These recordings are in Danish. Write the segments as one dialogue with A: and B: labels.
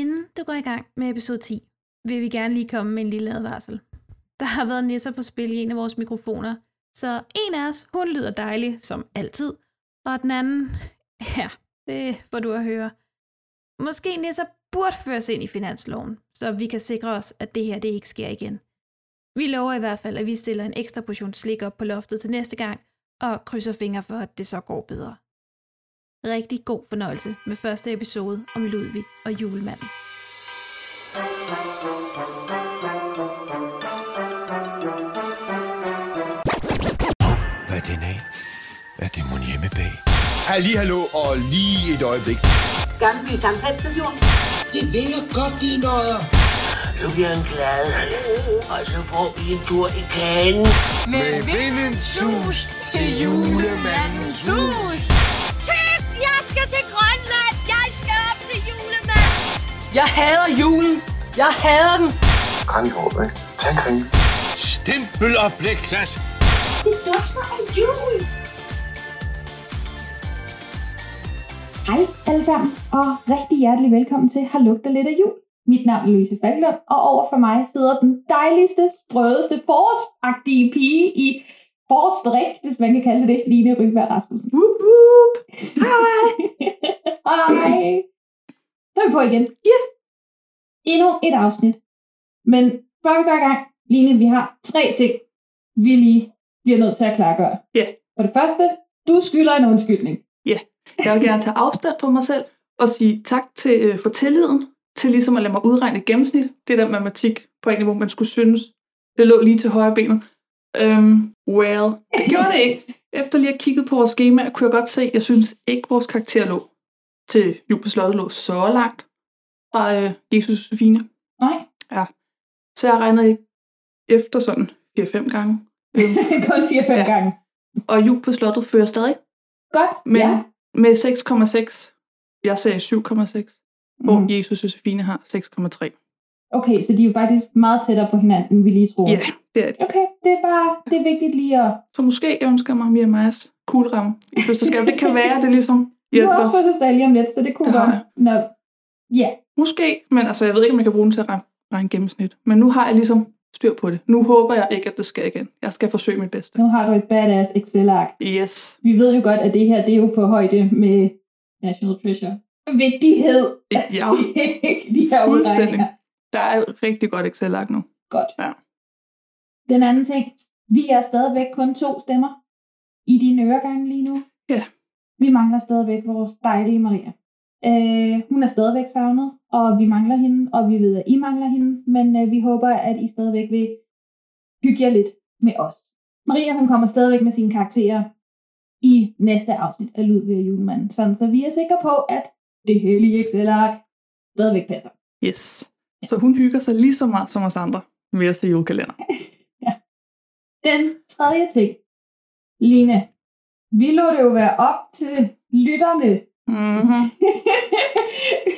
A: Inden du går i gang med episode 10, vil vi gerne lige komme med en lille advarsel. Der har været nisser på spil i en af vores mikrofoner, så en af os, hun lyder dejlig, som altid, og den anden, ja, det får du at høre. Måske nisser burde føres ind i finansloven, så vi kan sikre os, at det her det ikke sker igen. Vi lover i hvert fald, at vi stiller en ekstra portion slik op på loftet til næste gang, og krydser fingre for, at det så går bedre. Rigtig god fornøjelse med første episode om Ludvig og julemanden.
B: Hvad er den af? Er det mon hjemme bag?
C: Halli, hallo, og lige et øjeblik.
D: Gammelby Samtalsstation.
E: Det vil jeg godt, de nøjer.
F: Nu bliver han glad, og så får vi en tur i kagen.
C: Med vinden sus til julemandens hus.
G: Tøft, jeg skal til Grønland. Jeg skal op til julemanden.
H: Jeg hader julen. Jeg hader den.
I: Kranjhåb, ikke? Tag kring.
C: Stempel og blikklat.
D: Det dufter af jul.
J: Hej alle sammen, og rigtig hjertelig velkommen til Har lugter lidt af jul. Mit navn er Louise Falklund, og over for mig sidder den dejligste, sprødeste, forårsagtige pige i forårsdrik, hvis man kan kalde det det, Line Rygberg Rasmussen. Woop, woop. Hej. Hej. Så er vi på igen. Ja. Yeah. Endnu et afsnit. Men før vi går i gang, Line, vi har tre ting, vi lige bliver nødt til at klargøre.
K: Ja.
J: For det første, du skylder en undskyldning.
K: Jeg vil gerne tage afstand på mig selv og sige tak til, øh, for tilliden til ligesom at lade mig udregne et gennemsnit. Det der matematik på en niveau, man skulle synes, det lå lige til højre benet. Øhm, well, det gjorde det ikke. Efter lige at kigget på vores schema, kunne jeg godt se, at jeg synes ikke, vores karakter lå til Jul på Slottet lå så langt fra øh, Jesus og Josefine.
J: Nej,
K: Så jeg regnede efter sådan 4-5 gange. Øhm,
J: kun 4-5 ja.
K: Ja.
J: gange.
K: og Jul på Slottet fører stadig
J: Godt,
K: Men
J: ja.
K: ja. med 6,6, jeg sagde 7,6, hvor
J: Mm.
K: mm. Jesus og Josefine har 6,3.
J: Okay, så de er jo faktisk meget tættere på hinanden, end vi lige tror.
K: Ja, det er det.
J: Okay, det er bare, det er vigtigt lige at...
K: Så måske jeg ønsker mig mere Majas kugleramme i fødselsdagsgave. Det kan være, det ligesom
J: Du har også
K: hjælper.
J: fødselsdag lige om lidt, så det kunne
K: Det har
J: godt... Nå, ja,
K: Måske, men altså jeg ved ikke, om jeg kan bruge den til at regne- regne gennemsnit. Men nu har jeg ligesom styr på det. Nu håber jeg ikke, at det sker igen. Jeg skal forsøge mit bedste.
J: nu har du et badass Excel-ark.
K: Yes.
J: Vi ved jo godt, at det her, det er jo på højde med National Treasure. Vigtighed.
K: Ja,
J: de her
K: Fuldstændig.
J: udregninger.
K: der er et rigtig godt Excel-ark nu.
J: Godt.
K: Ja.
J: Den anden ting. Vi er stadigvæk kun to stemmer i dine øregange lige nu.
K: Ja.
J: Vi mangler stadigvæk vores dejlige Maria. Øh, hun er stadigvæk savnet, og vi mangler hende, og vi ved, at I mangler hende, men øh, vi håber, at I stadigvæk vil hygge jer lidt med os. Maria, hun kommer stadigvæk med sine karakterer i næste afsnit af Ludvig og Julemanden, sådan så vi er sikre på, at det hellige Excel-ark stadigvæk passer.
K: Yes. Så hun hygger sig lige så meget som os andre ved at se julekalender.
J: Den tredje ting. Line, vi lå det jo være op til lytterne.
K: Mm-hmm.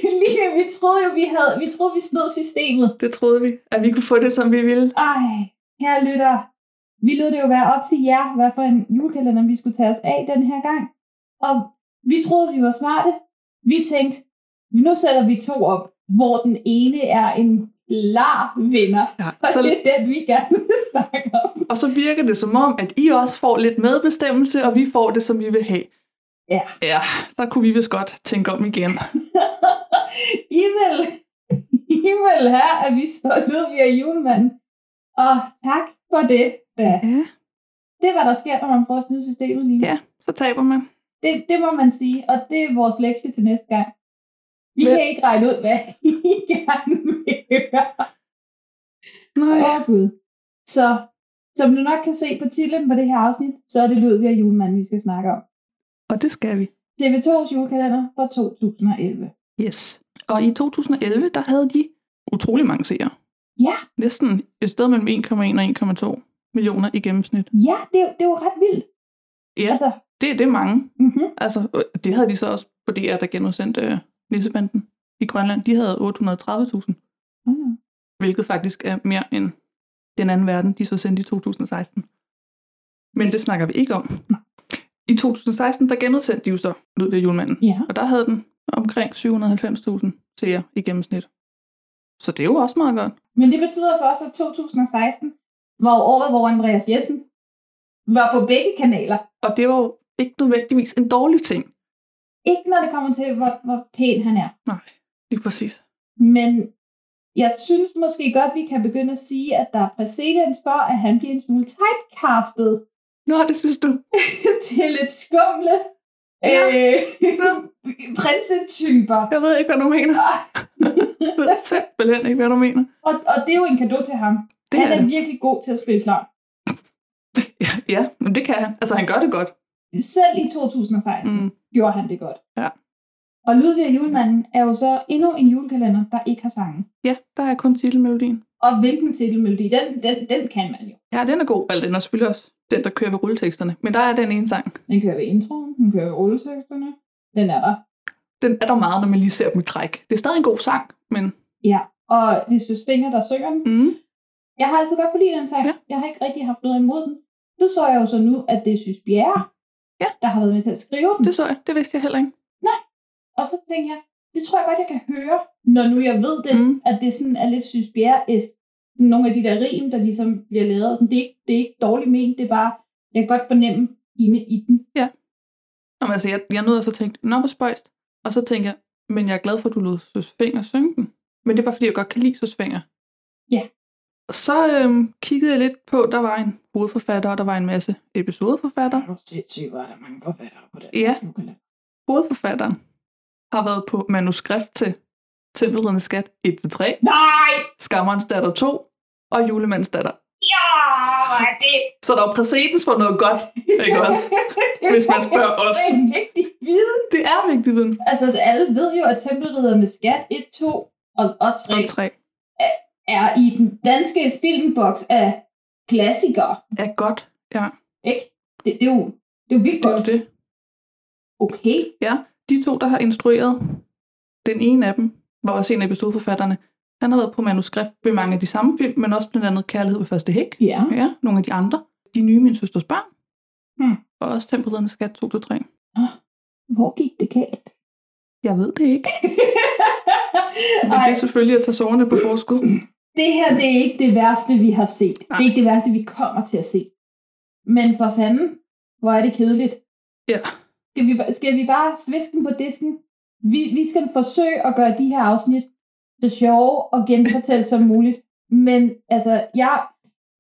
J: Line, vi troede jo, vi havde, vi troede, vi snød systemet.
K: Det troede vi, at vi kunne få det, som vi ville.
J: Ej, her lytter. Vi lod det jo være op til jer, hvad for en julekalender vi skulle tage os af den her gang. Og vi troede, vi var smarte. Vi tænkte, nu sætter vi to op, hvor den ene er en klar vinder.
K: Ja,
J: Og så...
K: så,
J: det er den, vi gerne vil snakke om.
K: og så virker det som om, at I også får lidt medbestemmelse, og vi får det, som vi vil have.
J: Ja.
K: Ja, så kunne vi vist godt tænke om igen.
J: I vil, I vil have, at vi så Ludvig og julemanden. Og tak for det. Da.
K: Ja.
J: Det er, hvad der sker, når man prøver at snyde systemet lige. nu.
K: Ja. Så taber man.
J: Det, det må man sige, og det er vores lektie til næste gang. Vi
K: Men-
J: kan ikke regne ud, hvad I gerne vil høre.
K: Nej.
J: Åh, Gud. Så som du nok kan se på titlen på det her afsnit, så er det Ludvig og julemanden, vi skal snakke om.
K: Og det skal vi.
J: TV2's julekalender fra 2011.
K: Yes. Og i 2011, der havde de utrolig mange seere.
J: Ja.
K: Næsten et sted mellem 1,1 og 1,2 millioner i gennemsnit.
J: Ja, det, er jo- det er jo ret vildt.
K: Ja,
J: Altså,
K: det, det er mange.
J: mm-hmm.
K: Altså, øh, det havde de så også på DR, der genudsendte øh, Nissebanden i Grønland. De havde 830.000. hvilket faktisk er mere end den anden verden, de så sendte i 2016. Men det snakker vi ikke om. I 2016, der genudsendte de jo så Lyd ved julemanden,
J: Ja.
K: og der havde den omkring 790.000 til jer i gennemsnit. Så det er jo også meget godt.
J: Men det betyder så også, at 2016 var jo året, hvor Andreas Jessen var på begge kanaler.
K: Og det var jo ikke nødvendigvis en dårlig ting.
J: Ikke når det kommer til, hvor, hvor pæn han er.
K: Nej, lige præcis.
J: Men jeg synes måske godt, vi kan begynde at sige, at der er præcedens for, at han bliver en smule typecastet
K: Nå, det synes du.
J: til lidt skumle
K: Ja.
J: øh, prinsetyper.
K: Jeg ved ikke, hvad du mener. Jeg ved simpelthen ikke, hvad du mener.
J: Og, og det er jo en gave til ham.
K: Det
J: han
K: er
J: er,
K: det.
J: virkelig god til at spille klar.
K: Ja, ja, men det kan han. Altså, han gør det godt.
J: Selv i 2016 mm.
K: Mm.
J: gjorde han det godt.
K: Ja.
J: Og Ludvig og julemanden er jo så endnu en julekalender, der ikke har sange.
K: Ja, der er kun titelmelodien.
J: Og hvilken titelmelodi, den, den, den kan man jo.
K: Ja, den er god. Eller den er selvfølgelig også den, der kører ved rulleteksterne. Men der er den ene sang.
J: Den kører ved introen, den kører ved rulleteksterne. Den er der.
K: Den er der meget, når man lige ser dem i træk. Det er stadig en god sang, men...
J: Ja. Og det er Søs Finger, der synger den.
K: Mm,
J: Jeg har altid godt kunne lide den sang.
K: Ja.
J: Jeg har ikke rigtig haft noget imod den. Så så jeg jo så nu, at det er Søs Bjerre,
K: Ja.
J: der har været med til at skrive den.
K: det så jeg. Det vidste jeg heller ikke.
J: Og så tænkte jeg, det tror jeg godt, jeg kan høre, når nu jeg ved det, mm.
K: Mm.
J: at det sådan er lidt Sys Bjerre-est. Sådan nogle af de der rim, der ligesom bliver lavet. og Sådan, det, er ikke, det er ikke dårligt ment, det er bare, jeg kan godt fornemme hende i den.
K: Nå, men altså, jeg, jeg nåede og så tænkte, nå, hvor spøjst. Og så tænkte jeg, men jeg er glad for, at du lod Søs Finger synge den. Men det er bare, fordi jeg godt kan lide Søs Finger.
J: Ja.
K: Og så øhm, kiggede jeg lidt på, der var en hovedforfatter, og der var en masse episodeforfatter.
J: Er du sindssygt, hvor er der mange forfattere på den?
K: Ja.
J: Du kan lade-
K: Hovedforfatteren har været på manuskript til Tempelridende Skat 1-3,
J: Nej!
K: Skammerens datter 2 og Julemandens datter.
J: Ja, hvor er det?
K: Så der er præcedens for noget godt, ikke også?
J: Det er
K: Hvis man spørger
J: faktisk
K: os.
J: en vigtig viden.
K: Det er vigtig viden.
J: Altså, alle ved jo, at tempelridderne skat 1, 2 og, og 3
K: Og 3
J: er i den danske filmboks af klassikere.
K: er godt. Ja,
J: Ikke? Det, det, er jo, det er jo vildt
K: det er
J: godt.
K: jo det.
J: Okay.
K: Ja, de to, der har instrueret, den ene af dem var også en af episodeforfatterne. Han har været på manuskript ved mange af de samme film, men også blandt andet Kærlighed ved første hæk.
J: Ja.
K: Ja, nogle af de andre. De nye Min Søsters Børn.
J: Hmm.
K: Og også Tempelridende Skat 2-3.
J: Hvor gik det galt?
K: Jeg ved det ikke. Men
J: Ej,
K: det er selvfølgelig at tage soverne på forskud.
J: det her det er ikke det værste, vi har set. Det er
K: Nej.
J: ikke det værste, vi kommer til at se. Men for fanden, hvor er det kedeligt.
K: Ja.
J: Skal vi, ba- skal vi bare svisken på disken? Vi, vi skal forsøge at gøre de her afsnit så sjove og genfortælle som muligt. Men altså, jeg,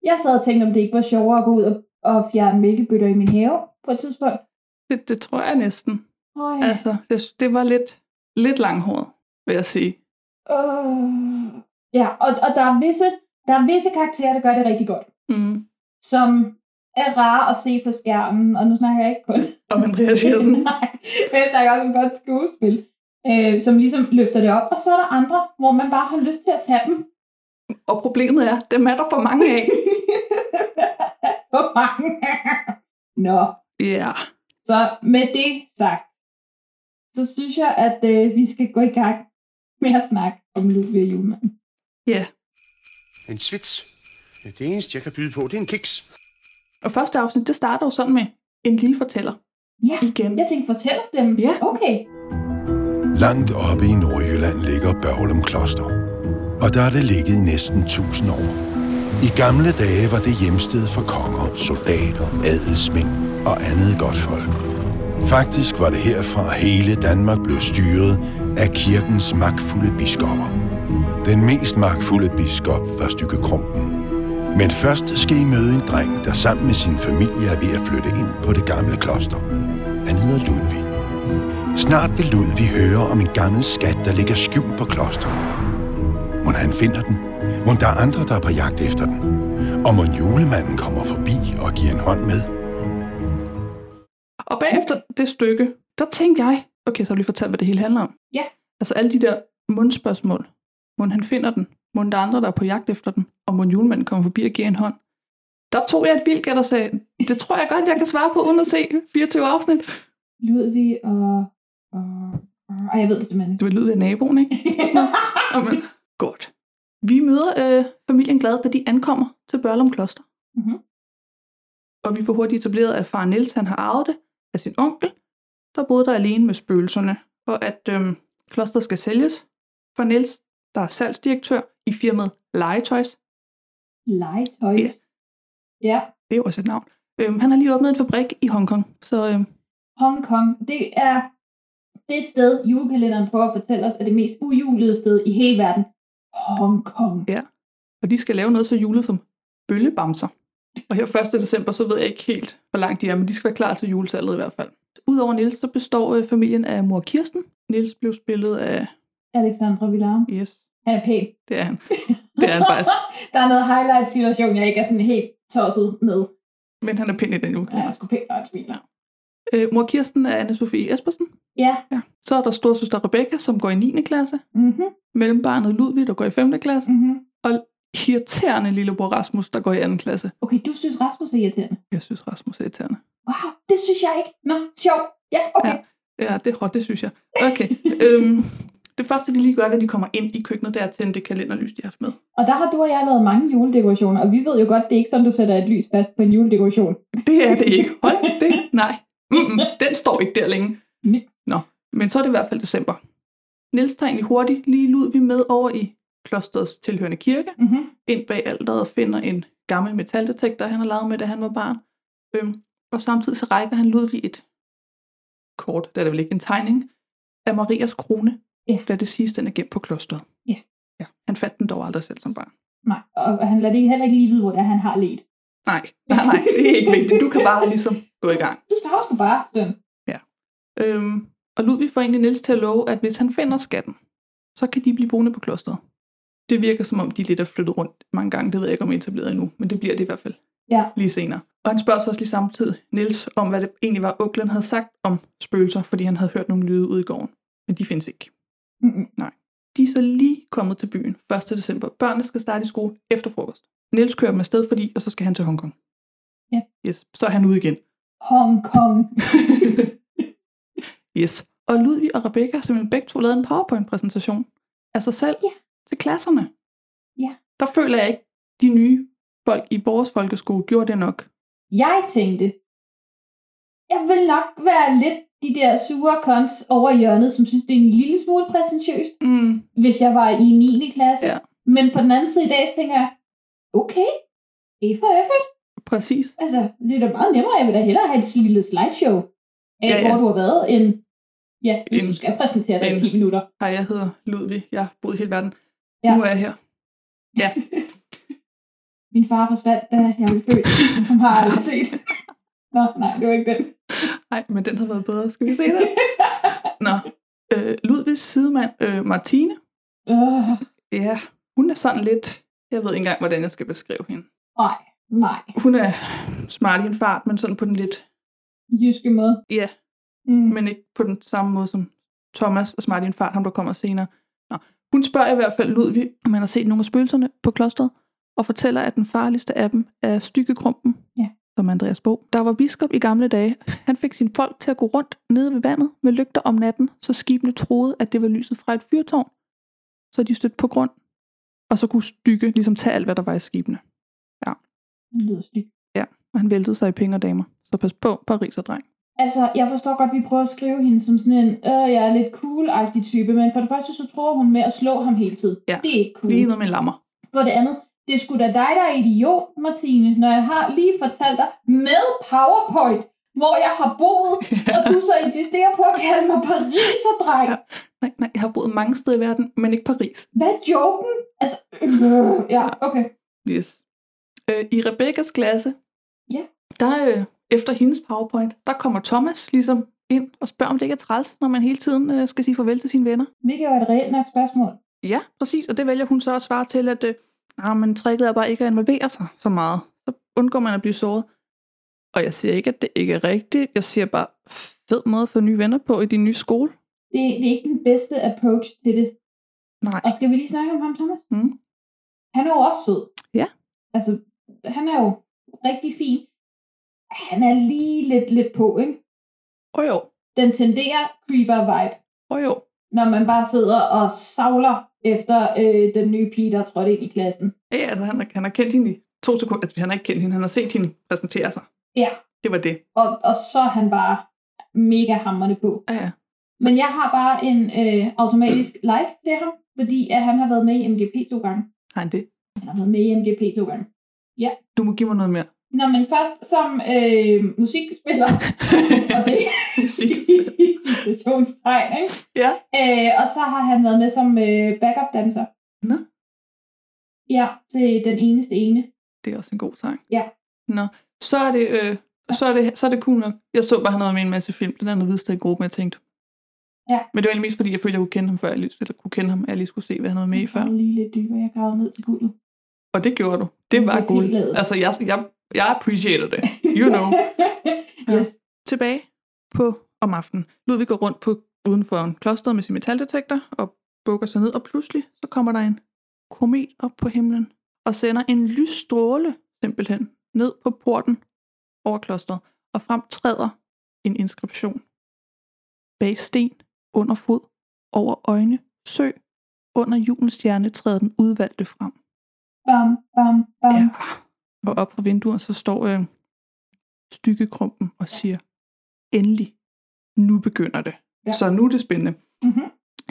J: jeg sad og tænkte, om det ikke var sjovere at gå ud og, og fjerne mælkebøtter i min have på et tidspunkt.
K: Det, det tror jeg næsten.
J: Øj,
K: Altså, det, det var lidt, lidt langhåret, vil jeg sige.
J: øh. Ja, og, og der, er visse, der er visse karakterer, der gør det rigtig godt.
K: Mm.
J: som er rare at se på skærmen, og nu snakker jeg ikke kun
K: Og Andreas Jensen.
J: Nej, men jeg snakker også om godt skuespil, øh, som ligesom løfter det op, og så er der andre, hvor man bare har lyst til at tage dem.
K: Og problemet er, dem er der for mange af.
J: Hvor mange? Nå,
K: Ja.
J: så med det sagt, så synes jeg, at øh, vi skal gå i gang med at snakke om Ludvig og julemanden.
K: Ja.
C: En svits. Det eneste, jeg kan byde på, det er en kiks.
K: Og første afsnit, det starter jo sådan med en lille fortæller.
J: Ja,
K: Igen.
J: jeg tænkte, fortæl os dem.
K: Ja.
J: Okay.
B: Langt oppe i Nordjylland ligger Børglum Kloster, og der har det ligget i næsten 1000 år. I gamle dage var det hjemsted for konger, soldater, adelsmænd og andet godt folk. Faktisk var det herfra hele Danmark blev styret af kirkens magtfulde biskopper. Den mest magtfulde biskop var Stykke Krumpen. Men først skal I møde en dreng, der sammen med sin familie er ved at flytte ind på det gamle kloster. Han hedder Ludvig. Snart vil Ludvig høre om en gammel skat, der ligger skjult på klosteret. Må han finder den? Må der er andre, der er på jagt efter den? Og må julemanden kommer forbi og giver en hånd med?
K: Og bagefter det stykke, der tænkte jeg, okay, så har du lige fortalt, hvad det hele handler om.
J: Ja.
K: Altså alle de der mundspørgsmål. Mund han finder den. Mund der er andre, der er på jagt efter den. Og mund julemanden kommer forbi og giver en hånd. Der tog jeg et vildt gæt og sagde, det tror jeg godt, jeg kan svare på, uden at se 24 afsnit.
J: Ludvig og... og, og ej, jeg ved det simpelthen ikke.
K: Det var lyd af naboen, ikke? Jamen, godt. Vi møder øh, familien Glad, da de ankommer til Børlum Kloster.
J: Mhm.
K: Og vi får hurtigt etableret, at far Niels han har arvet det af sin onkel, der boede der alene med spøgelserne, og at øhm, klosteret skal sælges, for Niels, der er salgsdirektør i firmaet Legetøjs.
J: Legetøj. Ja. ja.
K: Det er jo også et navn. Øhm, han har lige åbnet en fabrik i Hongkong, så øhm,
J: Hong Kong, det er det sted, julekalenderen prøver at fortælle os, er det mest ujulede sted i hele verden. Hong Kong.
K: ja. Og de skal lave noget så julet som bøllebamser. Og her 1. december, så ved jeg ikke helt, hvor langt de er, men de skal være klar til julesalget i hvert fald. Udover Niels, så består øh, familien af mor Kirsten. Niels blev spillet af...
J: Alexandra Villar.
K: Yes,
J: Han er pæn.
K: det er han. Det er han faktisk.
J: Der er noget highlight-situation, jeg ikke er sådan helt tosset med.
K: Men han er pæn i den uge.
J: Ja, jeg skulle pænt og han smiler.
K: Øh, mor Kirsten er Anne-Sophie Espersen.
J: Ja.
K: Ja. Så er der storsøster Rebecca, som går i 9. klasse.
J: Mhm.
K: Mellembarnet Ludvig, der går i 5. klasse.
J: Mhm.
K: Irriterende lillebror Rasmus, der går i 2. klasse.
J: Okay, du synes Rasmus er irriterende.
K: Jeg synes, Rasmus er irriterende.
J: Wow, det synes jeg ikke. Nå, sjov. Ja, okay.
K: Ja, det er hot, det synes jeg. Okay. øhm, det første, de lige gør, da de kommer ind i køkkenet, det er at tænde det kalenderlys, de har haft med.
J: Og der har du og jeg lavet mange juledekorationer, og vi ved jo godt, det er ikke sådan, du sætter et lys fast på en juledekoration.
K: Det er det ikke. Hold det. Nej. Mm-mm, den står ikke der længe.
J: Niks.
K: Men så er det i hvert fald december. Niels tager egentlig hurtigt lige Ludvig med over i klosterets tilhørende kirke.
J: Mm-hmm.
K: Ind bag alteret finder en gammel metaldetektor, han har lavet med, da han var barn. Øhm, og samtidig så rækker han Ludvig et kort, der er det vel ikke en tegning, af Marias krone,
J: Ja.
K: da det siges, den er gemt på klosteret.
J: Ja.
K: ja. Han fandt den dog aldrig selv som barn.
J: Nej, og han lader det heller ikke lige vide, hvor det er, han har let.
K: Nej, nej, nej, det er ikke vigtigt. Du kan bare ligesom gå i gang.
J: Du starter sgu bare, søn.
K: Øhm, og Ludvig får egentlig Niels til at love, at hvis han finder skatten, så kan de blive boende på klosteret. Det virker som om, de lidt er flyttet rundt mange gange. Det ved jeg ikke, om jeg er etableret endnu, men det bliver det i hvert fald
J: Ja.
K: lige senere. Og han spørger så også lige samtidig Niels om, hvad det egentlig var, Oakland havde sagt om spøgelser, fordi han havde hørt nogle lyde ude i gården. Men de findes ikke.
J: Mm-mm.
K: De er så lige kommet til byen 1. december. Børnene skal starte i skole efter frokost. Niels kører dem afsted, fordi, og så skal han til Hongkong.
J: Ja.
K: Yes, så er han ude igen.
J: Hong Kong.
K: yes. Og Ludvig og Rebecca har simpelthen begge to lavet en PowerPoint-præsentation af sig selv
J: Ja.
K: til klasserne.
J: Ja.
K: Der føler jeg ikke, de nye folk i vores folkeskole gjorde det nok.
J: Jeg tænkte, jeg vil nok være lidt de der sure cons over i hjørnet, som synes, det er en lille smule præsentøst,
K: Mm.
J: hvis jeg var i 9. klasse.
K: Ja.
J: Men på den anden side i dag, så tænker jeg, okay, E for effort.
K: Præcis.
J: Altså, det er da meget nemmere. Jeg vil da hellere have et lille slideshow
K: Ja,
J: af, ja,
K: ja.
J: ja. hvor du har været, end ja, hvis
K: En-
J: du skal præsentere dig i
K: en-
J: 10 minutter.
K: Hej, jeg hedder Ludvig. Jeg har boet i hele verden.
J: Ja.
K: Nu er jeg her. Ja.
J: Min far forsvandt, da jeg blev født. Han har jeg aldrig set. Nå, nej, det var ikke den.
K: Nej, men den havde været bedre. Skal vi se det? Nå. Øh, Ludvigs sidemand, øh, Martine.
J: Øh,
K: Ja, hun er sådan lidt... Jeg ved ikke engang, hvordan jeg skal beskrive hende.
J: nej, nej.
K: Hun er smart i en fart, men sådan på den lidt
J: Jyske måde.
K: Ja,
J: Mm.
K: men ikke på den samme måde som Thomas og Smart i en fart, ham der kommer senere. Nå. Hun spørger i hvert fald Ludvig, om han har set nogle af spøgelserne på klosteret, og fortæller, at den farligste af dem er stykkekrumpen,
J: Ja.
K: som er Andreas Bo. Der var biskop i gamle dage. Han fik sine folk til at gå rundt nede ved vandet med lygter om natten, så skibene troede, at det var lyset fra et fyrtårn. Så de stødte på grund, og så kunne stykke ligesom tage alt, hvad der var i skibene.
J: Det lyder stygt.
K: Og han væltede sig i penge og damer. Så pas på, Paris og dreng.
J: Altså, jeg forstår godt, at vi prøver at skrive hende som sådan en, øh, jeg er lidt cool-agtig type, men for det første, så tror hun med at slå ham hele tiden.
K: Ja.
J: Det er ikke cool.
K: Lige noget med en lammer.
J: For det andet, det skulle da dig, der er idiot, Martine, når jeg har lige fortalt dig med PowerPoint, hvor jeg har boet, og du så insisterer på at kalde mig pariser-dreng.
K: Ja. Nej, nej, jeg har boet mange steder i verden, men ikke Paris.
J: Hvad er joken? Altså, øh, ja, okay.
K: Yes. Øh, I Rebekkas klasse,
J: Ja.
K: der øh, efter hendes powerpoint, der kommer Thomas ligesom ind og spørger, om det ikke er træls, når man hele tiden øh, skal sige farvel til sine venner.
J: Hvilket var et reelt nok spørgsmål.
K: Ja, præcis, og det vælger hun så at svare til, at øh, nej, men tricket er bare ikke at involvere sig så meget. Så undgår man at blive såret. Og jeg siger ikke, at det ikke er rigtigt. Jeg siger bare, fed måde at få nye venner på i din nye skole.
J: Det, det er ikke den bedste approach til det.
K: Nej.
J: Og skal vi lige snakke om ham, Thomas?
K: Mm.
J: Han er jo også sød.
K: Ja.
J: Altså, han er jo rigtig fin. Han er lige lidt, lidt på, ikke?
K: Og jo,
J: Den tenderer creeper-vibe,
K: og jo.
J: når man bare sidder og savler efter øh, den nye pige, der er trådt ind i klassen.
K: Ja, Ja, altså han har, han har kendt hende i to sekunder. Altså, han har ikke kendt hende, han har set hende præsentere sig.
J: Ja.
K: Det var det.
J: Og, og så er han bare mega hammerne på.
K: Ja, ja.
J: Men jeg har bare en øh, automatisk like til ham, fordi at han har været med i MGP to gange.
K: Har han det?
J: Han har været med i MGP to gange.
K: Du må give mig noget mere.
J: Nå, men først som øh, musikspiller, og det
K: Musik.
J: i situationstegn, ikke?
K: Ja.
J: Øh, og så har han været med som øh, backup-danser.
K: Nå.
J: Ja, til den eneste ene.
K: Det er også en god sang.
J: Ja.
K: Nå, så er det, øh, så er det, så er det cool nok. Jeg så bare, han havde været med i en masse film. Den anden vidste i gruppen, og jeg tænkte.
J: Ja.
K: Men det var egentlig mest, fordi jeg følte, jeg kunne kende ham, før jeg lige, eller kunne kende ham, at jeg lige skulle se, hvad han havde med i før.
J: Jeg går Lige lidt dybere, jeg gravede ned til guldet. Mm-hmm.
K: Og det gjorde du. Det
J: Det
K: var
J: er
K: guld.
J: helt lavet.
K: Altså, jeg, jeg, jeg appreciater det. You know.
J: yes.
K: Tilbage på om aftenen. Ludvig går rundt på udenfor en kloster med sin metaldetektor og bukker sig ned, og pludselig så kommer der en komet op på himlen og sender en lysstråle simpelthen ned på porten over klosteret, og frem træder en inskription. Bag sten, under fod, over øjne, sø, under julens stjerne træder den udvalgte frem.
J: Bam, bam, bam.
K: Ja. Og op fra vinduet, så står øh, stykkekrumpen og siger, endelig, nu begynder det.
J: Ja.
K: Ja. Så nu er det spændende.
J: Mhm.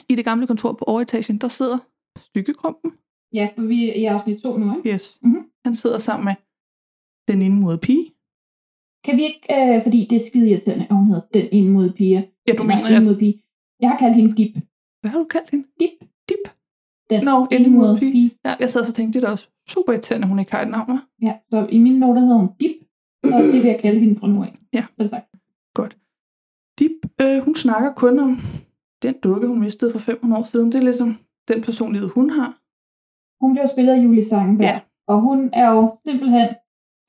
K: I det gamle kontor på overetagen, der sidder stykkekrumpen,
J: Ja, for vi er i afsnit to nu, ikke?
K: yes.
J: Mhm.
K: han sidder sammen med den indmodede pige.
J: Kan vi ikke, øh, fordi det er skide irriterende, at hun hedder den ene mod pige.
K: Ja, du mener,
J: jeg...
K: at,
J: mod pige. Jeg har kaldt hende Dip.
K: hvad har du kaldt hende?
J: Dip.
K: Dip.
J: Den
K: Nå, indmodede pige.
J: pige.
K: Ja, jeg sad og så tænkte, det er da også super irriterende, hun ikke har et navn. hva'?
J: Ja, så i mine noter hedder hun Dip, og det vil jeg kalde hende fra nu af.
K: Ja.
J: Så er det sagt.
K: Dip, øh, hun snakker kun om den dukke, hun mistede for 500 år siden. Det er ligesom den personlighed, hun har.
J: Hun bliver spillet af Julie Sangenberg,
K: Ja.
J: og hun er jo simpelthen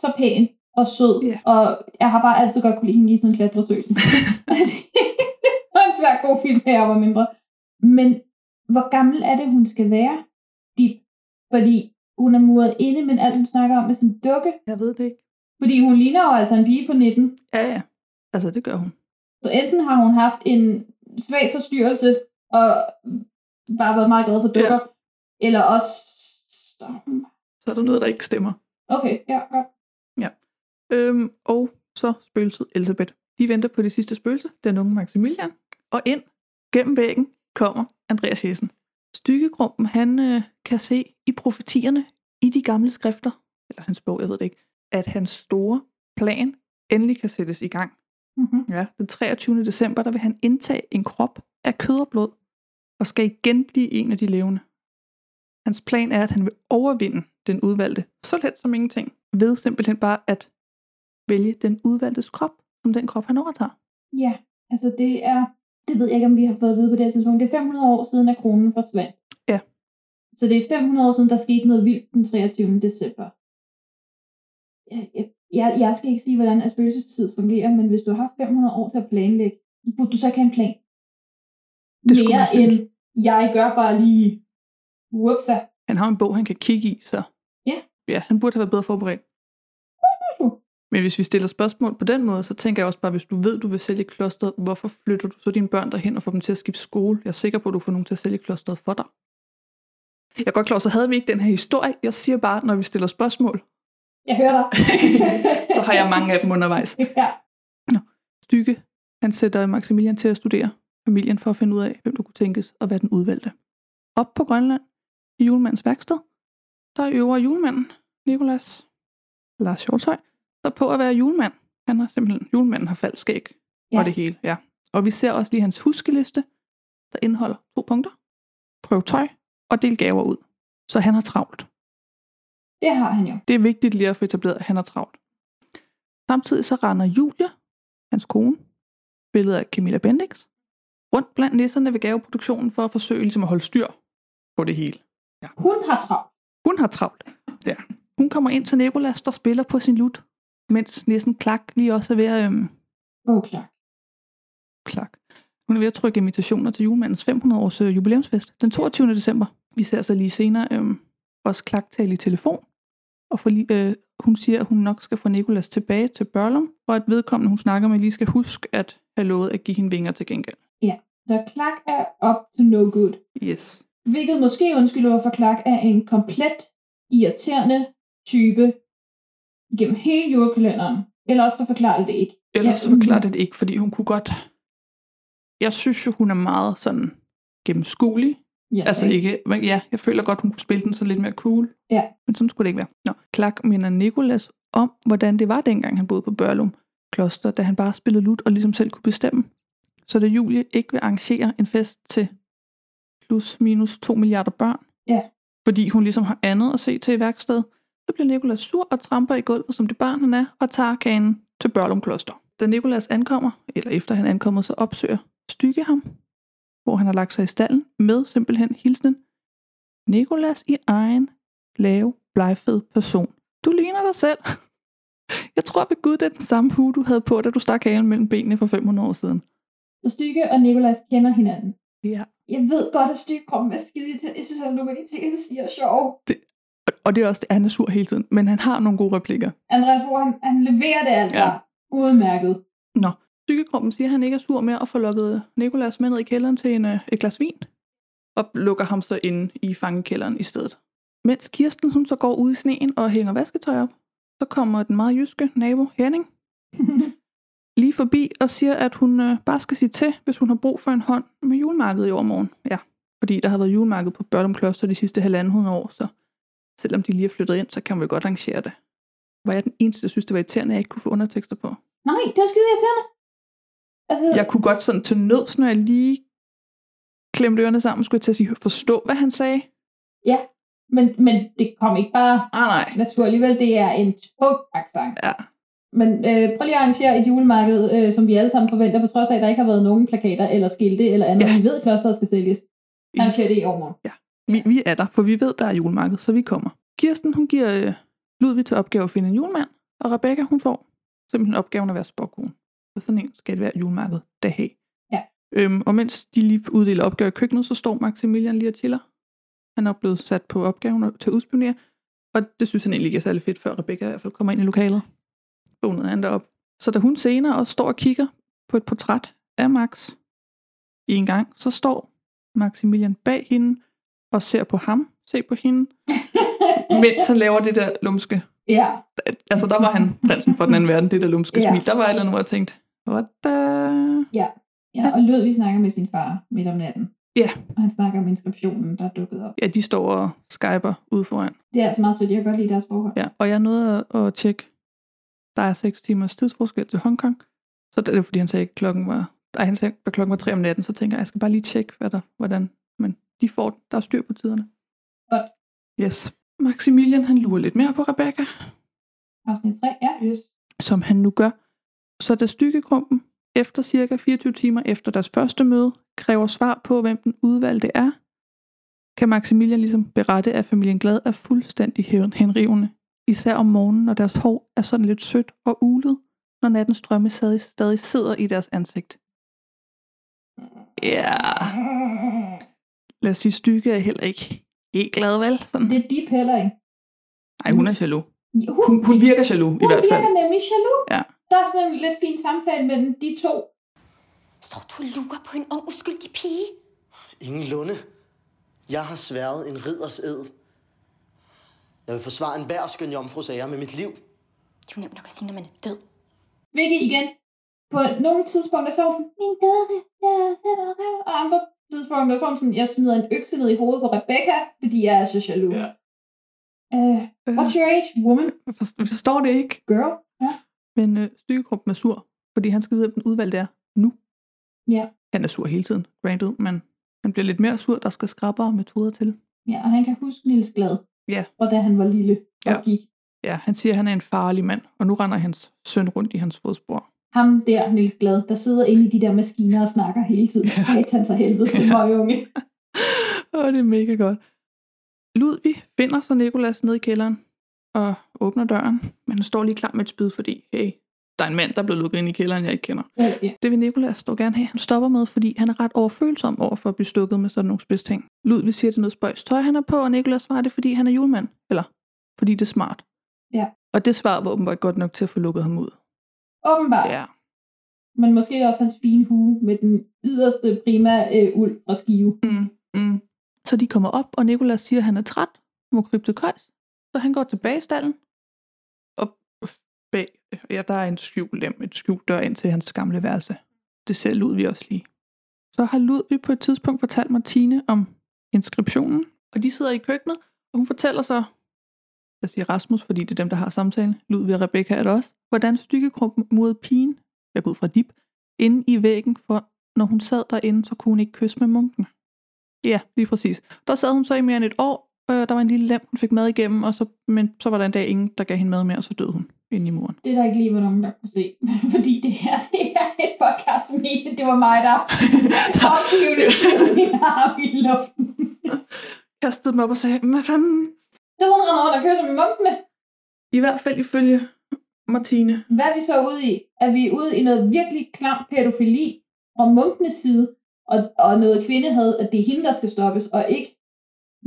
J: så pæn og sød,
K: Ja.
J: og jeg har bare altid godt kunne lide hende i sådan klatretøsen. det var en svær god film, da jeg var mindre. Men hvor gammel er det, hun skal være? Dip. Fordi hun er muret inde, men alt hun snakker om er sådan en dukke.
K: Jeg ved det ikke.
J: Fordi hun ligner jo altså en pige på 19.
K: Ja, ja. Altså, det gør hun.
J: Så enten har hun haft en svag forstyrrelse og bare været meget glad for dukker, ja. eller også... så er hun-
K: Så er der noget, der ikke stemmer.
J: Okay, ja, godt.
K: Øhm, og så spøgelset Elisabeth. De venter på det sidste spøgelse, den unge Maximilian. Og ind gennem væggen kommer Andreas Jessen. Stykkegrumpen, han øh, kan se i profetierne i de gamle skrifter, eller hans bog, jeg ved det ikke, at hans store plan endelig kan sættes i gang.
J: Mm-hmm.
K: Ja. Den 23. december, der vil han indtage en krop af kød og blod, og skal igen blive en af de levende. Hans plan er, at han vil overvinde den udvalgte, så let som ingenting, ved simpelthen bare at vælge den udvalgtes krop, som den krop, han overtager.
J: Ja, altså det er... Det ved jeg ikke, om vi har fået at vide på det her tidspunkt. Det er 500 år siden, at kronen forsvandt.
K: Ja.
J: Så det er 500 år siden, der skete noget vildt den 23. december. Jeg, jeg- jeg, jeg skal ikke sige, hvordan spøgelsestid fungerer, men hvis du har haft 500 år til at planlægge, burde du så ikke have en plan?
K: Det skulle
J: Mere
K: man synes.
J: end, jeg gør bare lige... Whoopsa.
K: Han har en bog, han kan kigge i, så
J: Ja.
K: ja han burde have været bedre forberedt.
J: du?
K: Men hvis vi stiller spørgsmål på den måde, så tænker jeg også bare, hvis du ved, du vil sælge klosteret, hvorfor flytter du så dine børn derhen og får dem til at skifte skole? Jeg er sikker på, at du får nogen til at sælge klosteret for dig. Jeg er godt klar, over, så havde vi ikke den her historie. Jeg siger bare, når vi stiller spørgsmål,
J: Jeg hører dig.
K: så har jeg mange af dem undervejs.
J: ja.
K: Stykke, han sætter Maximilian til at studere familien for at finde ud af, hvem du kunne tænkes og hvad den udvalgte. Op på Grønland, i julemandens værksted, der øver julemanden, Nikolas Lars Hjortøj, der på at være julemand. Han har simpelthen, julemanden har falsk skæg ja.
J: Ja.
K: og det hele, ja. Og vi ser også lige hans huskeliste, der indeholder to punkter. Prøv tøj og del gaver ud. Så han har travlt.
J: Det har han jo.
K: Det er vigtigt lige at få etableret, at han er travlt. Samtidig så render Julia, hans kone, billedet af Camilla Bendix, rundt blandt nisserne ved gaveproduktionen for at forsøge ligesom at holde styr på det hele.
J: Hun har travlt.
K: Hun har travlt. Ja. Hun kommer ind til Nicolas, der spiller på sin lut, mens nissen Klak lige også er ved at... Øhm,
J: Åh, klart.
K: klak. Hun er ved at trykke invitationer til julemandens 500-års øh, jubilæumsfest den 22. december. Vi ser så lige senere øhm, også Klak tale i telefon, og for, lige- øh, hun siger, at hun nok skal få Nikolas tilbage til Børlum, og at vedkommende, hun snakker med, lige skal huske at have lovet at give hende vinger til gengæld.
J: Så Clark er up to no good.
K: Yes.
J: Hvilket måske undskylder, hvorfor Clark er en komplet irriterende type gennem hele julekalenderen. Eller også så forklarer det det ikke.
K: Ellers
J: Ja.
K: så forklarer det det ikke, fordi hun kunne godt... Jeg synes jo, hun er meget sådan gennemskuelig, Ja, altså ikke, men ja, jeg føler godt, hun kunne spille den så lidt mere cool.
J: Ja.
K: Men sådan skulle det ikke være. Nå, Clark minder Nikolas om, hvordan det var dengang, han boede på Børlum Kloster, da han bare spillede lut og ligesom selv kunne bestemme. Så da Julie ikke vil arrangere en fest til plus minus 2 milliarder børn,
J: Ja.
K: fordi hun ligesom har andet at se til i værkstedet, så bliver Nikolas sur og tramper i gulvet, som det barn han er, og tager kagen til Børlum Kloster. Da Nikolas ankommer, eller efter han er ankommet, så opsøger Stygge ham, hvor han har lagt sig i stallen, med simpelthen hilsen. Nikolas i egen lave, blegfed person. Du ligner dig selv. Jeg tror ved Gud, det er den samme hue, du havde på, da du stak halen mellem benene for 500 år siden.
J: Så Stykke og Nikolas kender hinanden.
K: Ja.
J: Jeg ved godt, at Stykke kommer med skide til. Jeg synes også, at nogle af de ting, han siger, er sjove.
K: Og- Og det er også det, han er sur hele tiden, men han har nogle gode replikker.
J: Andreas Bro, han, han leverer det altså.
K: Ja.
J: Ja. Udmærket.
K: Nå, psykekroppen siger, at han ikke er sur med at få lukket Nikolas med ned i kælderen til en, øh, et glas vin, og lukker ham så inde i fangekælderen i stedet. Mens Kirsten hun så går ud i sneen og hænger vasketøj op, så kommer den meget jyske nabo Henning lige forbi og siger, at hun øh, bare skal sige til, hvis hun har brug for en hånd med julemarkedet i overmorgen. Ja, fordi der har været julemarked på Børdum Kloster de sidste halvanden hundrede år, så selvom de lige er flyttet ind, så kan man jo godt arrangere det. Var jeg den eneste, der synes, det var irriterende, at jeg ikke kunne få undertekster på?
J: Nej, det var skide irriterende. Altså,
K: Jeg kunne godt sådan til nøds, når jeg lige klemte ørerne sammen, skulle jeg til at sige, forstå, hvad han sagde.
J: men, men det kom ikke bare
K: Ah, nej.
J: naturligt, alligevel. Det er en tung accent.
K: Ja.
J: Men øh, prøv lige at arrangere et julemarked, øh, som vi alle sammen forventer, på trods af, at der ikke har været nogen plakater eller skilte eller andet.
K: Ja.
J: Ja. Vi ved, at klosteret skal sælges. Arrangere det i overmorgen.
K: Vi, vi er der, for vi ved, der er julemarked, så vi kommer. Kirsten, hun giver øh, Ludvig til opgave at finde en julemand, og Rebecca, hun får simpelthen opgaven at være sporkone. Så sådan en skal det være julemarked, da have.
J: Ja.
K: Øhm, og mens de lige uddeler opgaver i køkkenet, så står Maximilian lige og chiller. Han er blevet sat på opgaven og- til at udspionere, og det synes han egentlig ikke er særlig fedt, før Rebecca i hvert fald kommer ind i lokalet. Vågnede han derop. Så da hun senere også står og kigger på et portræt af Max i en gang, så står Maximilian bag hende og ser på ham, se på hende, mens han laver det der lumske.
J: Ja.
K: Altså, der var han prinsen for den anden verden, det der lumske
J: Ja.
K: ja. smil. Der var et eller andet, hvor jeg tænkte, what the...
J: ja. Og lød, vi snakker med sin far midt om natten.
K: Ja.
J: Og han snakker om inskriptionen, der er dukket op.
K: Ja, de står og skyper ude foran.
J: Det er altså meget sødt. Jeg kan godt lide deres forhold.
K: Ja, og jeg nåede at, at tjekke, der er 6 timers tidsforskel til Hongkong. Så det er fordi, han sagde, at klokken var... Ej, han sagde, at klokken var 3 om natten, så tænker jeg, jeg skal bare lige tjekke, hvad der, hvordan... Men de får, den. der er styr på tiderne.
J: Godt.
K: Yes. Maximilian, han lurer lidt mere på Rebecca.
J: Afsnit 3, ja.
K: yes. som han nu gør. Så da stykkegrumpen efter cirka 24 timer efter deres første møde kræver svar på, hvem den udvalgte er, kan Maximilian ligesom berette, at familien Glad er fuldstændig hævn- henrivende. Især om morgenen, når deres hår er sådan lidt sødt og ulet, når nattens drømme stadig, stadig sidder i deres ansigt. Ja. Yeah. Lad os sige, stykke er heller ikke helt glad, vel? Sådan.
J: Det er de heller ikke.
K: Nej, hun er jaloux.
J: Ja, Hun,
K: Hun, hun virker jaloux i
J: hun
K: hvert fald.
J: virker nemlig jaloux.
K: Ja.
J: Der er sådan en lidt fin samtale mellem de to.
L: Står du og lurer på en ung, uskyldig pige?
F: Ingen lunde. Jeg har sværet en ridders ed. Jeg vil forsvare en hver skøn jomfrus ære med mit liv.
L: Det er jo nemt nok at sige, når man er død.
J: Hvilket igen, på nogle tidspunkter så er hun sådan, min døde, ja, det var godt." og andre tidspunkter så er hun sådan, jeg smider en økse ned i hovedet på Rebecca, fordi jeg er så jaloux.
K: Ja.
J: Uh, what's your age, woman,
K: Jeg forst- Øh, jeg forstår det ikke.
J: girl? Ja.
K: Men øh, stykkegruppen er sur, fordi han skal vide, hvem den udvalgte er nu.
J: Ja.
K: Han er sur hele tiden, granted, men han bliver lidt mere sur, der skal skrabbere metoder til.
J: ja, og han kan huske Nils Glad,
K: Ja.
J: og da han var lille og
K: Ja.
J: gik.
K: Ja, han siger, at han er en farlig mand, og nu render hans søn rundt i hans fodspor.
J: Ham der, Nils Glad, der sidder inde i de der maskiner og snakker hele tiden.
K: Ja.
J: Satan så helvede til
K: Ja.
J: mig, unge.
K: Åh, det er mega godt. Ludvig finder så Nikolas ned i kælderen og åbner døren, men han står lige klar med et spyd, fordi hey, der er en mand, der er blevet lukket ind i kælderen, jeg ikke kender.
J: Ja, ja.
K: Det vil Nikolas dog gerne have, han stopper med, fordi han er ret overfølsom over for at blive stukket med sådan nogle spidsting. Ludvig siger, at det er noget spøjs tøj, han er på, og Nikolas svarer det, er, fordi han er julemand. Eller, fordi det er smart.
J: Ja.
K: Og det svar var åbenbart godt nok til at få lukket ham ud.
J: Åbenbart.
K: Ja.
J: Men måske er det også hans fine hue med den yderste prima øh, uld fra Skive.
K: Mm, mm. Så de kommer op, og Nikolas siger, at han er træt, må krybe til køjs. Så han går tilbage i stallen, og bag, ja, der er en skjult lem, et skjult dør ind til hans gamle værelse. Det ser Ludvig også lige. Så har Ludvig på et tidspunkt fortalt Martine om inskriptionen, og de sidder i køkkenet, og hun fortæller så, jeg siger Rasmus, fordi det er dem, der har samtalen, Ludvig og Rebecca er det også, hvordan stykkekrumpen mod pigen, jeg går ud fra dip, inde i væggen, for når hun sad derinde, så kunne hun ikke kysse med munken. Ja, lige præcis. Der sad hun så i mere end et år, øh, der var en lille lem, hun fik mad igennem, og så, men så var der en dag ingen, der gav hende mad mere, og så døde hun inde i muren.
J: Det er der ikke lige var nogen, der kunne se, fordi det her det er et podcast medie. Det var mig, der opgivende tog min arm i luften.
K: Kastede mig op og sagde, hvad fanden?
J: Så hun render rundt og kører med munkene.
K: I hvert fald ifølge Martine.
J: Hvad er vi så ude i? Er vi ude i noget virkelig klam pædofili fra munkenes side, og, og noget kvindehed, at det er hende, der skal stoppes, og ikke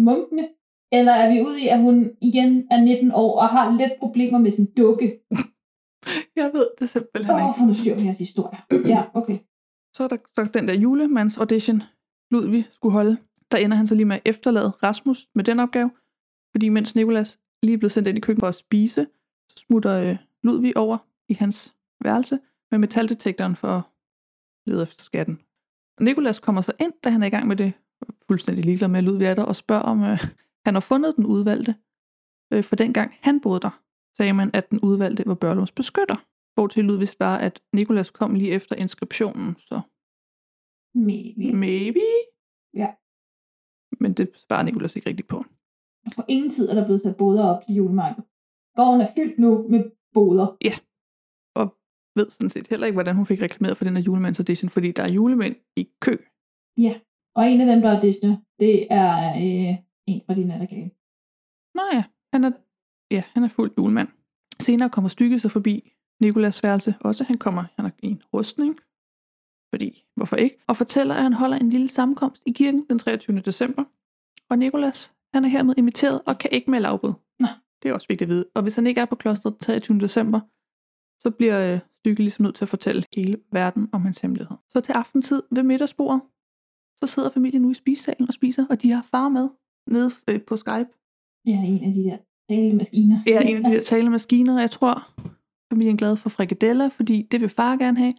J: munkene? Eller er vi ude i, at hun igen er 19 år og har lidt problemer med sin dukke?
K: Jeg ved det simpelthen
J: Åh, oh, for nu styr på jeres historie. Ja, okay.
K: Så er der så den der julemands-audition, Ludvig skulle holde. Der ender han så lige med at efterlade Rasmus med den opgave, fordi mens Nikolas lige er blevet sendt ind i køkkenet for at spise, så smutter øh, Ludvig over i hans værelse med metaldetektoren for at lede efter skatten. Nikolas kommer så ind, da han er i gang med det, fuldstændig ligeglad med, at Ludvig er der, og spørger, om øh, han har fundet den udvalgte. Øh, for dengang han boede der, sagde man, at den udvalgte var Børlums beskytter. Hvor til Ludvig svarer, at Nikolas kom lige efter inskriptionen, så
J: Maybe.
K: maybe.
J: Ja.
K: Men det svarer Nikolas ikke rigtigt på.
J: Og på ingen tid er der blevet sat boder op til julemarkedet. Gården er fyldt nu med boder.
K: Ved sådan set heller ikke, hvordan hun fik reklameret for den her julemands audition, fordi der er julemænd i kø.
J: Ja, og en af dem, der auditioner, det er øh, en fra din nattergave.
K: Nå ja, han er, ja, han er fuld julemand. Senere kommer Stygge så forbi Nikolas værelse også. Han kommer, han er i en rustning, fordi hvorfor ikke? Og fortæller, at han holder en lille sammenkomst i kirken den 23. december. Og Nikolas, han er hermed inviteret og kan ikke melde afbud.
J: Nej.
K: Det er også vigtigt at vide. Og hvis han ikke er på klosteret den 23. december, så bliver øh, Stygge ligesom nødt til at fortælle hele verden om hans hemmelighed. Så til aftentid ved middagsbordet, så sidder familien nu i spisesalen og spiser, og de har far med nede øh, på Skype.
J: Ja, en af de der talemaskiner.
K: Ja, en af de der talemaskiner, og jeg tror, familien er glad for frikadeller, fordi det vil far gerne have.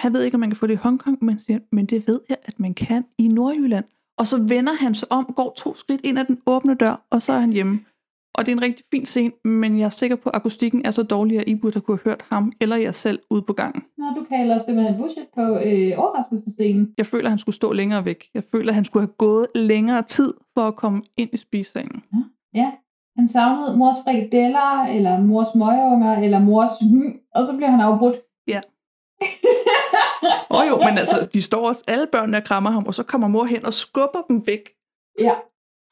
K: Han ved ikke, om man kan få det i Hongkong, men, siger, han, men det ved jeg, at man kan i Nordjylland. Og så vender han sig om, går to skridt ind ad den åbne dør, og så er han hjemme. Og det er en rigtig fin scene, men jeg er sikker på, at akustikken er så dårlig, at I burde have kunne have hørt ham eller jer selv ude på gangen.
J: Nå, du kalder simpelthen bullshit på øh, overraskelsescenen.
K: Jeg føler, at han skulle stå længere væk. Jeg føler, at han skulle have gået længere tid for at komme ind i spisesalen.
J: Ja, han savnede mors frikadeller, eller mors møgeunger, eller mors hmm, og så bliver han afbrudt.
K: Ja. Åh oh, jo, men altså, de står også, alle børnene og krammer ham, og så kommer mor hen og skubber dem væk,
J: Ja,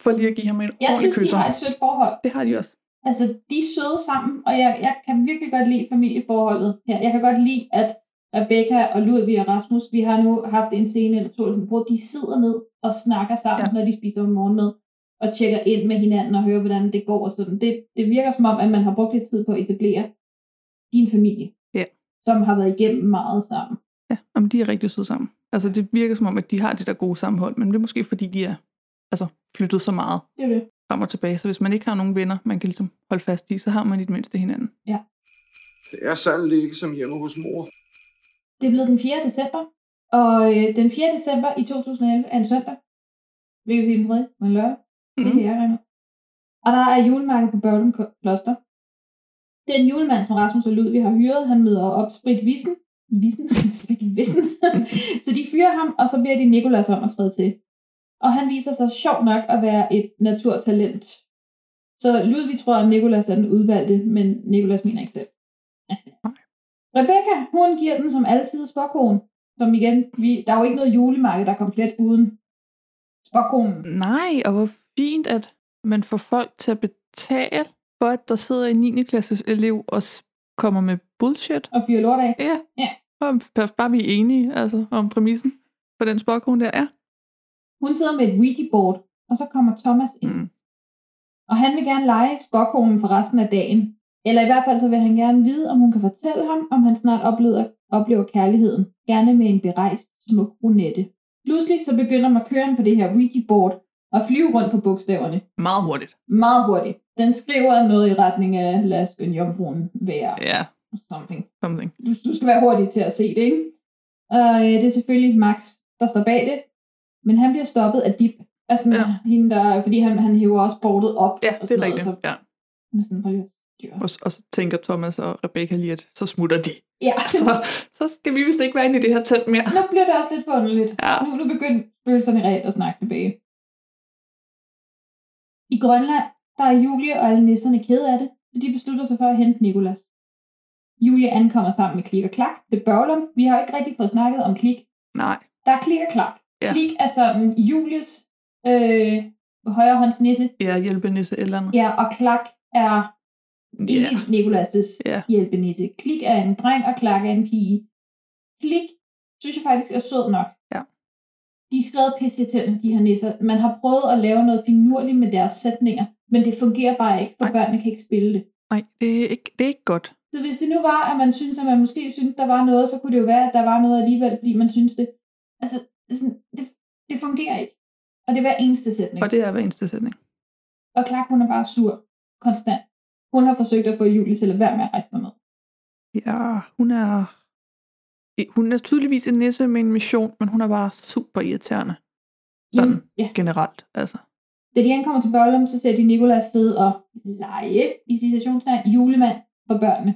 K: for lige at give ham en
J: jeg
K: ordentlig
J: synes,
K: kysser.
J: de har et sødt forhold.
K: Det har de også.
J: Altså, de er søde sammen, og jeg, jeg kan virkelig godt lide familieforholdet her. Jeg kan godt lide, at Rebecca og Ludvig og Rasmus, vi har nu haft en scene eller to, hvor de sidder ned og snakker sammen, ja. når de spiser morgenmad, og tjekker ind med hinanden og hører, hvordan det går og sådan. Det, det virker som om, at man har brugt lidt tid på at etablere din familie,
K: Ja.
J: som har været igennem meget sammen.
K: Ja, om de er rigtig søde sammen. Altså, det virker som om, at de har det der gode sammenhold, men det er måske, fordi de er altså, flyttet så meget
J: Det er det.
K: frem og tilbage. Så hvis man ikke har nogen venner, man kan ligesom holde fast i, så har man i det mindste hinanden.
I: Det er sandelig ikke som hjemme hos mor.
J: Det er blevet den 4. december, og øh, den 4. december i 2011 er en søndag. Vi kan sige den 3. men lørdag. Det
K: Mm.
J: kan jeg regne ud. Og der er julemarked på Børglum Ko- Kloster. Den julemand, som Rasmus og Ludvig har hyret, han møder op sprit vissen. Vissen? sprit vissen. så de fyrer ham, og så bliver de Nikolas om at træde til. Og han viser sig sjov nok at være et naturtalent. Så Ludvig tror, at Nikolas er den udvalgte, men Nikolas mener ikke selv. Rebecca, hun giver den som altid spokkonen. Som igen, vi, der er jo ikke noget julemarked, der er komplet uden spokkonen.
K: Nej, og hvor fint, at man får folk til at betale for, at der sidder en 9. klasses elev og s- kommer med bullshit.
J: Og fyre lort af.
K: Ja,
J: Ja.
K: Og bare- bare vi er enige altså, om præmissen for den spokron der er.
J: Hun sidder med et Ouija-board, og så kommer Thomas ind.
K: Mm.
J: Og han vil gerne lege spokkonen for resten af dagen. Eller i hvert fald så vil han gerne vide, om hun kan fortælle ham, om han snart oplever, oplever kærligheden. Gerne med en berejst smuk brunette. Pludselig så begynder markøren på det her Ouija-board at flyve rundt på bogstaverne.
K: Meget hurtigt.
J: Meget hurtigt. Den skriver noget i retning af, lad os skønne jomfruen være
K: Ja,
J: something.
K: something.
J: Du, du skal være hurtig til at se det, ikke? Og øh, det er selvfølgelig Max, der står bag det, men han bliver stoppet af Dip. Altså, ja. hende der, fordi han, han hiver også bordet op.
K: Ja,
J: og
K: det er
J: sådan
K: rigtigt.
J: Noget,
K: Ja.
J: så, med sådan, prøv lige at styre.
K: Og, s- og så tænker Thomas og Rebecca lige, at så smutter de.
J: Ja,
K: Så, så skal vi vist ikke være inde i det her telt mere.
J: nu bliver det også lidt for underligt.
K: Ja.
J: Nu, nu begynder følelserne reelt at snakke tilbage. I Grønland, der er Julie og alle nisserne kede af det, så de beslutter sig for at hente Nikolas. Julie ankommer sammen med Klik og Klak til Børglum. Vi har ikke rigtig fået snakket om Klik.
K: Nej.
J: Der er Klik og Klak.
K: Ja.
J: Klik er sådan Julies øh, højrehåndsnisse,
K: Ja, hjælpenisse eller andet.
J: Ja, og Klak er ikke
K: Ja.
J: yeah. Nikolas'
K: Ja.
J: hjælpenisse. Klik er en dreng, og Klak er en pige. Klik synes jeg faktisk er sød nok.
K: Ja.
J: De er skrevet pissetændende, de her nisser. Man har prøvet at lave noget finurligt med deres sætninger, men det fungerer bare ikke, for børnene kan ikke spille det.
K: Nej, det er ikke, det er ikke godt.
J: Så hvis det nu var, at man synes, at man måske synes, der var noget, så kunne det jo være, at der var noget alligevel, fordi man synes det. Altså, sådan, det, det fungerer ikke. Og det er hver eneste sætning.
K: Og det er hver eneste sætning.
J: Og Clark, hun er bare sur. Konstant. Hun har forsøgt at få Julie til at lade være med at rejse med.
K: Ja, hun er... Hun er tydeligvis en nisse med en mission, men hun er bare super irriterende. Sådan
J: ja.
K: generelt, altså.
J: Da de ankommer til Børlum, så ser de Nikolas sidde og lege i citationstegn julemand for børnene.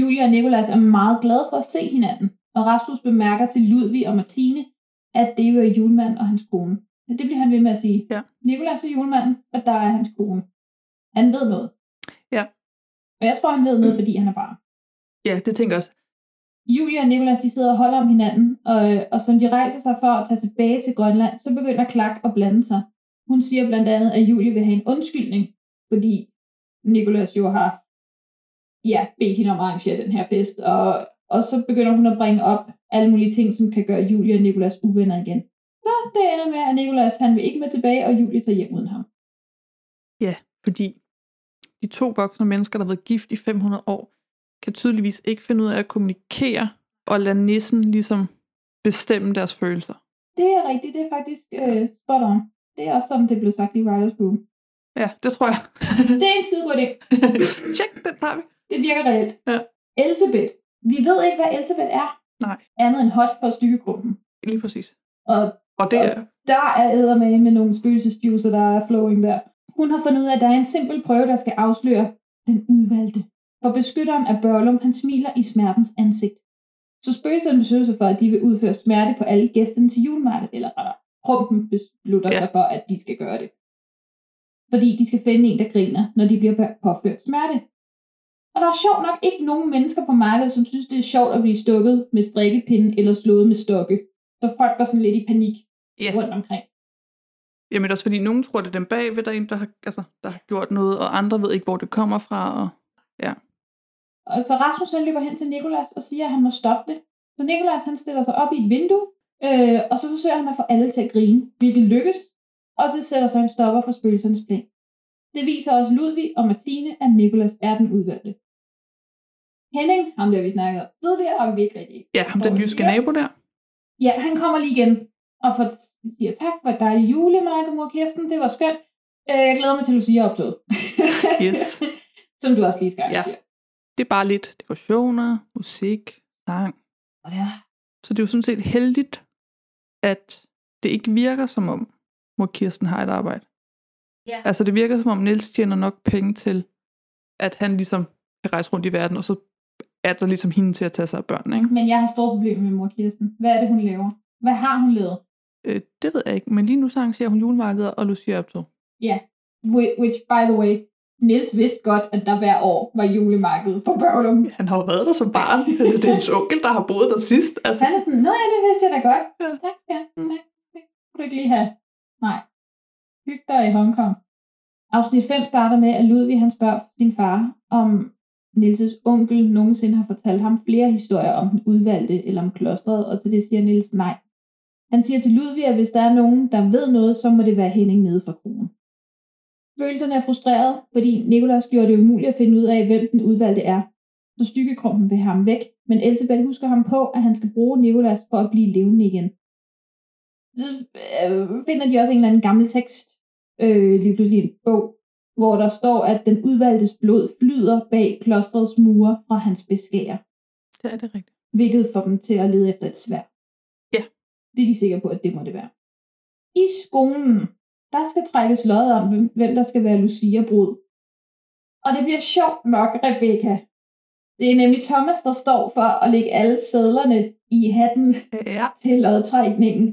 J: Julie og Nikolas er meget glade for at se hinanden, og Rasmus bemærker til Ludvig og Martine, at det jo er julemanden og hans kone. Men det bliver han ved med at sige.
K: Ja.
J: Nikolas er julemanden, og der er hans kone. Han ved noget.
K: Ja.
J: Og jeg tror, han ved noget, fordi han er barn.
K: Ja, det tænker jeg også.
J: Julia og Nicolas, de sidder og holder om hinanden, og, øh, og som de rejser sig for at tage tilbage til Grønland, så begynder Klak at blande sig. Hun siger blandt andet, at Julie vil have en undskyldning, fordi Nicolas jo har ja, bedt hende om at arrangere den her fest, og, og så begynder hun at bringe op alle mulige ting, som kan gøre Julie og Nicolas uvenner igen. Så det ender med, at Nicolas han vil ikke med tilbage, og Julie tager hjem uden ham.
K: Ja, fordi de to voksne mennesker, der har været gift i 500 år, kan tydeligvis ikke finde ud af at kommunikere og lade nissen ligesom bestemme deres følelser.
J: Det er rigtigt, det er faktisk øh, spot on. Det er også sådan, det blev sagt i Writers Room.
K: Ja, det tror jeg.
J: Det er en skide god idé.
K: Check, den tager vi.
J: Det virker reelt.
K: Ja.
J: Elsebeth. Vi ved ikke, hvad Elsebeth er.
K: Nej.
J: Andet end hot for stykkegruppen.
K: Lige præcis.
J: Og
K: Og det er,
J: der er eddermame med nogle spøgelsesjuicer, der er flowing der. Hun har fundet ud af, at der er en simpel prøve, der skal afsløre den udvalgte. For beskytteren af Børlum, han smiler i smertens ansigt. Så spøgelserne beslutter sig for, at de vil udføre smerte på alle gæsterne til julemarkedet, eller rettere, krumpen beslutter ja. sig for, at de skal gøre det. Fordi de skal finde en, der griner, når de bliver påført smerte. Og der er sjovt nok ikke nogen mennesker på markedet, som synes, det er sjovt at blive stukket med strikkepinde eller slået med stokke. Så folk går sådan lidt i panik
K: Ja.
J: rundt omkring.
K: jamen også fordi nogen tror, det er dem bagved, der er en, der har, altså, der har gjort noget, og andre ved ikke, hvor det kommer fra. Og, ja.
J: Og så Rasmus han løber hen til Nikolas og siger, at han må stoppe det. Så Nikolas han stiller sig op i et vindue, øh, og så forsøger han at få alle til at grine, hvilket lykkes. Og så sætter så en stopper for spøgelsernes plan. Det viser også Ludvig og Martine, at Nikolas er den udvalgte. Henning, ham der vi snakkede om tidligere, har vi ikke rigtig
K: ja, ham den
J: Hvor
K: jyske
J: siger-
K: nabo der.
J: Ja, han kommer lige igen og får, siger tak for et dejligt julemarked, mor Kirsten. Det var skønt. Øh, Jeg glæder mig til Lucia opstået.
K: Yes.
J: Som du også lige skal
K: Ja.
J: arrangere.
K: Det er bare lidt dekorationer, musik, sang.
J: Og det er-
K: Så det er jo sådan set heldigt, at det ikke virker som om, hvor Kirsten har et arbejde.
J: Ja.
K: Altså det virker som om, Niels tjener nok penge til, at han ligesom kan rejse rundt i verden, og så er der ligesom hende til at tage sig af børnene. Ikke?
J: Men jeg har store problemer med mor Kirsten. Hvad er det, hun laver? Hvad har hun lavet?
K: Øh, det ved jeg ikke, men lige nu så arrangerer hun julemarkeder og Lucia optog.
J: Ja, Whi- which by the way, Niels vidste godt, at der hver år var julemarked på Børglum.
K: Han har jo været der som barn. det er hans onkel, der har boet der sidst. Altså,
J: Han er sådan, nå ja, det vidste jeg da godt. Tak, ja, tak. Det kunne du ikke lige have. Nej. Hyg dig i Hongkong. Afsnit 5 starter med, at Ludvig han spørger sin far, om Nilses onkel nogensinde har fortalt ham flere historier om den udvalgte eller om klostret, og til det siger Nils nej. Han siger til Ludvig, at hvis der er nogen, der ved noget, så må det være Henning nede fra kronen. Følelserne er frustreret, fordi Nikolas gjorde det umuligt at finde ud af, hvem den udvalgte er så stykkekrumpen vil have ham væk, men Elsebeth husker ham på, at han skal bruge Nikolas for at blive levende igen. Så øh, finder de også en eller anden gammel tekst, øh, lige pludselig en bog, hvor der står, at den udvalgtes blod flyder bag klostrets mure fra hans beskærer,
K: det er det rigtigt.
J: hvilket får dem til at lede efter et svær.
K: Ja.
J: Det er de sikre på, at det må det være. i skolen, der skal trækkes lod om, hvem- hvem der skal være Lucia-brud. Og det bliver sjovt nok, Rebecca. Det er nemlig Thomas, der står for at lægge alle sædlerne i hatten
K: ja.
J: til lodtrækningen.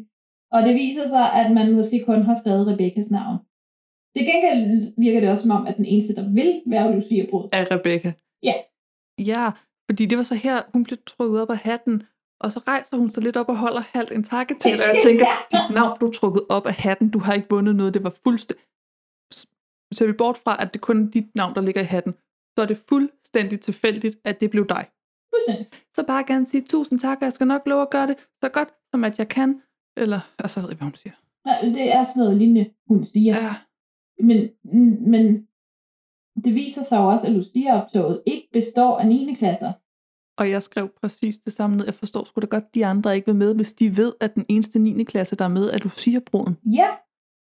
J: Og det viser sig, at man måske kun har skrevet Rebekkas navn. Til gengæld virker det også som om, at den eneste, der vil være Lucia-brud,
K: af Rebecca.
J: Ja.
K: Ja, fordi det var så her, hun blev trukket op af hatten, og så rejser hun sig lidt op og holder halvt en takketale, og jeg tænker, dit navn blev trukket op af hatten, du har ikke vundet noget, det var fuldstændig... Ser vi bort fra, at det kun er dit navn, der ligger i hatten, så er det fuldstændig tilfældigt, at det blev dig.
J: Fuldstændig.
K: Så bare gerne sige tusind tak, og jeg skal nok love at gøre det så godt, som at jeg kan. Eller, og så ved jeg, hvad hun siger.
J: Nej, det er sådan noget lignende, hun siger.
K: Ja.
J: Men, mm, men det viser sig jo også, at Lucia-optoget ikke består af 9. klasser.
K: Og jeg skrev præcis det samme ned. Jeg forstår sgu da godt, de andre ikke vil med, hvis de ved, at den eneste 9. klasse, der er med, er Lucia-broden.
J: Ja,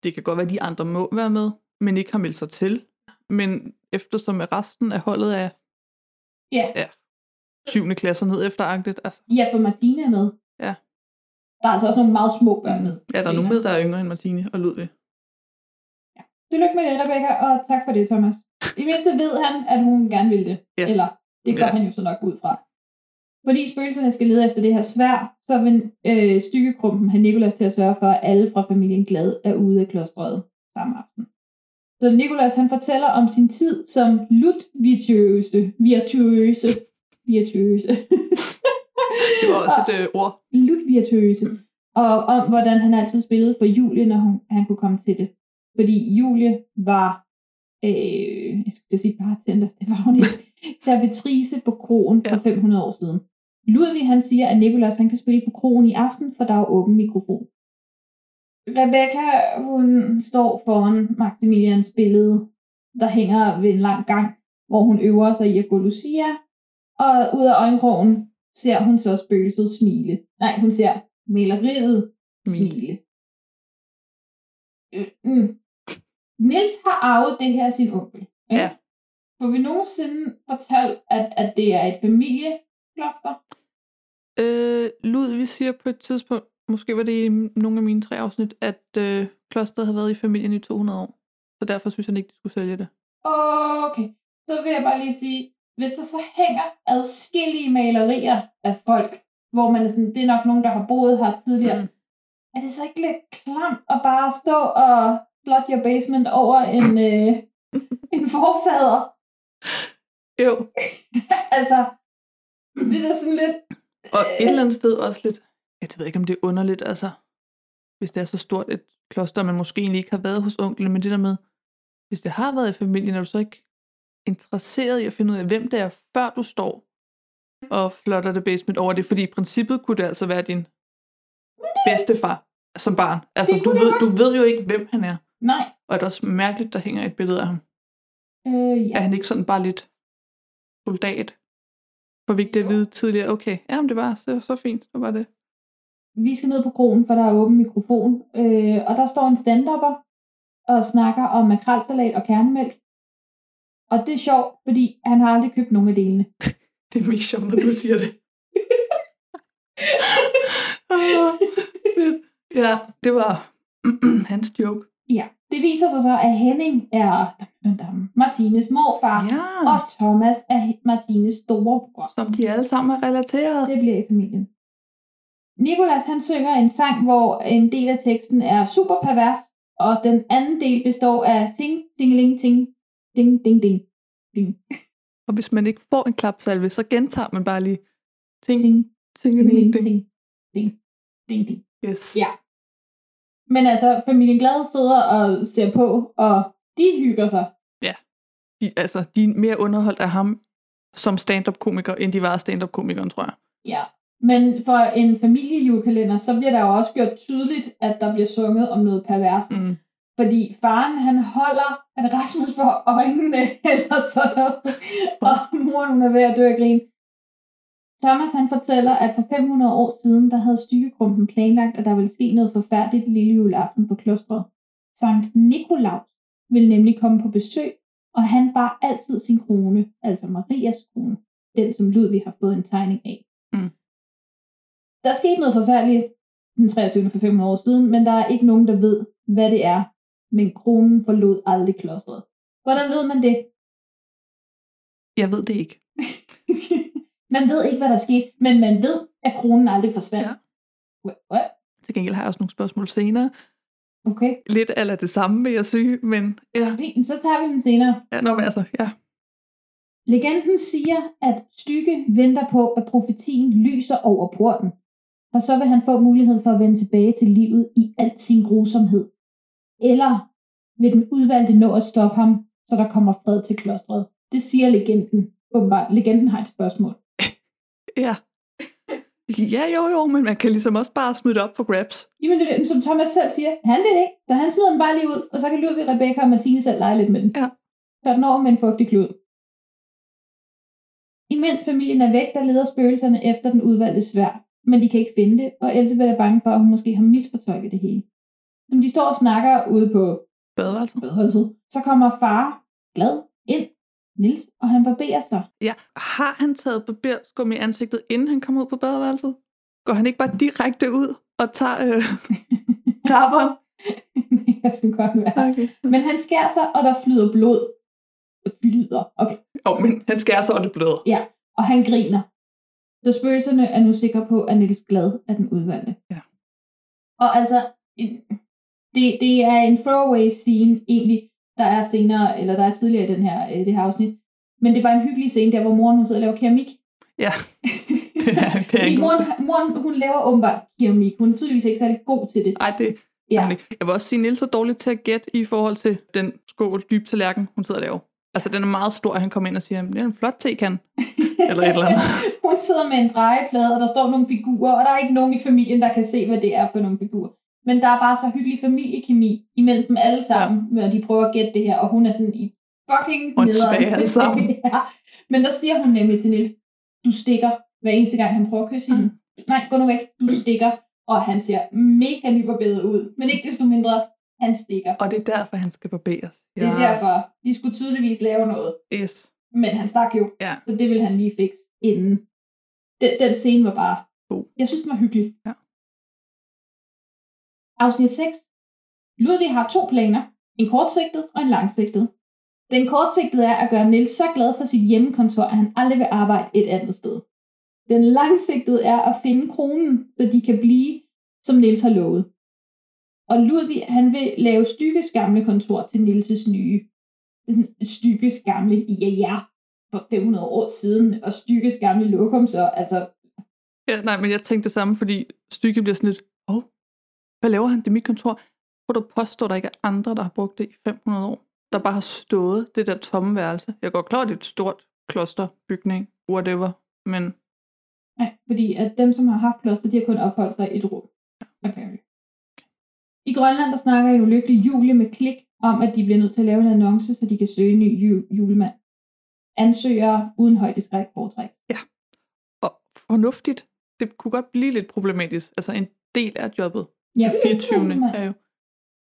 K: Det kan godt være, at de andre må være med, men ikke har meldt sig til. Men eftersom at resten af holdet er
J: ja.
K: ja, 7. klasser ned efteragtigt, altså,
J: ja, for Martina er med.
K: Ja.
J: Der er altså også nogle meget små børn med.
K: er der nogen med, der er yngre end Martine og Ludvig?
J: Tillykke med det, Rebecca, og tak for det, Thomas. I det mindste ved han, at hun gerne vil det.
K: Ja.
J: Eller, det går
K: Ja.
J: han jo så nok ud fra. Fordi spøgelserne skal lede efter det her svær, så vil øh, stykkekrumpen have Nikolas til at sørge for, at alle fra familien Glad er ude af klostret samme aften. Så Nikolas han fortæller om sin tid som lutvituøse, virtuøse, virtuøse,
K: Det var også et øh, ord.
J: lutvirtuøse, og om hvordan han altid spillede for Julie, når hun, han kunne komme til det. Fordi Julie var, øh, jeg skulle til at sige bartender, det var hun ikke, servitrice på krogen ja. for 500 år siden. Ludvig han siger, at Nikolas han kan spille på krogen i aften, for der er åben mikrofon. Rebecca, hun står foran Maximilians billede, der hænger ved en lang gang, hvor hun øver sig i at gå Lucia, og ud af øjenkrogen ser hun så spøgelset smile. Nej, hun ser maleriet smile. Øh, Mm. Nils har arvet det her af sin onkel. ikke?
K: Ja.
J: Får vi nogensinde fortalt, at, at det er et familiekloster?
K: Øh, Ludvig siger på et tidspunkt, måske var det i nogle af mine tre afsnit, at øh, klosteret havde været i familien i 200 år. Så derfor synes han ikke, de skulle sælge det.
J: Okay, så vil jeg bare lige sige, hvis der så hænger adskillige malerier af folk, hvor man er sådan, det er nok nogen, der har boet her tidligere, mm. er det så ikke lidt klamt at bare stå og blot your basement over en, øh, en forfader?
K: Jo,
J: altså, det er da sådan lidt,
K: Og et eller andet sted også lidt, jeg ved ikke, om det er underligt, altså, hvis det er så stort et kloster, og man måske egentlig ikke har været hos onklen, men det der med, hvis det har været i familien, er du så ikke interesseret i at finde ud af, hvem det er, før du står og flotter det basement over det, fordi i princippet kunne det altså være din bedstefar som barn. Altså, du ved, du ved jo ikke, hvem han er.
J: Nej.
K: Og det er også mærkeligt, der hænger et billede af ham.
J: øh,
K: Ja. Er han ikke sådan bare lidt soldat? For vigtigt at vide tidligere, okay, ja, men det var så, så fint, så var det.
J: vi skal ned på krogen, for der er åben mikrofon. Øh, og der står en standupper og snakker om makrelsalat og kernemælk. Og det er sjovt, fordi han har aldrig købt nogen af delene.
K: Det er mest sjovt, når du siger det. Ah, ja, det var hans joke.
J: Ja, det viser sig så, at Henning er Martines morfar,
K: ja.
J: og Thomas er Martines storebror.
K: Som de alle sammen er relateret.
J: Det bliver i familien. Nikolas han synger en sang, hvor en del af teksten er super pervers, og den anden del består af ting, tingeling, ting, ding, ding, ding.
K: Og hvis man ikke får en klapsalve, så gentager man bare lige ting,
J: ting,
K: ting, ting,
J: Tingeling, ting,
K: ting.
J: ding, ding, ding.
K: Yes.
J: Ja. Men altså, familien Glad sidder og ser på, og de hygger sig.
K: ja. De, altså, de er mere underholdt af ham som stand-up-komiker, end de var af stand-up-komikeren, tror jeg.
J: Ja. Men for en familiejulekalender, så bliver der jo også gjort tydeligt, at der bliver sunget om noget pervers.
K: Mm.
J: Fordi faren, han holder, at Rasmus får øjnene, eller sådan noget. Og moren, hun er ved at dø af grin. Thomas, han fortæller, at for 500 år siden, der havde stykkegrumpen planlagt, at der ville ske noget forfærdeligt lille juleaften på klostret. Sankt Nikolaus ville nemlig komme på besøg, og han bar altid sin krone, altså Marias krone, den som Ludvig har fået en tegning af.
K: Mm.
J: Der skete noget forfærdeligt, den 23. for 500 år siden, men der er ikke nogen, der ved, hvad det er. Men kronen forlod aldrig klostret. Hvordan ved man det?
K: Jeg ved det ikke.
J: Man ved ikke, hvad der skete, men man ved, at kronen aldrig forsvandt.
K: Ja.
J: Wha- What?
K: Til gengæld har jeg også nogle spørgsmål senere.
J: Okay.
K: Lidt eller det samme, vil jeg sige, men ja.
J: Fint, så tager vi dem senere.
K: ja nå, men altså, ja.
J: Legenden siger, at Stykke venter på, at profetien lyser over porten, og så vil han få muligheden for at vende tilbage til livet i al sin grusomhed. Eller vil den udvalgte nå at stoppe ham, så der kommer fred til klostret. Det siger legenden. Åbenbart, legenden har et spørgsmål.
K: Ja. Ja, jo, jo, men man kan ligesom også bare smide det op for grabs.
J: Jamen, det, er det, som Thomas selv siger, han vil ikke, så han smider den bare lige ud, og så kan Ludvig, Rebecca og Martine selv lege lidt med den.
K: Ja.
J: Så den over med en fugtig klud. Imens familien er væk, der leder spøgelserne efter den udvalgte svær, men de kan ikke finde det, og Elisabeth er bange for, at hun måske har misfortolket det hele. Som de står og snakker ude på
K: Badeværelset.
J: badeværelset, så kommer far glad ind, Nils, og han barberer sig.
K: Ja. Har han taget barberskum i ansigtet, inden han kom ud på badeværelset? Går han ikke bare direkte ud og tager øh, knapperen?
J: det skulle godt være.
K: Okay.
J: Men han skærer sig, og der flyder blod. Flyder, okay.
K: Jo, men han skærer sig, og det bløder.
J: Ja, og han griner. Så spøgelserne er nu sikre på, at Niels Glad er den udvalgte.
K: Ja.
J: Og altså, en- det, det er en throwaway scene egentlig, der er senere, eller der er tidligere i den her, øh, det her afsnit. Men det var en hyggelig scene, der hvor moren hun sidder og laver keramik.
K: Ja. det er, det er
J: Fordi
K: en god
J: moren, moren, hun laver åbenbart keramik. Hun er tydeligvis ikke særlig god til det.
K: Ej, det
J: Ja.
K: ja. Jeg vil også sige, at Niels er dårlig til at gætte i forhold til den skål dyb tallerken, hun sidder og laver. Altså, den er meget stor, at han kommer ind og siger, at det er en flot tekan. Eller et eller andet.
J: Hun sidder med en drejeplade, og der står nogle figurer, og der er ikke nogen i familien, der kan se, hvad det er for nogle figurer. Men der er bare så hyggelig familiekemi imellem dem alle sammen, ja. når de prøver at gætte det her, og hun er sådan i fucking
K: Og
J: nederen.
K: tilbage alle sammen.
J: ja. Men der siger hun nemlig til Nils, du stikker, hver eneste gang han prøver at kysse hende. Nej, gå nu væk, du stikker. Og han ser mega nyberbædet ud, men ikke desto mindre, han stikker.
K: Og det er derfor, han skal barberes.
J: Ja. Det er derfor, de skulle tydeligvis lave noget.
K: Yes.
J: Men han stak jo,
K: Ja.
J: så det ville han lige fikse inden. Den, den scene var bare...
K: God.
J: Jeg synes, den var hyggelig.
K: Ja.
J: Afsnit 6. Ludvig har to planer. En kortsigtet og en langsigtet. Den kortsigtede er at gøre Nils så glad for sit hjemmekontor, at han aldrig vil arbejde et andet sted. Den langsigtede er at finde kronen, så de kan blive, som Nils har lovet. Og Ludvig, han vil lave Stykkes gamle kontor til Nilses nye. Det er sådan, Stykkes gamle, ja ja, for 500 år siden, og Stykkes gamle lokum, så altså,
K: Ja, nej, men jeg tænkte det samme, fordi Stykke bliver sådan lidt, åh, oh, hvad laver han? Det er mit kontor. Hvor du påstår, der ikke er andre, der har brugt det i 500 år. Der bare har stået det der tomme værelse. Jeg går klart, det er et stort klosterbygning, whatever, men
J: nej, fordi at dem, som har haft kloster, de har kun opholdt sig i et rum. Apparently. I Grønland, der snakker en ulykkelig Julie med klik om, at de bliver nødt til at lave en annonce, så de kan søge en ny ju- julemand. Ansøgere uden højdeskræk foretræk.
K: og fornuftigt. Det kunne godt blive lidt problematisk. Altså en del af jobbet.
J: Ja,
K: Den 24.
J: julemand.
K: er jo...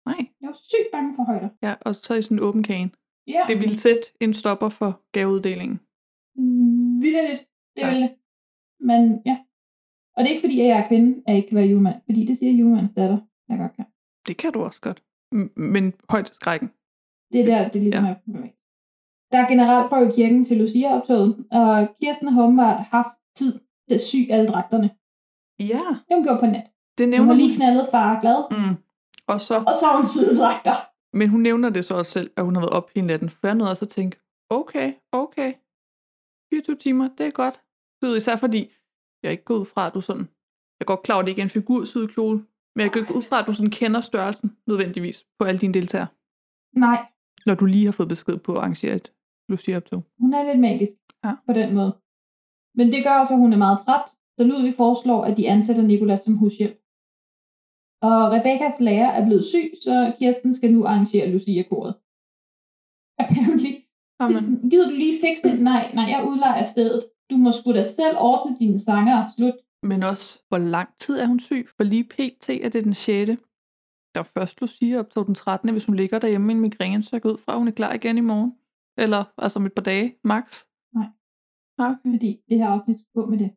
K: Nej,
J: Jeg var sygt bange for højder.
K: ja, og så i sådan en åben kage.
J: Ja,
K: Det ville sætte en stopper for gaveuddelingen.
J: vildt lidt. Det
K: Ja.
J: ville det. Men ja. Og det er ikke fordi, at jeg er kvinde, at jeg ikke kan være julemand. Fordi det siger julemands datter, jeg godt kan.
K: Det kan du også godt. M- Men højt skrækken.
J: Det er der, det ligesom ja. er problemet. Der er generelt prøve i kirken til Lucia-optoget, og Kirsten har åbenbart haft tid til at sy alle dragterne.
K: Ja,
J: Det hun gjorde på nat.
K: det
J: Hun
K: nævner
J: har lige knaldet far glad,
K: Mm. Og så,
J: og så har hun syet dragter.
K: men hun nævner det så også selv, at hun har været op hele natten. For jeg nåede også at tænke, okay, okay, 24 timer, det er godt. Syet, især fordi, jeg ikke går ud fra, at du sådan, jeg går klar over, at det ikke er en figursyet kjole, men jeg går ikke ud fra, at du sådan kender størrelsen nødvendigvis på alle dine deltagere,
J: Nej,
K: når du lige har fået besked på at arrangere et Lucia-optog.
J: hun er lidt magisk
K: Ja.
J: på den måde. Men det gør også, at hun er meget træt, så Ludvig foreslår, at de ansætter Nikolas som hushjælp. Og Rebekkas lærer er blevet syg, så Kirsten skal nu arrangere Lucia-koret. Apparently Det er
K: Amen.
J: sådan, Gider du lige fikse det? Nej, nej, jeg udlejer stedet. Du må sgu da selv ordne dine sanger. Slut.
K: Men også, hvor lang tid er hun syg? For lige pt. er det den 6. Der er først Lucia optog den 13. Hvis hun ligger derhjemme med en migræne, så går jeg ud fra, at hun er klar igen i morgen. Eller altså om et par dage, max.
J: Nej.
K: Okay, Mm.
J: Fordi det her afsnit skulle gå med det.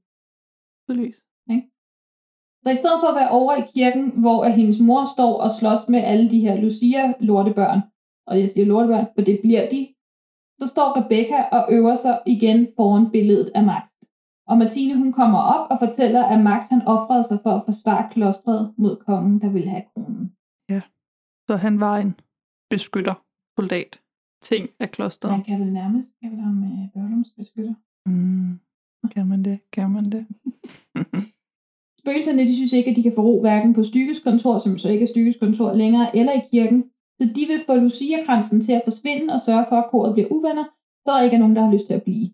K: tydeligvis.
J: Ikke? Så i stedet for at være over i kirken, hvor at hendes mor står og slås med alle de her Lucia-lortebørn, og jeg siger lortebørn, for det bliver de, så står Rebecca og øver sig igen foran billedet af Max. Og Martine hun kommer op og fortæller, at Max han offrede sig for at forsvare klostret mod kongen, der ville have kronen.
K: Ja, så han var en beskytter, soldat, ting af klostret.
J: Man kan vel nærmest kalde ham øh, Børlums beskytter.
K: Mm, kan man det? Kan man det?
J: Spøgelserne de synes ikke, at de kan få ro hverken på Stykkes kontor, som så ikke er Stykkes kontor længere, eller i kirken. Så de vil få Lucia-kransen til at forsvinde og sørge for, at koret bliver uvenner, så der ikke er nogen, der har lyst til at blive.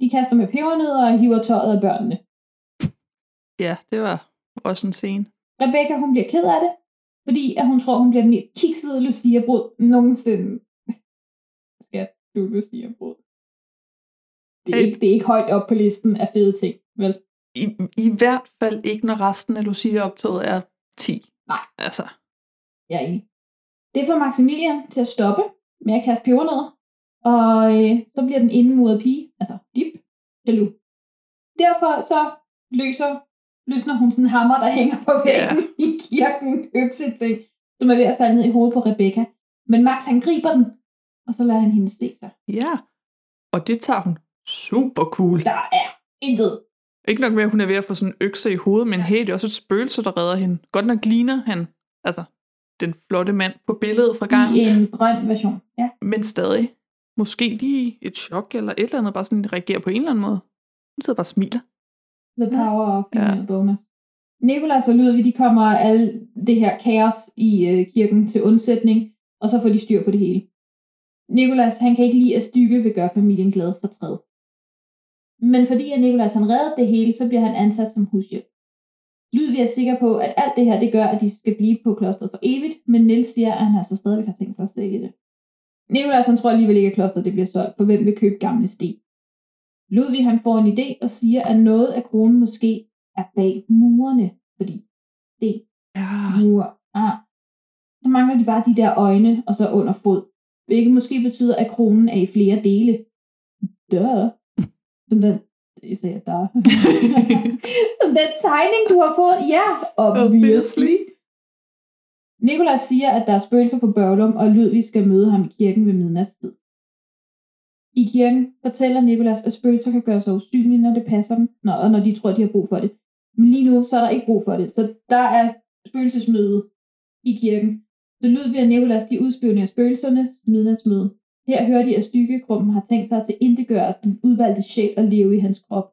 J: De kaster med pebernødder og hiver tøjet af børnene.
K: Ja, det var også en scene.
J: Rebecca hun bliver ked af det, fordi at hun tror, hun bliver den mest kiksede Lucia-brud nogensinde. Skat, du er Lucia-brud. Det er,
K: Hey.
J: ikke, det er ikke højt op på listen af fede ting, vel?
K: I, I hvert fald ikke, når resten af Lucia-optoget er 10.
J: Nej.
K: Altså,
J: Jeg er enig. Det får Maximilian til at stoppe med at kaste pebernødder, og øh, så bliver den indemurede pige, altså Dip, jaloux. Derfor så løser, løsner hun sådan en hammer, der hænger på væggen yeah. i kirken, økse ting, som er ved at falde ned i hovedet på Rebecca. Men Max han griber den, og så lader han hende se sig.
K: ja. Og det tager hun super cool.
J: Der er intet.
K: Ikke nok med, at hun er ved at få sådan en økse i hovedet, men hey, det er også et spøgelse, der redder hende. Godt nok ligner han, altså, den flotte mand på billedet fra gang,
J: I en grøn version. Ja.
K: men stadig. Måske lige et chok eller et eller andet, bare sådan reagerer på en eller anden måde. Hun sidder bare og smiler.
J: The Power of Female ja. Bonus. Nikolas og Ludvig, de kommer alle det her kaos i øh, kirken til undsætning, og så får de styr på det hele. Nikolas, han kan ikke lide, at stykke vil gøre familien glad for træd. Men fordi at Nikolas han reddede det hele, så bliver han ansat som hushjælp. Ludvig er sikker på, at alt det her, det gør, at de skal blive på klosteret for evigt, men Nils siger, at han altså stadigvæk har tænkt sig at sælge det. Nikolas, han tror alligevel ikke, at klosteret det bliver solgt, for hvem vil købe gamle sten? Ludvig han får en idé og siger, at noget af kronen måske er bag murene, fordi det
K: Ja.
J: mur. Ah. Så mangler de bare de der øjne og så under fod, hvilket måske betyder, at kronen er i flere dele. Duh. Som den, jeg sagde, der. Som den tegning, du har fået. Ja, obviously. Nikolas siger, at der er spøgelser på Børglum, og Ludvig skal møde ham i kirken ved midnatstid. I kirken fortæller Nikolas, at spøgelser kan gøre sig usynlige, når det passer dem, når, og når de tror, de har brug for det. Men lige nu, så er der ikke brug for det. Så der er spøgelsesmøde i kirken. Så Ludvig og Nikolas, de udspionerer spøgelserne, midnatsmøde. Her hører de, at stykkegruppen har tænkt sig til indegøre den udvalgte sjæl og leve i hans krop.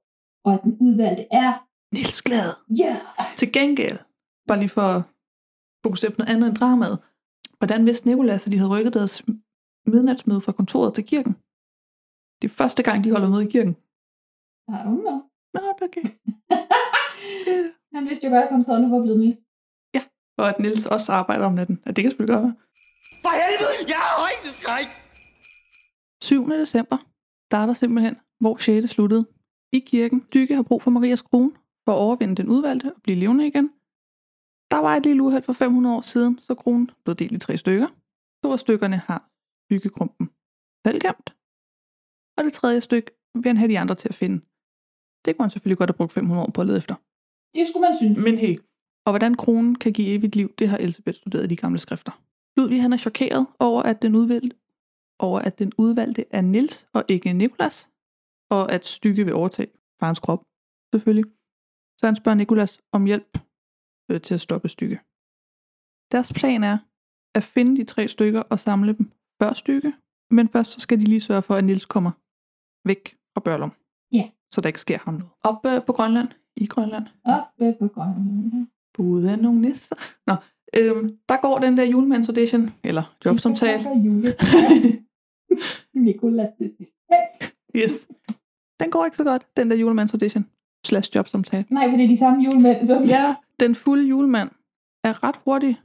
J: Og at den udvalgte er...
K: Niels Glad.
J: Ja!
K: Til gengæld, bare lige for at fokusere på noget andet end dramaet. Hvordan vidste Nicolas, at de havde rykket deres midnatsmøde fra kontoret til kirken? Det er første gang, de holder møde i kirken.
J: Har du noget?
K: Nå, det er okay.
J: Han vidste jo godt, at kontoret nu var blevet mest.
K: Og at Niels også arbejder om natten. Ja, det kan selvfølgelig godt være.
E: For helvede, jeg har højdeskræk!
K: 7. december starter simpelthen, hvor 6. sluttede. I kirken. Dykke har brug for Marias krone for at overvinde den udvalgte og blive levende igen. Der var et lille uheld for 500 år siden, så kronen blev delt i tre stykker. To af stykkerne har byggegrumpen selv gemt. Og det tredje stykke vil han have de andre til at finde. Det kunne han selvfølgelig godt have brugt 500 år på at lede efter.
J: Det skulle man synes.
K: Men hey, og hvordan kronen kan give evigt liv, det har Elisabeth studeret i de gamle skrifter. Ludvig han er chokeret over, at den udvalgte, over, at den udvalgte er Nils og ikke Nikolas, og at stykke vil overtage farens krop, selvfølgelig. Så han spørger Nikolas om hjælp øh, til at stoppe stykke. Deres plan er at finde de tre stykker og samle dem før stykke, men først så skal de lige sørge for, at Nils kommer væk fra Børlum.
J: Ja.
K: Så der ikke sker ham noget. Op øh, på Grønland, i Grønland,
J: Oppe på Grønland.
K: Både nogle nisser. Nå, øhm, der går den der julemandsaudition, eller jobsamtale.
J: Nikolas til sidst.
K: Yes. Den går ikke så godt, den der julemandsaudition slash jobsamtale.
J: Nej, for det er de samme julemænd, som...
K: Ja, den fulde julemand er ret hurtig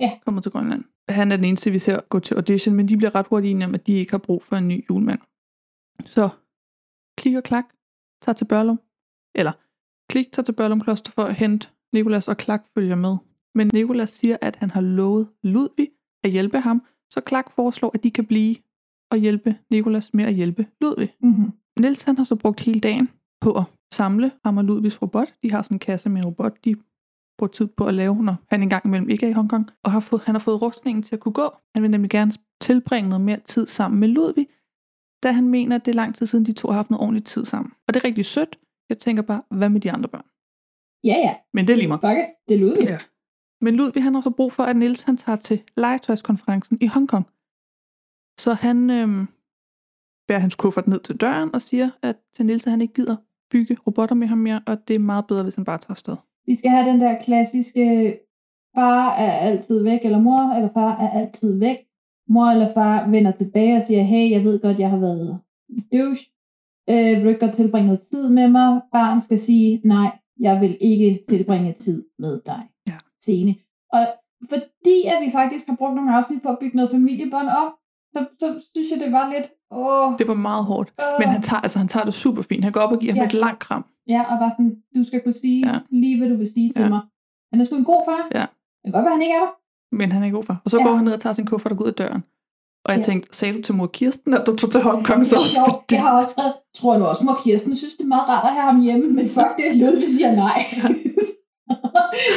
J: Ja.
K: kommet til Grønland. Han er den eneste, vi ser gå til audition, men de bliver ret hurtigt enige om, at de ikke har brug for en ny julemand. Så klik og klak tager til Børlum. Eller klik tager til Børlum Kloster for at hente Nikolas, og klak følger med. Men Nikolas siger, at han har lovet Ludvig at hjælpe ham, så klak foreslår, at de kan blive og hjælpe Nikolas med at hjælpe Ludvig.
J: Mm-hmm.
K: Niels han har så brugt hele dagen på at samle ham og Ludvigs robot. De har sådan en kasse med en robot, de brugt tid på at lave, når han engang imellem ikke er i Hongkong, og har fået, han har fået rustningen til at kunne gå. Han vil nemlig gerne tilbringe noget mere tid sammen med Ludvig, da han mener, at det er lang tid siden, de to har haft noget ordentlig tid sammen. Og det er rigtig sødt. Jeg tænker bare, hvad med de andre børn?
J: Ja, ja.
K: Men det er lige meget.
J: Fuck it. Det er Ludvig.
K: Ja. Men Ludvig han har så brug for, at Niels han tager til legetøjskonferencen i Hongkong. Så han øhm, bærer hans kuffert ned til døren og siger at til Niels, at han ikke gider bygge robotter med ham mere, og det er meget bedre, hvis han bare tager afsted.
J: Vi skal have den der klassiske, far er altid væk, eller mor eller far er altid væk. Mor eller far vender tilbage og siger, hey, jeg ved godt, jeg har været douche. Øh, vil du ikke godt tilbringe noget tid med mig? Barn skal sige, nej, jeg vil ikke tilbringe tid med dig.
K: Ja.
J: Scene. Og fordi at vi faktisk har brugt nogle afsnit på at bygge noget familiebånd op, så, så synes jeg, det var lidt, åh,
K: Det var meget hårdt, men han tager, altså, han tager det super fint. Han går op og giver ja.
J: Ja.
K: ham et langt kram.
J: ja, og bare sådan, du skal kunne sige
K: Ja.
J: ja. lige, hvad du vil sige til
K: Ja.
J: mig. Han er sgu en god far.
K: Ja.
J: Det kan godt være, han ikke er der.
K: Men han er ikke god for. Og så ja.
J: Ja.
K: går han ned og tager sin kuffert og går ud af døren. Og jeg ja.
J: Ja.
K: tænkte, sagde du til mor Kirsten, at du tog til Hongkong så?
J: Det er sjovt. Jeg har også skrevet, tror nu også, mor Kirsten synes, det er meget rart at have ham hjemme, men fuck det, Ludvig siger nej.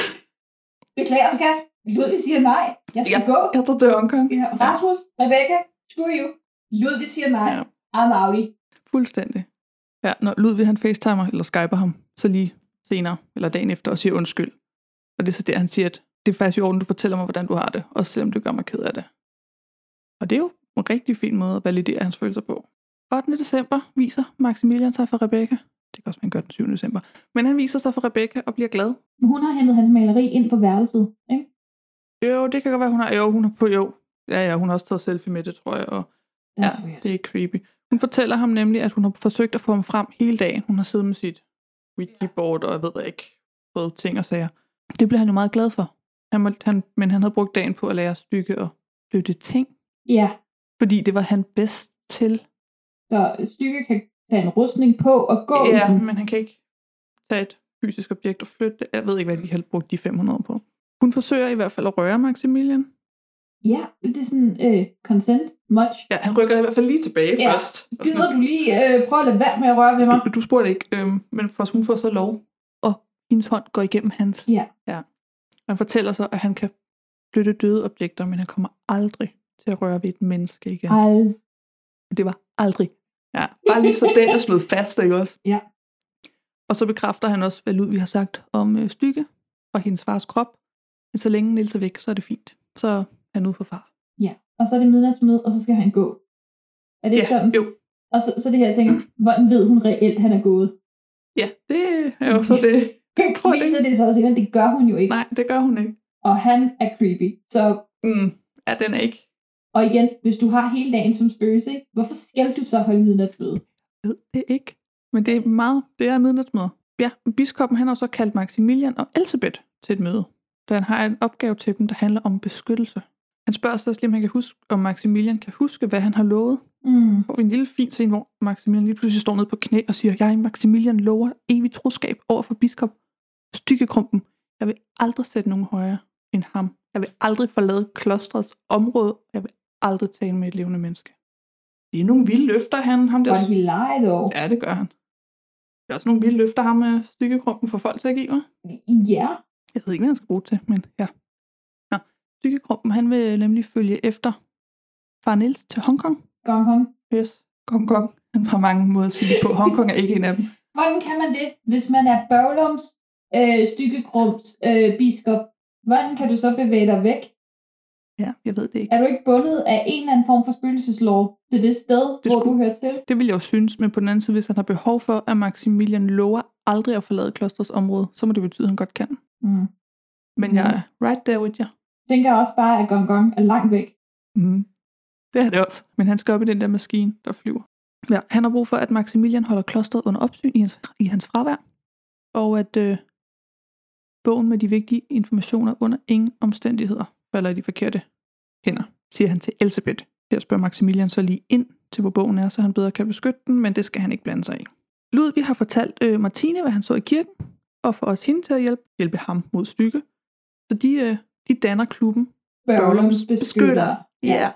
J: Beklager, skat. Ludvig siger nej. Jeg skal
K: Ja.
J: gå.
K: Jeg tager til Hongkong.
J: Ja. Rasmus, Rebecca, screw you. Ludvig siger nej.
K: Ja.
J: I'm outie.
K: Fuldstændig. Ja, når Ludvig han facetimer eller skyper ham, så lige senere eller dagen efter og siger undskyld. Og det er så der, han siger, at det er faktisk i orden, du fortæller mig, hvordan du har det, også selvom du gør mig ked af det. Og det er jo en rigtig fin måde at validere hans følelser på. 8. december viser Maximilian sig for Rebecca. Det kan også være, han gør den 7. december. Men han viser sig for Rebecca og bliver glad.
J: Men hun har hentet hans maleri ind på værelset. Ikke?
K: Jo, det kan godt være, hun har, jo, hun har på, jo. Ja, ja, hun har også taget selfie med det, tror jeg. Og,
J: Det er
K: ja,
J: så weird.
K: det er creepy. Hun fortæller ham nemlig, at hun har forsøgt at få ham frem hele dagen. Hun har siddet med sit Ouija-board, og jeg ved ikke, prøvet ting og sager. Det blev han jo meget glad for. Han måtte, han, men han havde brugt dagen på at lære at stykke og flytte ting,
J: Ja,
K: fordi det var han bedst til.
J: så Stykke kan tage en rustning på og gå i
K: Ja,
J: den.
K: men han kan ikke tage et fysisk objekt og flytte det. Jeg ved ikke, hvad de har brugt de 500 på. Hun forsøger i hvert fald at røre Maximilian.
J: Ja, det er sådan, øh, consent, much.
K: Ja, han rykker i hvert fald lige tilbage
J: Ja.
K: først. Og sådan-
J: Gider du lige øh, prøve at lade være med at røre ved mig?
K: Du, du spurgte ikke, øhm, men for hun får så lov, og hendes hånd går igennem hans.
J: Ja.
K: ja. Han fortæller så, at han kan flytte døde objekter, men han kommer aldrig til at røre ved et menneske igen.
J: Ej,
K: Det var aldrig. Ja, bare lige så den er slået fast, ikke også?
J: Ja.
K: Og så bekræfter han også, hvad Ludvig har sagt om øh, stykke og hendes fars krop. Men så længe Nils er væk, så er det fint. Så er han ude for far.
J: Ja, og så er det midnatsmøde, og så skal han gå. Er det ikke sådan?
K: jo.
J: Og så, så det her, jeg tænker, hvordan ved hun reelt, han er gået?
K: ja, det er jo så det.
J: Det
K: tror jeg
J: Viser det så også, at det gør hun jo ikke.
K: Nej, det gør hun ikke.
J: Og han er creepy. Så,
K: Mm. Ja, den er ikke.
J: og igen, hvis du har hele dagen som spøgelse, ikke? hvorfor skal du så holde midnatsmøde?
K: ved det ikke. Men det er meget, det er midnatsmøder. Ja, biskoppen han har så kaldt Maximilian og Elisabeth til et møde, da han har en opgave til dem, der handler om beskyttelse. Han spørger så også lige, om, han kan huske, om Maximilian kan huske, hvad han har lovet.
J: Mm.
K: Får vi en lille fin scene, hvor Maximilian lige pludselig står ned på knæ og siger, jeg, Maximilian, lover evig troskab over for biskop Stykkekrumpen. Jeg vil aldrig sætte nogen højere end ham. Jeg vil aldrig forlade klostrets område. Jeg vil aldrig tale med et levende menneske. Det er nogle vilde løfter, han, ham der
J: Og he lied though.
K: Ja, det gør han. Der er også nogle vilde løfter ham med stykkekrumpen for folk til at give, hva'?
J: Ja.
K: Jeg ved ikke, hvad han skal bruge det til, men ja. Nå, stykkekrumpen, han vil øh, nemlig følge efter far Niels til Hongkong.
J: Gong Hong.
K: Yes, Hongkong. Han har mange måder at sige det på. Hongkong er ikke en af dem.
J: Hvordan kan man det, hvis man er Bøvlums, øh, Stykkegrums øh, biskop? Hvordan kan du så bevæge dig væk?
K: Ja, jeg ved det ikke.
J: Er du ikke bundet af en eller anden form for spøgelseslov til det sted, det hvor
K: skulle-
J: du hører til?
K: Det vil jeg jo synes, men på den anden side, hvis han har behov for, at Maximilian lover aldrig at forlade klosters område, så må det betyde, at han godt kan.
J: Mm.
K: Men jeg er right there with you.
J: Tænker også bare, at Gong Gong er langt væk.
K: Mm. Det er det også. Men han skal op i den der maskine, der flyver. Ja, han har brug for, at Maximilian holder klosteret under opsyn i hans, i hans fravær, og at øh, bogen med de vigtige informationer under ingen omstændigheder falder i de forkerte hænder, siger han til Elisabeth. Her spørger Maximilian så lige ind til, hvor bogen er, så han bedre kan beskytte den, men det skal han ikke blande sig i. Ludvig har fortalt øh, Martine, hvad han så i kirken, og får også hende til at hjælpe, hjælpe ham mod stykke. Så de, øh, de danner klubben, Børlums beskytter. Ja. Yeah.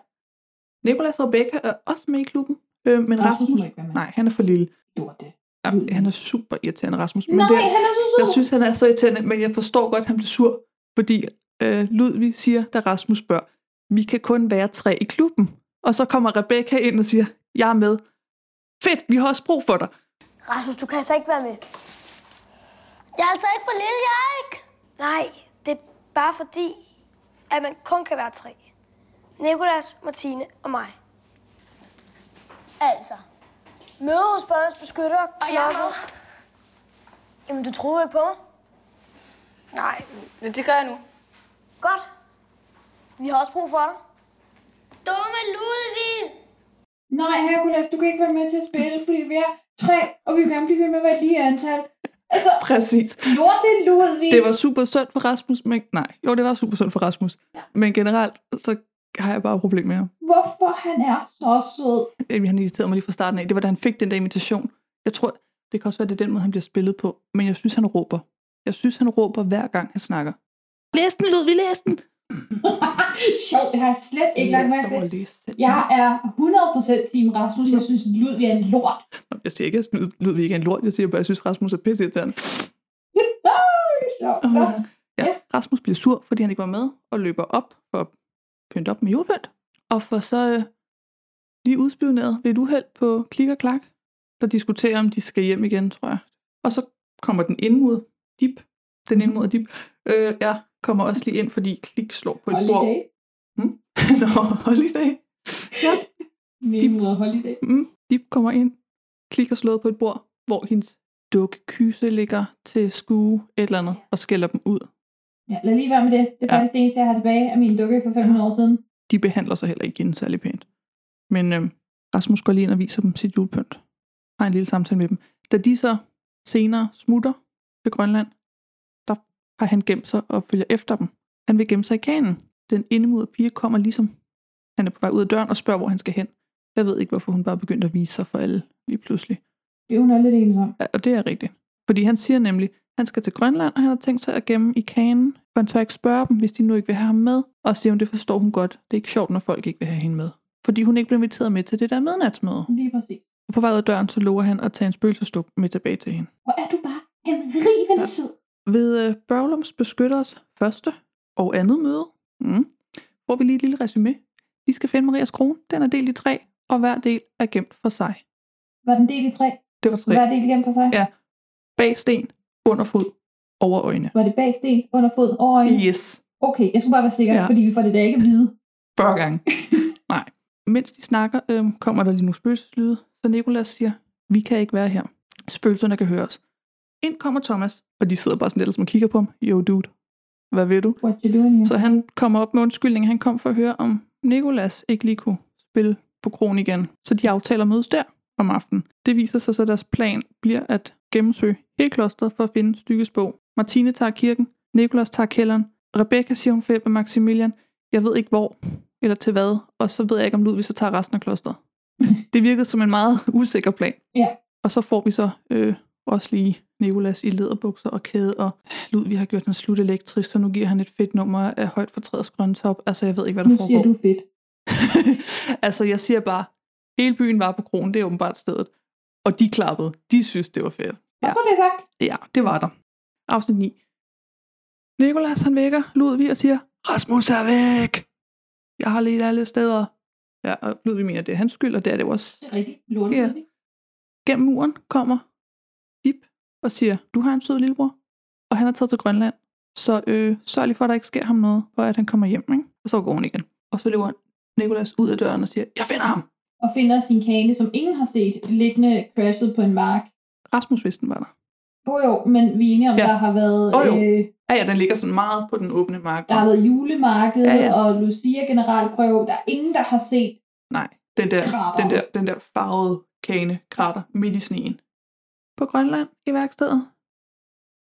K: Nicolas og Rebecca er også med i klubben, øh, men
J: Rasmus
K: Rasmus,
J: må ikke være med.
K: nej, han er for lille.
J: Gjorde det.
K: Jamen, han er super irriterende, Rasmus.
J: Nej,
K: det,
J: han er så sur.
K: Jeg synes, han er så irriterende, men jeg forstår godt, at han bliver sur, fordi øh, Ludvig siger, da Rasmus spørger, vi kan kun være tre i klubben. Og så kommer Rebecca ind og siger, jeg er med. Fedt, vi har også brug for dig.
M: Rasmus, du kan altså ikke være med. Jeg er altså ikke for lille, jeg er ikke. Nej, det er bare fordi, at man kun kan være tre. Nikolas, Martine og mig. Altså, møde hos børnens beskytter og jeg Jamen, du troede ikke på mig? Nej, men det gør jeg nu. Godt. Vi har også brug for dig. Dumme Ludvig!
J: Nej, Hercules, du kan ikke være med til at spille, fordi vi er tre, og vi vil gerne blive ved med at være lige antal. Altså,
K: Præcis.
J: lorte Ludvig.
K: Det var super sundt for Rasmus, men nej, jo, det var super sundt for Rasmus. Ja. Men generelt, så har jeg bare et problem med ham.
J: Hvorfor han er så sød.
K: Øh, Han irriterede mig lige fra starten af. Det var, da han fik den der invitation. Jeg tror, det kan også være, det er den måde, han bliver spillet på. Men jeg synes, han råber. Jeg synes, han råber hver gang, han snakker. Læs den, Ludvig, læs den!
J: Sjovt, det har jeg slet ikke lagt mærke til. Jeg er 100% team Rasmus. Jeg synes, Ludvig er en lort.
K: Nå, Jeg siger ikke, at Lud- Ludvig ikke er en lort. Jeg siger bare, at jeg synes, Rasmus er pisseirriterende.
J: Sjovt.
K: Ja. ja. Rasmus bliver sur, fordi han ikke var med, og løber op for at pynte op med julepynt. Og får så øh, lige udspioneret ved et uheld på Klik og Klak, der diskuterer, om de skal hjem igen, tror jeg. Og så kommer den ind mod Dip. Den ind mod Dip. Øh, jeg kommer også lige ind, fordi Klik slår på et bord.
J: Holiday.
K: Hmm? Nå, holiday. Ja.
J: Nemo og Holiday.
K: Mm, Dip kommer ind, klikker slået på et bord, hvor hendes dukkekyse ligger til skue et eller andet, og skælder dem ud.
J: Ja, lad lige være med det. Det er
K: Ja.
J: faktisk det eneste, jeg har tilbage af min dukke for 500 år siden.
K: De behandler sig heller ikke hende særlig pænt. Men øh, Rasmus går lige ind og viser dem sit julepynt. Har en lille samtale med dem. Da de så senere smutter til Grønland, der har han gemt sig og følger efter dem. Han vil gemme sig i kanen. Den indemudede pige kommer ligesom. Han er på vej ud af døren og spørger, hvor han skal hen. Jeg ved ikke, hvorfor hun bare begyndte at vise sig for alle lige pludselig.
J: Det er hun er lidt ensom.
K: Ja, Og det er rigtigt. Fordi han siger nemlig, at han skal til Grønland, og han har tænkt sig at gemme i kanen. For han tør ikke spørge dem, hvis de nu ikke vil have ham med. Og siger hun, det forstår hun godt. Det er ikke sjovt, når folk ikke vil have hende med. Fordi hun ikke blev inviteret med til det der midnatsmøde.
J: Lige præcis.
K: Og på vej ud af døren, så lover han at tage en spøgelsesduk med tilbage til hende.
J: Hvor er du bare en rivende sid.
K: Ved øh, Børglums beskytters første og andet møde, mm, får vi lige et lille resume. De skal finde Marias krone. Den er delt i tre, og hver del er gemt for sig.
J: Var den del i tre?
K: Det var tre.
J: Var det igen for sig?
K: Ja. Bag sten, under fod, over øjne.
J: Var det bag sten, under fod, over øjnene?
K: Yes.
J: Okay, jeg skulle bare være sikker,
K: Ja.
J: ja. fordi vi får det da ikke at vide.
K: 40 gange. Nej. Mens de snakker, øhm, kommer der lige nogle spøgelseslyde, så Nikolas siger, vi kan ikke være her. Spøgelserne kan høre os. Ind kommer Thomas, og de sidder bare sådan lidt og som kigger på ham. Yo dude, hvad ved du?
J: What you doing here?
K: Så han kommer op med undskyldning. Han kom for at høre, om Nikolas ikke lige kunne spille på kronen igen. Så de aftaler at mødes der om aftenen. Det viser sig så, at deres plan bliver at gennemsøge hele klosteret for at finde Stykkes bog. Martine tager kirken, Nikolas tager kælderen, Rebecca siger, hun får hjælp af Maximilian. Jeg ved ikke hvor eller til hvad, og så ved jeg ikke, om Ludvig så tager resten af klosteret. Det virkede som en meget usikker plan.
J: Ja.
K: Og så får vi så øh, også lige Nikolas i læderbukser og kæde, og Ludvig har gjort den slut elektrisk, så nu giver han et fedt nummer af højt fortrædets grønne top. Altså, jeg ved ikke, hvad der
J: Nu
K: foregår.
J: siger du fedt.
K: Altså, jeg siger bare, hele byen var på kronen, det er åbenbart stedet. Og de klappede. De synes, det var fedt.
J: Og så er det sagt.
K: Ja, det var der. Afsnit 9. Nikolas, han vækker Ludvig og siger, Rasmus er væk! Jeg har let alle steder. Ja, og Ludvig mener, det er hans skyld, og det er det jo også.
J: Det er rigtigt. Lortet.
K: Ja. Gennem muren kommer Dip og siger, du har en sød lillebror, og han er taget til Grønland, så øh, sørg lige for, at der ikke sker ham noget, og at han kommer hjem, ikke? Og så går hun igen. Og så løber Nikolas ud af døren og siger, jeg finder ham!
J: Og finder sin kane, som ingen har set, liggende crashet på en mark.
K: Rasmus vidste, den var der.
J: Jo jo, men vi er enige om,
K: Ja.
J: ja. der har været...
K: Åh, jo.
J: øh,
K: Ja, ja, den ligger sådan meget på den åbne mark.
J: der har været julemarked
K: Ja,
J: ja,
K: ja.
J: ja. og Lucia generalprøve. Der er ingen, der har set.
K: Nej, den der,
J: Krater.
K: den der, den der farvede kane krater midt i sneen. På Grønland i værkstedet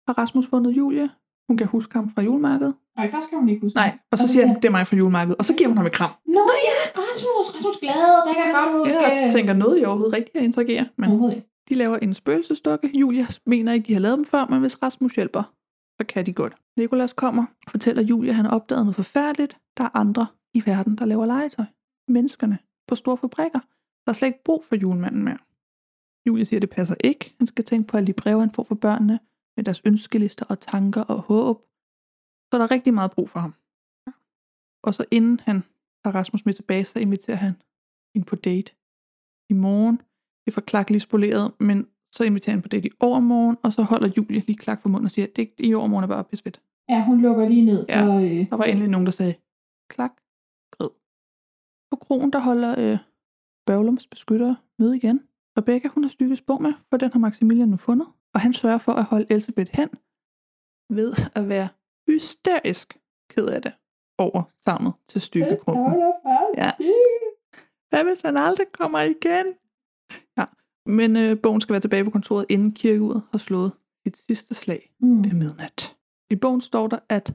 K: har Rasmus fundet Julie. Hun kan huske ham fra julemarkedet.
J: Nej, først kan hun ikke huske.
K: Nej, og så siger han, det er mig fra julemarkedet. Og så giver hun ham et kram.
J: Nå ja, Rasmus, Rasmus glad, der kan jeg godt huske.
K: Jeg tænker noget, jeg overhovedet rigtig at interagere. Men
J: Overhovedet ikke.
K: de laver en spøgelsestukke. Julia mener ikke, de har lavet dem før, men hvis Rasmus hjælper, så kan de godt. Nikolas kommer og fortæller Julia, at han har opdaget noget forfærdeligt. Der er andre i verden, der laver legetøj. Menneskerne på store fabrikker. Der er slet ikke brug for julemanden mere. Julie siger, at det passer ikke. Han skal tænke på alle de breve, han får fra børnene, med deres ønskelister og tanker og håb. Så der er rigtig meget brug for ham. Og så inden han har Rasmus med tilbage, så inviterer han hende på date i morgen. Det får Clark lige spoleret, men så inviterer han på date i overmorgen, og så holder Julie lige Clark for munden og siger, at det i overmorgen er bare pisfedt.
J: Ja, hun lukker lige ned.
K: Ja,
J: Og, øh,
K: der var endelig nogen, der sagde, klak, græd. På krogen, der holder øh, Børglums beskyttere møde igen. Rebecca, hun har stykket bog med, for den har Maximilian nu fundet. Og han sørger for at holde Elisabeth hen ved at være hysterisk ked af det over savnet til
J: Øh,
K: stykkekrogen. Ja. Hvad hvis han aldrig kommer igen? Ja, men øh, bogen skal være tilbage på kontoret, inden kirkeuret har slået sit sidste slag
J: mm.
K: ved midnat. I bogen står der, at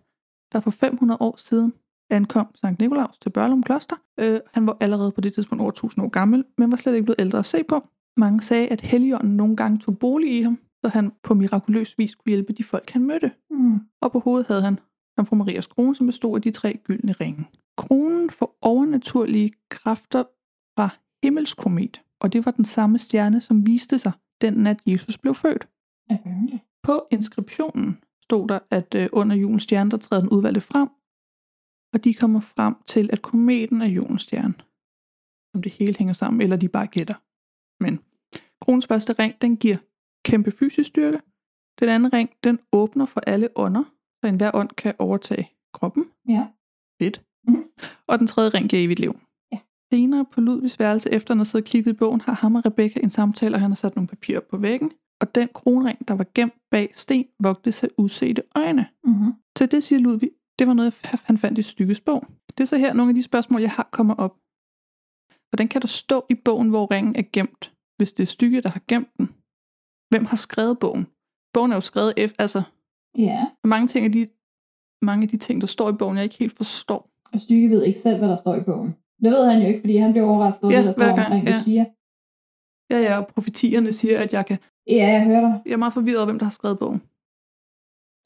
K: der for 500 år siden ankom Sankt Nikolaus til Børlum Kloster. Øh, han var allerede på det tidspunkt over 1000 år gammel, men var slet ikke blevet ældre at se på. Mange sagde, at Helligånden nogle gange tog bolig i ham, så han på mirakuløs vis kunne hjælpe de folk, han mødte.
J: Mm.
K: Og på hovedet havde han Jomfru Marias krone, som bestod af de tre gyldne ringe. Kronen for overnaturlige kræfter fra himmelskomet, og det var den samme stjerne, som viste sig den nat, Jesus blev født. På inskriptionen stod der, at øh, under julens stjerne, der træder den udvalgte frem, og de kommer frem til, at kometen er julens stjerne. Om det hele hænger sammen, eller de bare gætter. Men kronens første ring, den giver kæmpe fysisk styrke. Den anden ring, den åbner for alle ånder, så enhver ånd kan overtage kroppen.
J: Ja.
K: Fedt. Og den tredje ring giver evigt liv. Ja. Senere på Ludvigs værelse, efter han har siddet og kigget i bogen, har ham og Rebecca en samtale, og han har sat nogle papirer op på væggen. Og den kronring, der var gemt bag sten, vogtes af udsete øjne.
J: Mm-hmm.
K: Så det siger Ludvig, det var noget, han fandt i Stykkes bog. Det er så her nogle af de spørgsmål, jeg har kommer op. Hvordan kan der stå i bogen, hvor ringen er gemt, hvis det er Stykke, der har gemt den? Hvem har skrevet bogen? Bogen er jo skrevet efter, altså
J: Ja.
K: mange, ting af de, mange af de ting, der står i bogen, jeg ikke helt forstår.
J: Og Stykke ved ikke selv, hvad der står i bogen. Det ved han jo ikke, fordi han bliver overrasket over
K: Ja,
J: det, der står
K: hver gang,
J: omkring
K: ja.
J: Lucia.
K: Ja, ja, og profetierne siger, at jeg kan...
J: Ja, jeg hører dig.
K: Jeg er meget forvirret over, hvem der har skrevet bogen.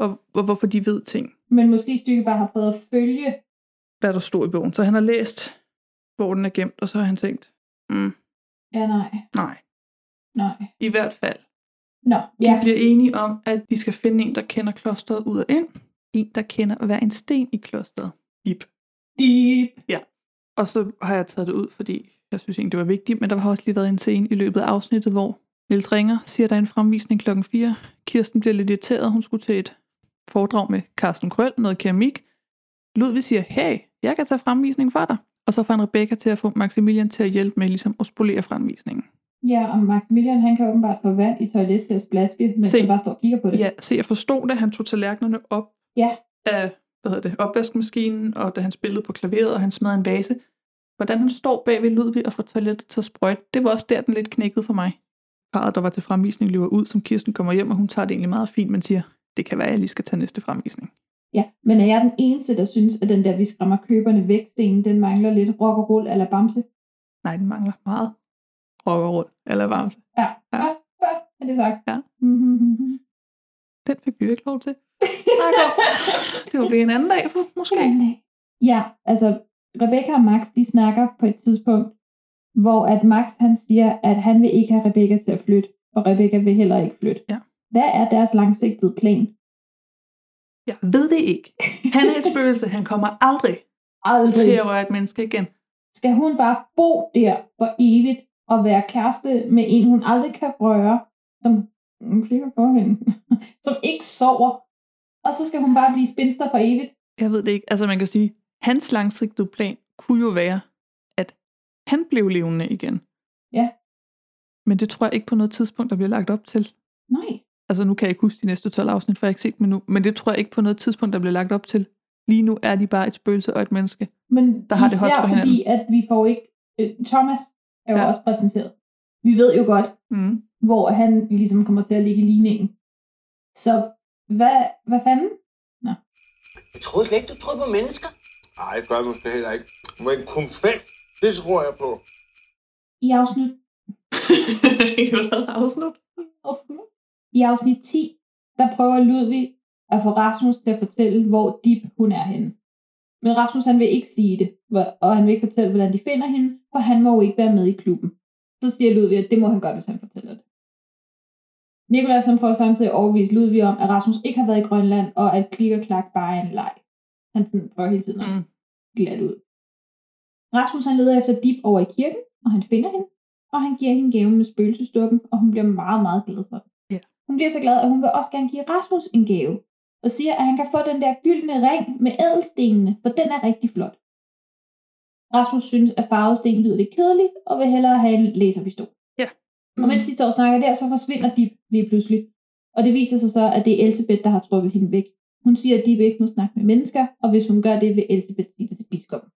K: Og, og hvorfor de ved ting,
J: Men måske Stykke bare har prøvet at følge.
K: hvad der stod i bogen. Så han har læst, hvor den er gemt, og så har han tænkt, mm,
J: Ja, nej.
K: nej.
J: Nej.
K: I hvert fald,
J: Nå,
K: de
J: ja.
K: bliver enige om, at de skal finde en, der kender klosteret ud og ind. En, der kender hver en sten i klosteret. Ip.
J: Deep.
K: Ja. Og så har jeg taget det ud, fordi jeg synes egentlig, det var vigtigt, men der har også lige været en scene i løbet af afsnittet, hvor Niels ringer, siger, der er en fremvisning klokken 4. Kirsten bliver lidt irriteret, hun skulle til et foredrag med Carsten Krøl, noget keramik. Ludvig siger, hey, jeg kan tage fremvisningen for dig. Og så får han Rebecca til at få Maximilian til at hjælpe med ligesom at spolere fremvisningen.
J: Ja, og Maximilian, han kan åbenbart få vand i toilet til at splaske, men
K: Se.
J: han bare står og kigger på det.
K: Ja, se, jeg forstod, da han tog tallerkenerne op
J: Ja.
K: af hvad hedder det, opvaskemaskinen, og da han spillede på klaveret, og han smed en vase. Hvordan han står bag ved Ludvig og får toilettet til at sprøjte, det var også der, den lidt knækkede for mig. Parret, der var til fremvisning, løber ud, som Kirsten kommer hjem, og hun tager det egentlig meget fint, men siger, det kan være, jeg lige skal tage næste fremvisning.
J: Ja, men er jeg den eneste, der synes, at den der, vi skræmmer køberne væk scene, den mangler lidt rock og roll eller bamse?
K: Nej, den mangler meget. Rokker rundt, eller varmse.
J: Ja,
K: Ja.
J: ja. så er det sagt.
K: Ja.
J: Mhm.
K: Den fik vi jo ikke lov til. Snak om. det må blive en anden dag, for, måske.
J: øh, Ja, altså Rebecca og Max, de snakker på et tidspunkt, hvor at Max han siger, at han vil ikke have Rebecca til at flytte, og Rebecca vil heller ikke flytte.
K: Ja.
J: Hvad er deres langsigtede plan?
K: Jeg ved det ikke. Han er et spøgelse, han kommer aldrig til
J: Aldrig.
K: at røre et menneske igen.
J: Skal hun bare bo der for evigt og være kæreste med en, hun aldrig kan røre, som hun klikker på hende, som ikke sover, og så skal hun bare blive spinster for evigt?
K: Jeg ved det ikke. Altså man kan sige, hans langsigtede plan kunne jo være, at han blev levende igen.
J: Ja.
K: Men det tror jeg ikke på noget tidspunkt, der bliver lagt op til.
J: Nej.
K: Altså nu kan jeg ikke huske de næste 12 afsnit, for jeg har ikke set dem nu. Men det tror jeg ikke på noget tidspunkt, der bliver lagt op til. Lige nu er de bare et spøgelse og et menneske.
J: Men
K: Der har det
J: især
K: holdt for
J: fordi, at vi får ikke... Øh, Thomas er jo
K: Ja.
J: ja. også præsenteret. Vi ved jo godt,
K: Mm.
J: hvor han ligesom kommer til at ligge i ligningen. Så hvad, hvad fanden?
F: Jeg troede slet ikke, du troede på mennesker.
I: Nej, det gør jeg måske heller ikke. Men konfekt, det tror jeg på.
J: I afsnit,
K: I hvad afsnit?
J: i afsnit 10, der prøver Ludvig at få Rasmus til at fortælle, hvor Dip hun er henne. Men Rasmus han vil ikke sige det, hvor- og han vil ikke fortælle, hvordan de finder hende, for han må jo ikke være med i klubben. Så siger Ludvig, at det må han godt, hvis han fortæller det. Nikolas han prøver samtidig at overbevise Ludvig om, at Rasmus ikke har været i Grønland, og at klik og klak bare er en leg. Han sådan prøver hele tiden at mm. glat ud. Rasmus han leder efter Dip over i kirken, og han finder hende, og han giver hende gave med spøgelsestukken, og hun bliver meget, meget glad for den.
K: Ja.
J: Hun bliver så glad, at hun vil også gerne give Rasmus en gave, og siger, at han kan få den der gyldne ring med ædelstenene, for den er rigtig flot. Rasmus synes, at farvesten lyder lidt kedelig, og vil hellere have en laserpistol.
K: Ja.
J: Og mens de står og snakker der, så forsvinder Dip lige pludselig. Og det viser sig så, at det er Elsebeth, der har trukket hende væk. Hun siger, at Dip ikke må snakke med mennesker, og hvis hun gør det, vil Elsebeth sige det til biskoppen.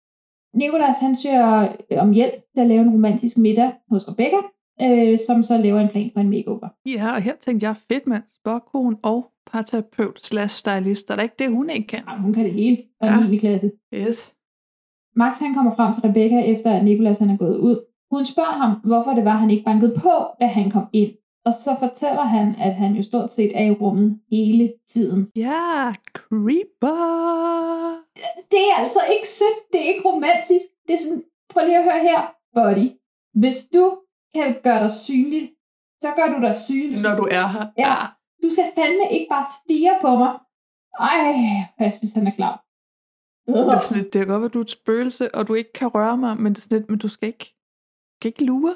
J: Nikolas han søger øh, om hjælp til at lave en romantisk middag hos Rebecca, øh, som så laver en plan for en makeover.
K: Ja, og her tænkte jeg, fedt mand, spokkone og parterapeut slash stylist. Der er da ikke det, hun ikke kan.
J: Hun kan det hele fra ja. 9. klasse.
K: Yes.
J: Max han kommer frem til Rebecca, efter at Nikolas han er gået ud. Hun spørger ham, hvorfor det var, han ikke bankede på, da han kom ind. Og så fortæller han, at han jo stort set er i rummet hele tiden.
K: Ja, creeper.
J: Det er altså ikke sødt, det er ikke romantisk. Det er sådan, prøv lige at høre her, buddy. Hvis du kan gøre dig synlig, så gør du dig synlig.
K: Når du er her. Ah.
J: Ja. Du skal fandme ikke bare stige på mig. Ej, hvor jeg synes, han er klar.
K: Det er, sådan lidt, det kan godt være, du er et spøgelse, og du ikke kan røre mig, men det er sådan lidt, men du skal ikke, skal ikke lure.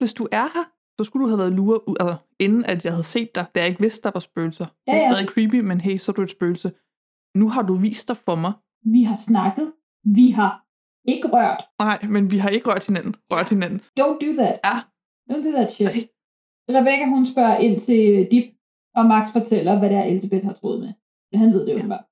K: Hvis du er her, så skulle du have været lure, ud- altså, inden at jeg havde set dig, da jeg ikke vidste, der var spøgelser. Ja,
J: Ja,
K: ja. Det er
J: ja.
K: stadig creepy, men hey, så er du et spøgelse. Nu har du vist dig for mig.
J: Vi har snakket. Vi har ikke rørt.
K: Nej, men vi har ikke rørt hinanden. Rørt hinanden.
J: Don't do that.
K: Ja.
J: Don't do that shit. Ej. Rebecca, hun spørger ind til Dip, og Max fortæller, hvad det er, Elisabeth har troet med. Han ved det jo ja. bare.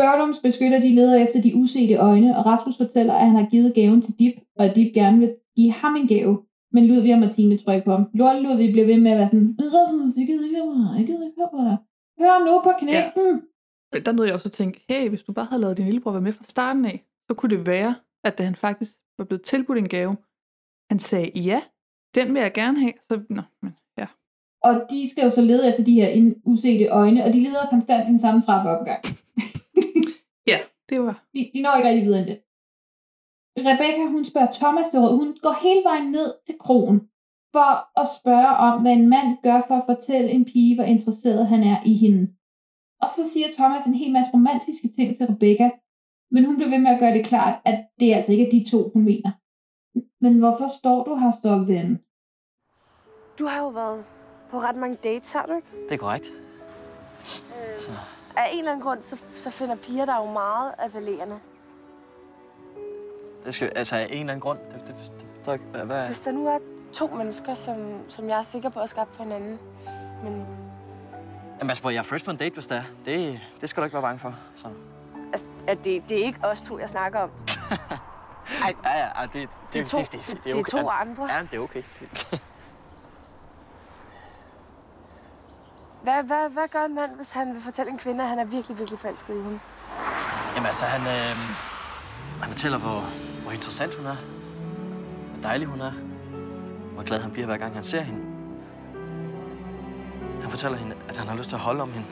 J: Børlums beskytter de leder efter de usete øjne, og Rasmus fortæller, at han har givet gaven til Dip, og at Dip gerne vil give ham en gave. Men Ludvig og Martine tror ikke på ham. Lort Ludvig bliver ved med at være sådan, Rasmus, jeg gider ikke høre på dig, jeg gider ikke høre på dig. Hør nu på knægten. Ja.
K: Men Der nåede jeg også at tænke, hey, hvis du bare havde lavet din lillebror være med fra starten af, så kunne det være, at da han faktisk var blevet tilbudt en gave, han sagde, ja, den vil jeg gerne have. Så, nå, men ja.
J: Og de skal jo så lede efter de her in- usete øjne, og de leder konstant den samme trappeopgang.
K: Ja, det var.
J: De, de når ikke rigtig videre end det. Rebecca, hun spørger Thomas til råd. Hun går hele vejen ned til krogen for at spørge om, hvad en mand gør for at fortælle en pige, hvor interesseret han er i hende. Og så siger Thomas en hel masse romantiske ting til Rebecca, men hun bliver ved med at gøre det klart, at det altså ikke er de to, hun mener. Men hvorfor står du her så, ven?
N: Du har jo været på ret mange dates, har du ikke? Øh,
E: Det er korrekt. Så.
N: Af en eller anden grund, så, så finder piger dig jo meget appellerende.
E: Det skal, altså af en eller anden grund. Det, det, det, der, hvad,
N: Ja. Hvis der nu er to mennesker, som, som jeg er sikker på at skabe for hinanden, men
E: Jamen altså, prøv, jeg er first på en date, hvis det er. Det, det skal du ikke være bange for. Så.
N: altså, at det, det er ikke os to, jeg snakker om.
E: Ej, ja, ja, ej, det, det,
N: Det er to-
E: det, det, det,
N: det er to
E: Ja,
N: andre.
E: Ja, det er okay. Det,
N: Hvad, hvad, hvad gør en mand, hvis han vil fortælle en kvinde, at han er virkelig, virkelig forelsket i hende?
E: Jamen altså, han, øh, han fortæller, hvor, hvor interessant hun er. Hvor dejlig hun er. Hvor glad han bliver, hver gang han ser hende. Han fortæller hende, at han har lyst til at holde om hende.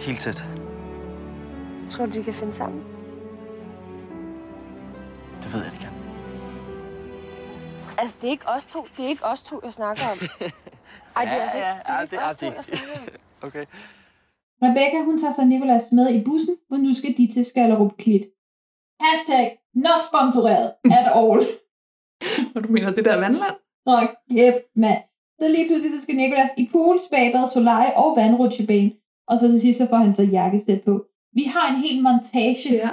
E: Helt tæt.
N: Tror du, de kan finde sammen?
E: Det ved jeg, det kan.
N: Altså, det er ikke os to, det er ikke os to, jeg snakker om. Ej, det er altså ikke, det er ikke os to, jeg snakker om.
E: Okay.
J: Rebecca, hun tager så Nicolas med i bussen, for nu skal de til Skallerup Klit. Hashtag not sponsoreret at all.
K: Og du mener det der vandland?
J: Nå, kæft, mand. Så lige pludselig, så skal Nicolas i pool, spabad, solarie og vandrutsjebane. Og så til sidst, så får han så jakkesæt på. Vi har en hel montage ja,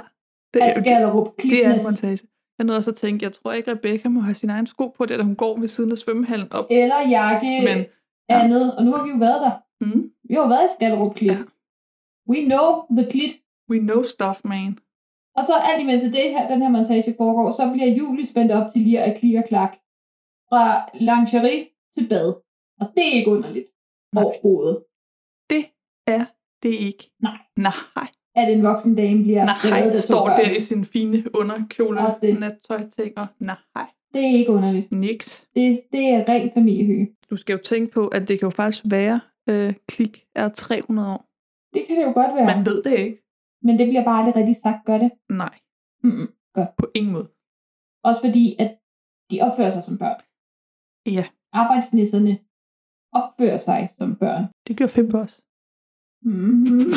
K: det
J: af
K: jo-
J: Skallerup
K: Det er en
J: Klitness.
K: montage. Jeg nåede også at tænke, jeg tror ikke, Rebecca må have sin egen sko på, der da hun går ved siden af svømmehallen op.
J: Eller jakke,
K: Men,
J: andet. Og nu har vi jo været der.
K: Mm.
J: Vi har jo været i Skallerup Klit. Ja. We know the Klit.
K: We know stuff, man.
J: Og så alt imens det her, den her montage foregår, så bliver Julie spændt op til lir af klik og klak. Fra lingerie til bad. Og det er ikke underligt. Overhovedet.
K: Det er det ikke.
J: Nej.
K: Nej.
J: At en voksen dame bliver
K: Nej,
J: af to
K: står
J: børn.
K: der i sin fine underkjole
J: Også det.
K: og nattøjting. Og nej,
J: Det er ikke underligt.
K: niks.
J: Det, det er ren familiehygge.
K: Du skal jo tænke på, at det kan jo faktisk være, øh, klik er 300 år.
J: Det kan det jo godt være.
K: Man ved det ikke.
J: Men det bliver bare aldrig rigtig sagt, gør det.
K: Nej.
J: Mm-mm. Godt.
K: På ingen måde.
J: Også fordi, at de opfører sig som børn.
K: Ja.
J: Arbejdsnisserne opfører sig som børn.
K: Det gjorde Fimpe også.
J: Mm-hmm.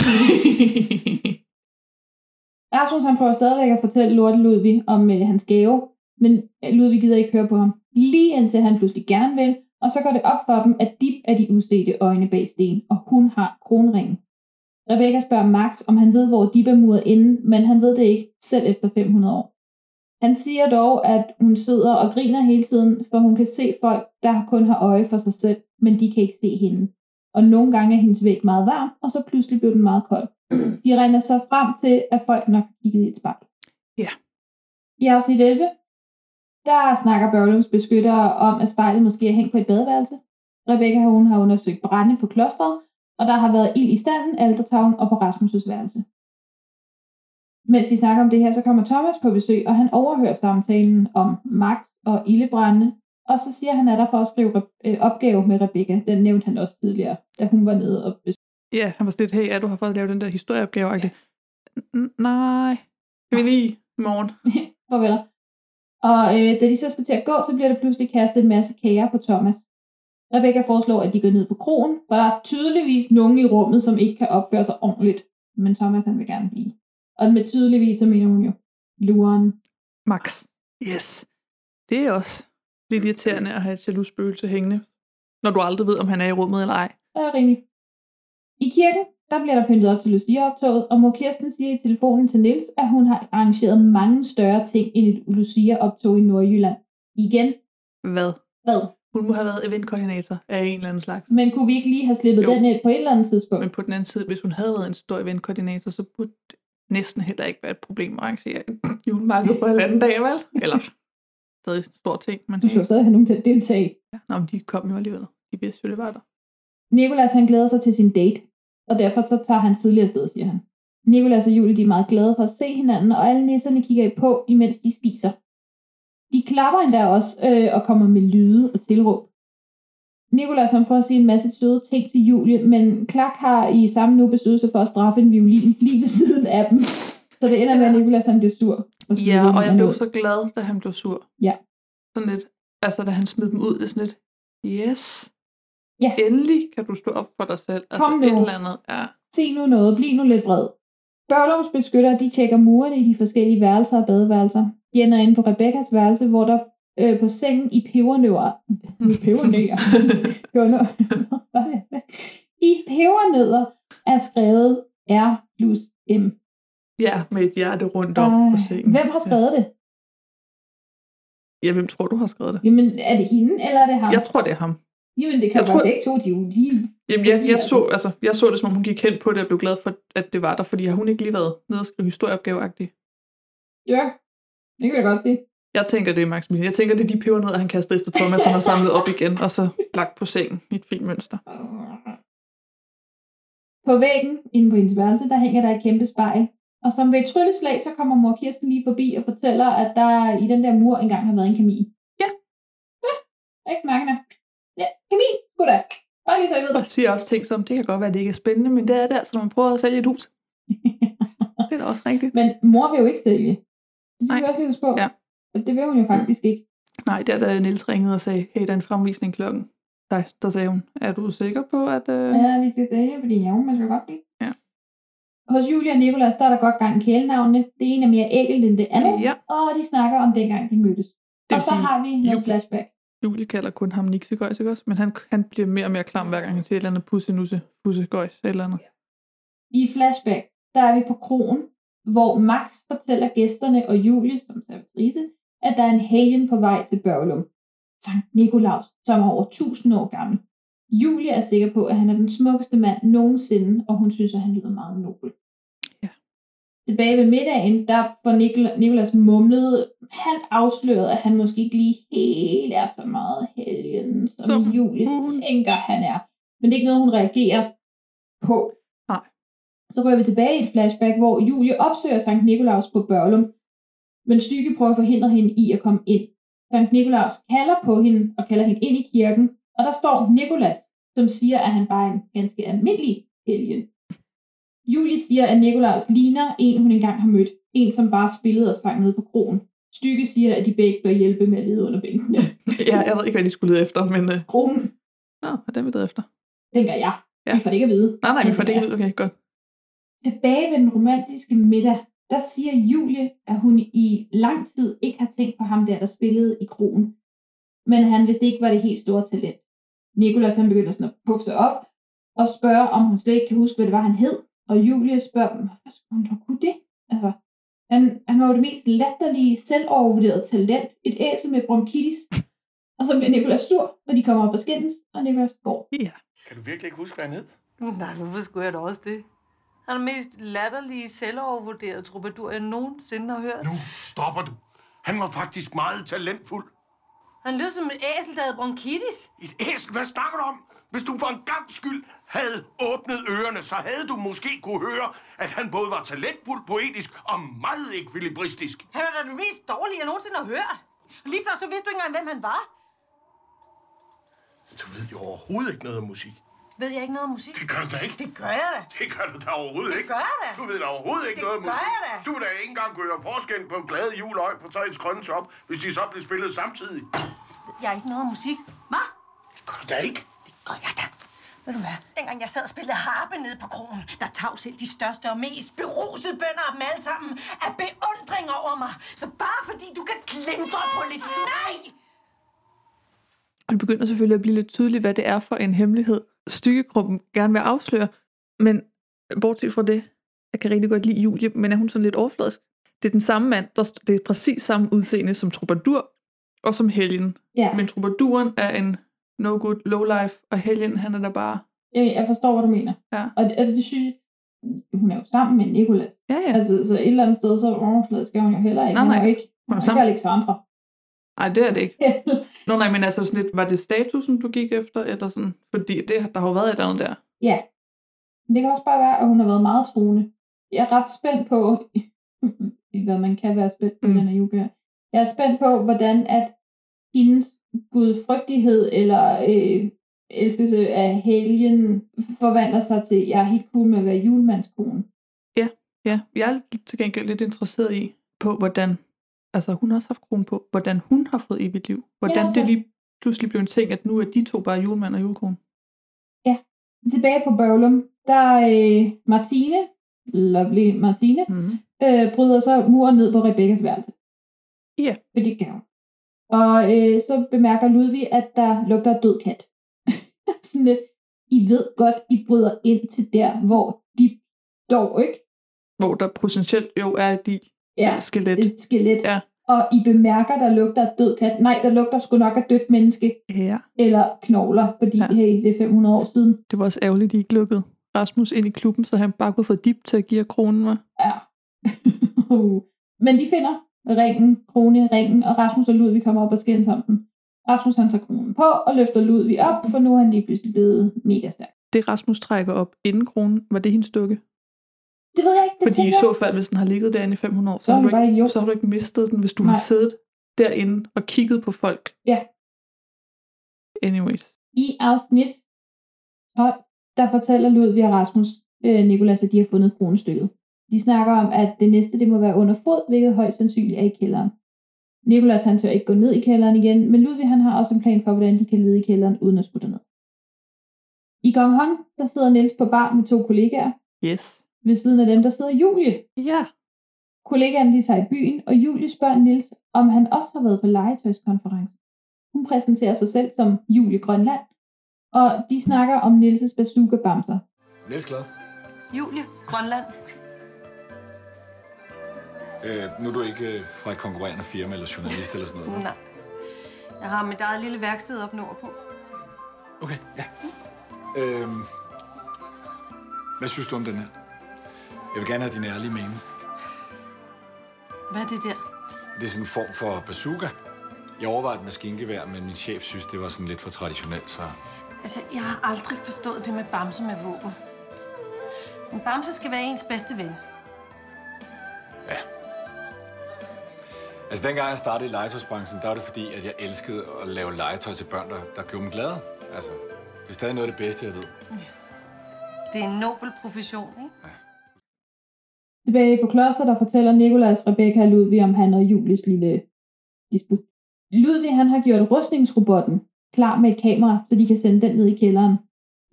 J: Rasmus han prøver stadigvæk at fortælle lorte Ludvig om øh, hans gave, men øh, Ludvig gider ikke høre på ham. Lige indtil han pludselig gerne vil, og så går det op for dem, at Dip er de udstedte øjne bag sten, og hun har kronringen. Rebecca spørger Max, om han ved, hvor Dip er muret inde, men han ved det ikke, selv efter 500 år. Han siger dog, at hun sidder og griner hele tiden, for hun kan se folk, der kun har øje for sig selv, men de kan ikke se hende. Og nogle gange er hendes væg meget varm, og så pludselig blev den meget kold. De regner sig frem til, at folk nok har kigget i et spejl.
K: Ja.
J: I afsnit 11, der snakker Børlums beskyttere om, at spejlet måske er hængt på et badeværelse. Rebecca hun har undersøgt brænde på klosteret, og der har været ild i standen, altertavlen og på Rasmus' værelse. Mens de snakker om det her, så kommer Thomas på besøg, og han overhører samtalen om magt og ildebrænde. Og så siger han, at han er der for at skrive rep- øh, opgave med Rebecca. Den nævnte han også tidligere, da hun var nede og besøgte.
K: Ja, han var sådan lidt, hey, ja, du har fået lavet den der historieopgave. Ja. Nej, kan vi lige i morgen?
J: Farvel. Og øh, da de så skal til at gå, så bliver der pludselig kastet en masse kager på Thomas. Rebecca foreslår, at de går ned på krogen, for der er tydeligvis nogen i rummet, som ikke kan opføre sig ordentligt. Men Thomas han vil gerne blive. Og med tydeligvis, så mener hun jo luren.
K: Max. Yes. Det er også lidt irriterende at have et jaloux spøgelse hængende, når du aldrig ved, om han er i rummet eller ej.
J: Det er rimeligt. Øh, I kirken, der bliver der pyntet op til Lucia-optoget, og mor Kirsten siger i telefonen til Nils, at hun har arrangeret mange større ting end et Lucia-optog i Nordjylland. Igen,
K: Hvad?
J: hvad?
K: Hun må have været eventkoordinator af en eller anden slags.
J: Men kunne vi ikke lige have slippet
K: Jo.
J: jo. den ind på et eller andet tidspunkt?
K: Men på den anden side, hvis hun havde været en stor eventkoordinator, så burde det næsten heller ikke være et problem at arrangere et julemarked på halvanden dag, vel? Eller stadig en stor ting. Men
J: Du skal jo stadig have nogen til at deltage.
K: Ja, Nå, men de kom jo alligevel. De vidste jo, det var der.
J: Nikolas han glæder sig til sin date, og derfor så tager han tidligere sted, siger han. Nikolas og Julie de er meget glade for at se hinanden, og alle nisserne kigger I på, imens de spiser. De klapper endda også øh, og kommer med lyde og tilråb. Nikolas han prøver at sige en masse søde ting til Julie, men Clark har i samme nu besøgelse for at straffe en violin lige ved siden af dem. Så det ender med, at Nikolas han bliver sur. smider
K: Ja,
J: dem
K: og jeg
J: af
K: blev
J: noget.
K: så glad, da han blev sur.
J: Ja.
K: Sådan lidt, altså da han smed dem ud, det er sådan lidt, yes,
J: Ja.
K: endelig kan du stå op for dig selv. Altså,
J: Kom nu.
K: Et eller andet, ja.
J: Se nu noget, bliv nu lidt vred. Børlums beskyttere, de tjekker murene i de forskellige værelser og badeværelser. De ender inde på Rebekkas værelse, hvor der øh, på sengen i pebernødder... Pebernødder? Pebernødder. Hvad er det? I pebernødder er skrevet R plus M.
K: Ja, med et hjerte rundt om på sengen.
J: Hvem har skrevet det?
K: Ja. ja, hvem tror du har skrevet det?
J: Jamen, er det hende, eller er det ham?
K: Jeg tror, det er ham.
J: Jamen, det kan
K: jeg
J: jo
K: tror-
J: være begge to, de er jo lige...
K: Jamen, jeg, jeg, så, altså, jeg så det, som om hun gik hen på det og blev glad for, at det var der, fordi har hun ikke lige været nede og skrive historieopgaveagtig?
J: Ja, det kan jeg godt sige.
K: Jeg tænker, det er Maximilian. Jeg tænker, det er de pebernødder, han kaster efter Thomas, som har samlet op igen, og så lagt på sengen i et fint mønster.
J: På væggen inde på hendes værelse, der hænger der et kæmpe spejl. Og som ved et trylleslag, så kommer mor Kirsten lige forbi og fortæller, at der i den der mur engang har været en kamin.
K: Ja.
J: Ja, ikke snakkende. Ja, kamin, goddag. Bare lige så jeg ved
K: Og
J: det.
K: siger også ting som, det kan godt være, at det ikke er spændende, men det er det altså, når man prøver at sælge et hus. Det er da også rigtigt.
J: Men mor vil jo ikke sælge. Det skal
K: Nej.
J: vi også lige huske på.
K: Ja.
J: Og det vil hun jo faktisk ikke.
K: Nej, der da Niels ringede og sagde, hey, der er en fremvisning klokken. Der, der sagde hun, er du sikker på, at... Øh...
J: Ja, vi skal sælge, fordi ja, man skal godt blive.
K: Ja.
J: Hos Julia og Nicolas, der er der godt gang i kælenavnene. Det ene er mere ægelt end det andet.
K: Ja.
J: Og de snakker om dengang, de mødtes.
K: Det
J: og
K: vil
J: så
K: sige,
J: har vi noget
K: Julia-
J: flashback.
K: Julie kalder kun ham niksegøjs, ikke også? Men han, han bliver mere og mere klam, hver gang han siger et eller andet pussenusse, pussegøjs, et eller andet.
J: I flashback, der er vi på krogen, hvor Max fortæller gæsterne og Julie, som servitrice, at der er en helgen på vej til Børglum. Sankt Nikolaus, som er over 1000 år gammel. Julie er sikker på, at han er den smukkeste mand nogensinde, og hun synes, at han lyder meget nobel.
K: Ja.
J: Tilbage ved middagen, der får Nikol- Nikolas mumlede halvt afsløret, at han måske ikke lige helt er så meget helgen, som,
K: Som
J: som Julie
K: hun.
J: tænker, han er. Men det er ikke noget, hun reagerer på.
K: Nej.
J: Så rører vi tilbage i et flashback, hvor Julie opsøger Sankt Nikolaus på Børlum, men Stykke prøver at forhindre hende i at komme ind. Sankt Nikolaus kalder på hende og kalder hende ind i kirken, og der står Nikolas, som siger, at han bare er en ganske almindelig helgen. Julie siger, at Nikolaus ligner en, hun engang har mødt. En, som bare spillede og sang nede på krogen. Stykke siger, at de begge bør hjælpe med at lede under bænkene.
K: Ja, jeg ved ikke, hvad de skulle lede efter, men øh,
J: Kronen.
K: Nå, er den vi leder efter?
J: Tænker jeg.
K: Ja.
J: Vi får det ikke at vide.
K: Nej, nej, vi
J: Men
K: får det ikke
J: er-
K: ud. Okay, godt.
J: Tilbage ved den romantiske middag, der siger Julie, at hun i lang tid ikke har tænkt på ham der, der spillede i kroen. Men han vidste ikke, var det helt store talent. Nikolas han begynder sådan at puffe sig op og spørge, om hun slet ikke kan huske, hvad det var, han hed. Og Julie spørger dem, hvad skulle hun dog kunne det? Altså, han, han var jo det mest latterlige, selvovervurderede talent. Et æsel med bronkitis. Og så bliver Nikolas sur, når de kommer op og skændes, og Nikolas går.
K: Ja.
O: Kan du virkelig ikke huske, hvad han hed?
P: Nej, hvorfor skulle jeg da også det? Han er den mest latterlige, selvovervurderede troubadour, jeg nogensinde har hørt.
C: Nu stopper du. Han var faktisk meget talentfuld.
P: Han lød som et æsel, der havde bronkitis.
C: Et æsel? Hvad snakker du om? Hvis du for en gang skyld havde åbnet ørerne, så havde du måske kunne høre, at han både var talentfuld, poetisk og meget ekvilibristisk.
P: Han var da den mest dårlige, jeg nogensinde har hørt. Og lige før så vidste du ikke engang, hvem han var.
C: Du ved jo overhovedet ikke noget om musik.
P: Ved jeg ikke noget om musik?
C: Det gør du da ikke.
P: Det gør jeg da.
C: Det gør du da overhovedet
P: Det
C: ikke.
P: gør jeg da.
C: Du ved da overhovedet ikke
P: Det
C: noget om
P: gør
C: musik.
P: jeg da.
C: Du vil da ikke engang kunne høre forskellen på glade juløg på tøjets grønne top, hvis de så blev spillet samtidig.
P: Jeg er ikke noget om musik. Hva?
C: Gør du da ikke?
P: Ved du hvad? Dengang jeg sad og spillede harpe nede på kronen, der tav selv de største og mest berusede bønder af dem alle sammen af beundring over mig. Så bare fordi du kan klemtre på lidt... Nej!
K: Og det begynder selvfølgelig at blive lidt tydeligt, hvad det er for en hemmelighed, stykkegruppen gerne vil afsløre. Men bortset fra det, jeg kan rigtig godt lide Julie, men er hun sådan lidt overfladisk? Det er den samme mand, der st- det er præcis samme udseende som Troubadour og som Helgen.
J: Ja.
K: Men Troubadouren er en no-good lowlife, og Helgen, han er der bare...
J: Jeg, Øh, jeg forstår, hvad du mener.
K: Ja.
J: Og det, og det synes jeg, hun er jo sammen med Nikolas.
K: Ja, ja.
J: Altså, så et eller andet sted, så overfladet skal hun jo heller ikke.
K: Nej,
J: Hun er
K: nej.
J: jo ikke, hun
K: Hun er
J: er ikke
K: sammen.
J: Alexandra.
K: Ej, det er det ikke. Nå nej, men altså sådan lidt, var det statusen, du gik efter, eller sådan? Fordi det, der har jo været et eller andet der.
J: Ja. Men det kan også bare være, at hun har været meget troende. Jeg er ret spændt på, hvad man kan være spændt på, mm. den her yoga. Jeg er spændt på, hvordan at hendes gudfrygtighed eller øh, elskelse af helgen forvandler sig til, jeg er helt cool med at være julemandskone.
K: Ja, ja. Jeg er til gengæld lidt interesseret i, på hvordan, altså hun har også haft kronen på, hvordan hun har fået evigt liv. Hvordan
J: altså.
K: det lige pludselig blev en ting, at nu er de to bare julemand og julekone.
J: Tilbage på Børglum, der øh, Martine, lovely Martine,
K: mm.
J: øh, bryder så muren ned på Rebekkas værelse.
K: Ja. Yeah.
J: For det kan hun. Og øh, så bemærker Ludvig, at der lugter af død kat. Sådan lidt, I ved godt, I bryder ind til der, hvor de står, ikke?
K: Hvor der potentielt jo er de
J: Ja,
K: skelet.
J: Et skelet.
K: Ja.
J: Og I bemærker, der lugter af død kat. Nej, der lugter sgu nok af dødt menneske.
K: Ja.
J: Eller knogler, fordi ja. hey, det er 500 år siden.
K: Det var også ærgerligt, de ikke lukkede Rasmus ind i klubben, så han bare kunne få dip til at give jer kronen, var.
J: Ja. Men de finder ringen, krone, ringen, og Rasmus og Ludvig kommer op og skændes om den. Rasmus han tager kronen på og løfter Ludvig op, for nu er han lige pludselig blevet mega stærk.
K: Det Rasmus trækker op inden kronen, var det hendes dukke?
J: Det ved jeg ikke, det
K: Fordi i
J: tænker
K: så
J: jeg.
K: fald, hvis den har ligget derinde i 500 år, så,
J: Så er
K: har, du
J: den bare
K: ikke, så har du ikke mistet den, hvis du Nej. har
J: Nej.
K: siddet derinde og kigget på folk.
J: Ja.
K: Anyways.
J: I afsnit 12, der fortæller Ludvig og Rasmus, øh, Nikolas, at de har fundet kronestykket. De snakker om, at det næste det må være under fod, hvilket højst sandsynligt er i kælderen. Nikolas han tør ikke gå ned i kælderen igen, men Ludvig han har også en plan for, hvordan de kan lede i kælderen uden at skulle ned. I Gong Hong, der sidder Niels på bar med to kollegaer.
K: Yes.
J: Ved siden af dem, der sidder Julie.
K: Ja.
J: Kollegaerne de tager i byen, og Julie spørger Nils, om han også har været på legetøjskonference. Hun præsenterer sig selv som Julie Grønland, og de snakker om Nils' bazooka-bamser.
Q: Niels Glad.
P: Julie, Grønland.
Q: Øh, nu er du ikke øh, fra et konkurrerende firma eller journalist eller sådan noget.
P: Nej. Jeg har mit eget lille værksted op nordpå.
Q: Øh, hvad synes du om den her? Jeg vil gerne have din ærlige mening.
P: Hvad er det der?
Q: Det er sådan en form for bazooka. Jeg overvejede et maskingevær, men min chef synes, det var sådan lidt for traditionelt, så...
P: Altså, jeg har aldrig forstået det med bamse med våben. En bamse skal være ens bedste ven.
Q: Altså, dengang jeg startede i legetøjsbranchen, der var det fordi, at jeg elskede at lave legetøj til børn, der, der gjorde dem glade. Altså, det er stadig noget af det bedste, jeg ved.
P: Det er en nobel profession, ikke?
J: Tilbage på kloster, der fortæller Nikolas, Rebecca og Ludvig om han og Julies lille disput. Ludvig han har gjort rustningsrobotten klar med et kamera, så de kan sende den ned i kælderen.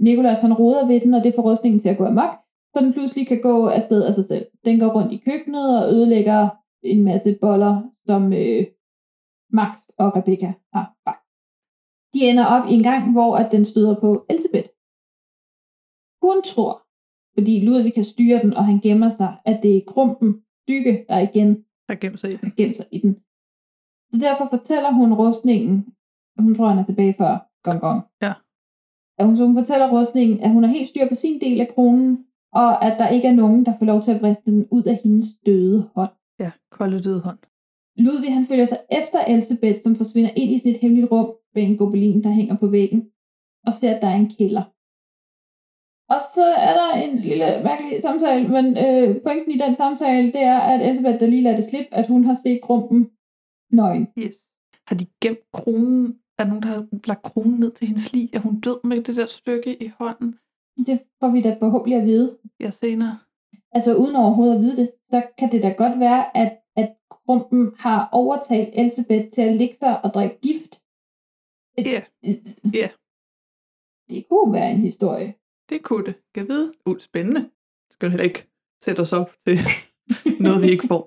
J: Nicolas han roder ved den, og det får rustningen til at gå amok, så den pludselig kan gå afsted af sig selv. Den går rundt i køkkenet og ødelægger en masse boller, som øh, Max og Rebecca har bagt. De ender op i en gang, hvor at den støder på Elsebeth. Hun tror, fordi Ludvig kan styre den, og han gemmer sig, at det er grumpen, dykke, der igen
K: der gemmer sig i den.
J: Gemt sig i den. Så derfor fortæller hun rustningen, hun tror, han er tilbage før gong gong.
K: Ja.
J: At hun, så hun fortæller rustningen, at hun har helt styr på sin del af kronen, og at der ikke er nogen, der får lov til at vriste den ud af hendes døde hånd.
K: Ja, kolde døde hånd.
J: Ludvig han følger sig efter Elsebeth, som forsvinder ind i sådan et hemmeligt rum ved en gobelin, der hænger på væggen, og ser, at der er en kælder. Og så er der en lille mærkelig samtale, men øh, pointen i den samtale, det er, at Elsebeth, der lige lader det slippe, at hun har set grumpen nøgen.
K: Yes. Har de gemt kronen? Er der nogen, der har lagt kronen ned til hendes lig? Er hun død med det der stykke i hånden?
J: Det får vi da forhåbentlig at vide.
K: Ja, senere.
J: Altså uden overhovedet at vide det, så kan det da godt være, at, at grumpen har overtalt Elsebeth til at ligge sig og drikke gift. Øh,
K: Ja. Ja.
J: Det kunne være en historie.
K: Det kunne det. Kan vide? Uh, spændende. Skal du heller ikke sætte os op til noget, vi ikke får.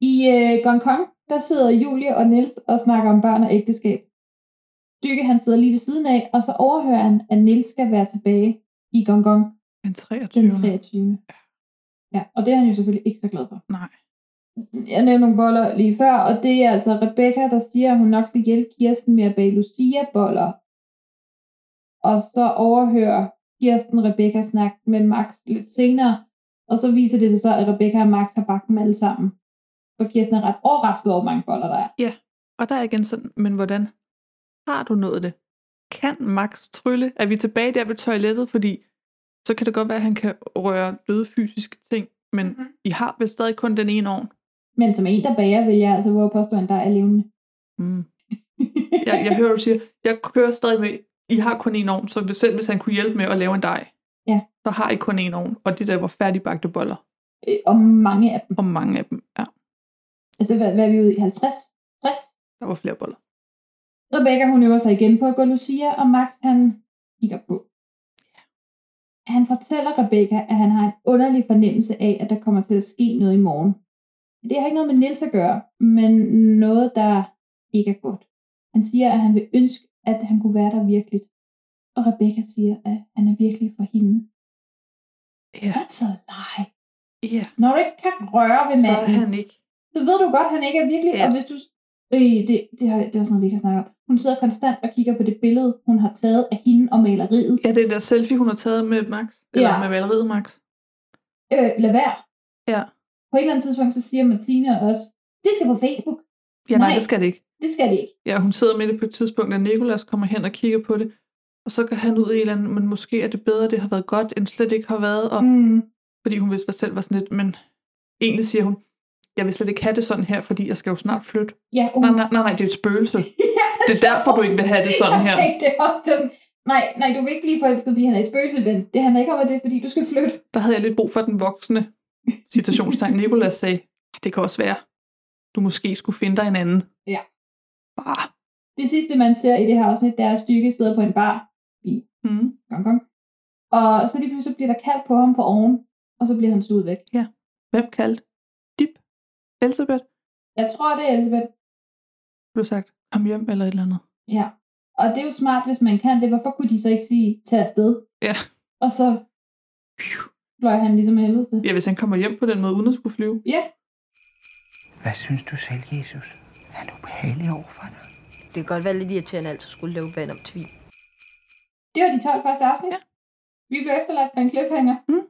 J: I øh, Hong Kong, der sidder Julie og Nils og snakker om børn og ægteskab. Dykke han sidder lige ved siden af, og så overhører han, at Nils skal være tilbage i Hong Kong
K: Den 23.
J: den 23. Ja, og det er han jo selvfølgelig ikke så glad for.
K: Nej.
J: Jeg nævnte nogle boller lige før, og det er altså Rebecca, der siger, at hun nok skal hjælpe Kirsten med at bage Lucia-boller. Og så overhører Kirsten Rebecca snak med Max lidt senere, og så viser det sig så, at Rebecca og Max har bagt dem alle sammen. For Kirsten er ret overrasket over, hvor mange boller der er.
K: Ja, og der er igen sådan, men hvordan har du nået det? Kan Max trylle? Er vi tilbage der ved toilettet? Fordi så kan det godt være, at han kan røre døde fysiske ting, men mm-hmm. I har vel stadig kun den ene ovn.
J: Men som en, der bager, vil jeg altså våge at påstå, at der er levende.
K: Mm. Jeg, jeg hører, du siger, jeg kører stadig med, I har kun en ovn, så hvis- selv hvis han kunne hjælpe med at lave en dej,
J: Ja.
K: så har I kun en ovn, og det der var færdigbagte boller,
J: Øh, Og mange af dem.
K: og mange af dem, ja,
J: Altså, hvad, hvad er vi ude i? 50? 60?
K: der var flere boller.
J: Rebecca, hun øver sig igen på at gå Lucia, og Max, han kigger på. Han fortæller Rebecca, at han har en underlig fornemmelse af, at der kommer til at ske noget i morgen. Det har ikke noget med Nils at gøre, men noget, der ikke er godt. Han siger, at han vil ønske, at han kunne være der virkeligt. Og Rebecca siger, at han er virkelig for hende.
K: Ja.
J: That's a lie.
K: Ja,
J: Når du ikke kan røre ved
K: så
J: manden,
K: er han ikke.
J: så ved du godt, at han ikke er virkelig. Ja. Og hvis du... Øh, det, det, har, det er også noget, vi ikke har snakket om. Hun sidder konstant og kigger på det billede, hun har taget af hende og maleriet.
K: Ja, det er der selfie, hun har taget med Max, eller
J: Ja.
K: med maleriet Max.
J: Øh, lad være.
K: Ja.
J: På et eller andet tidspunkt, så siger Martina også, det skal på Facebook.
K: Ja, nej,
J: Nej.
K: nej, det skal det ikke.
J: Det skal det ikke.
K: Ja, hun sidder med det på et tidspunkt, da Nikolas kommer hen og kigger på det, og så går han ud i et eller andet, men måske er det bedre, det har været godt, end slet ikke har været, og,
J: mm.
K: fordi hun vidste, hvad selv var sådan lidt, men egentlig siger hun, jeg vil slet ikke have det sådan her, fordi jeg skal jo snart flytte.
J: Ja, uh.
K: Nej, nej, nej, nej, det er et spøgelse. Det er derfor, du ikke vil have det sådan
J: jeg
K: her.
J: tænkte det også. Det er sådan, nej, nej, du vil ikke blive forelsket, fordi han er i spøgelseven. Det handler ikke om, at det er, fordi du skal flytte.
K: Der havde jeg lidt brug for den voksne, citationstegn Nikolas sagde, det kan også være, du måske skulle finde dig en anden.
J: Ja.
K: Bare.
J: Det sidste, man ser i det her afsnit, det er, at Stykke sidder på en bar. I
K: Mm.
J: Gong Gong. Og så lige pludselig bliver der kaldt på ham fra oven, og så bliver han suget væk.
K: Hvem kaldte? Dip? Elisabeth?
J: Jeg tror, det er Elisabeth.
K: Blev sagt, kom hjem eller et eller andet.
J: Ja. Og det er jo smart, hvis man kan det. Hvorfor kunne de så ikke sige, tag afsted?
K: Ja.
J: Og så fløj han ligesom af helvede.
K: Ja, hvis han kommer hjem på den måde, uden at skulle flyve.
J: Ja.
O: Hvad synes du selv, Jesus? Er du behagelig over for dig?
R: Det kan godt være lidt irriterende at altid skulle løbe vand om tvin.
J: Det var de 12 første afsnit. Ja. Vi blev efterladt på en cliffhanger.
K: Mm.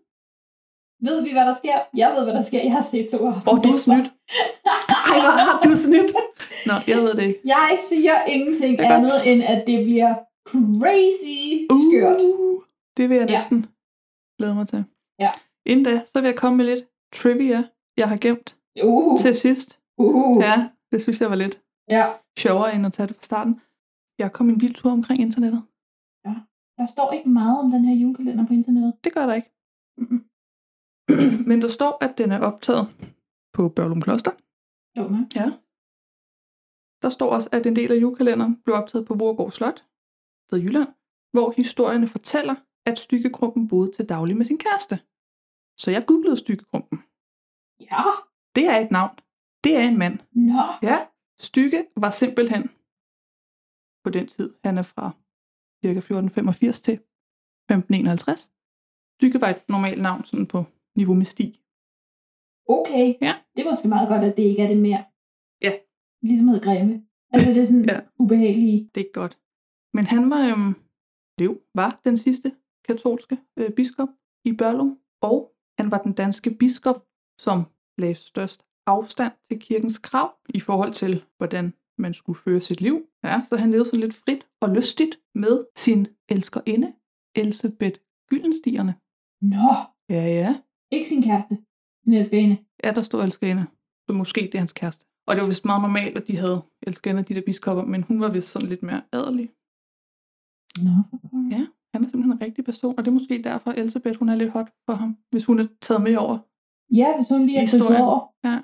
J: Ved vi, hvad der sker? Jeg ved, hvad der sker. Jeg har set to afsnit.
K: Åh, du er snydt. Ej, hvor har du snydt. Nå, jeg ved det ikke.
J: Jeg siger ingenting
K: Det er godt.
J: andet, end at det bliver crazy skørt.
K: Uh, Det vil jeg
J: Ja.
K: næsten glæde mig til.
J: Ja.
K: Inden da, så vil jeg komme med lidt trivia, jeg har gemt
J: uh.
K: til sidst.
J: Uh.
K: Ja, det synes jeg var lidt
J: Ja.
K: sjovere end at tage det fra starten. Jeg kom en vild tur omkring internettet.
J: Der står ikke meget om den her julekalender på internettet.
K: Det gør der ikke. Men der står, at den er optaget på Børlum Kloster.
J: Jo, man.
K: Ja. der står også, at en del af julekalenderen blev optaget på Vorgård Slot ved Jylland, hvor historierne fortæller, at stykkekrumpen boede til daglig med sin kæreste. Så jeg googlede stykkekrumpen.
J: Ja.
K: Det er et navn. Det er en mand.
J: Nå.
K: Ja. Stykke var simpelthen på den tid, han er fra ca. 1485 til 1551. Stykke var et normalt navn sådan på niveau med sti.
J: Okay.
K: Ja.
J: Det er måske meget godt, at det ikke er det mere.
K: Ja.
J: Ligesom hed Greve. Altså, det er sådan ja. ubehagelige.
K: Det er ikke godt. Men han var, øhm, lev, var den sidste katolske øh, biskop i Børlum, og han var den danske biskop, som lagde størst afstand til kirkens krav i forhold til, hvordan man skulle føre sit liv. Ja, så han levede sådan lidt frit og lystigt med sin elskerinde, Elisabeth Gyldenstierne.
J: Nå,
K: Ja, ja.
J: ikke sin kæreste. Sin elskerinde.
K: Ja, der stod elskerinde. Så måske det er hans kæreste. Og det var vist meget normalt, at de havde elskerinder, de der biskopper, men hun var vist sådan lidt mere adelig.
J: Nå.
K: Ja, han er simpelthen en rigtig person, og det er måske derfor, at Elisabeth hun er lidt hot for ham, hvis hun er taget med over
J: Ja, hvis hun lige er
K: historien.
J: krydset over.
K: Ja.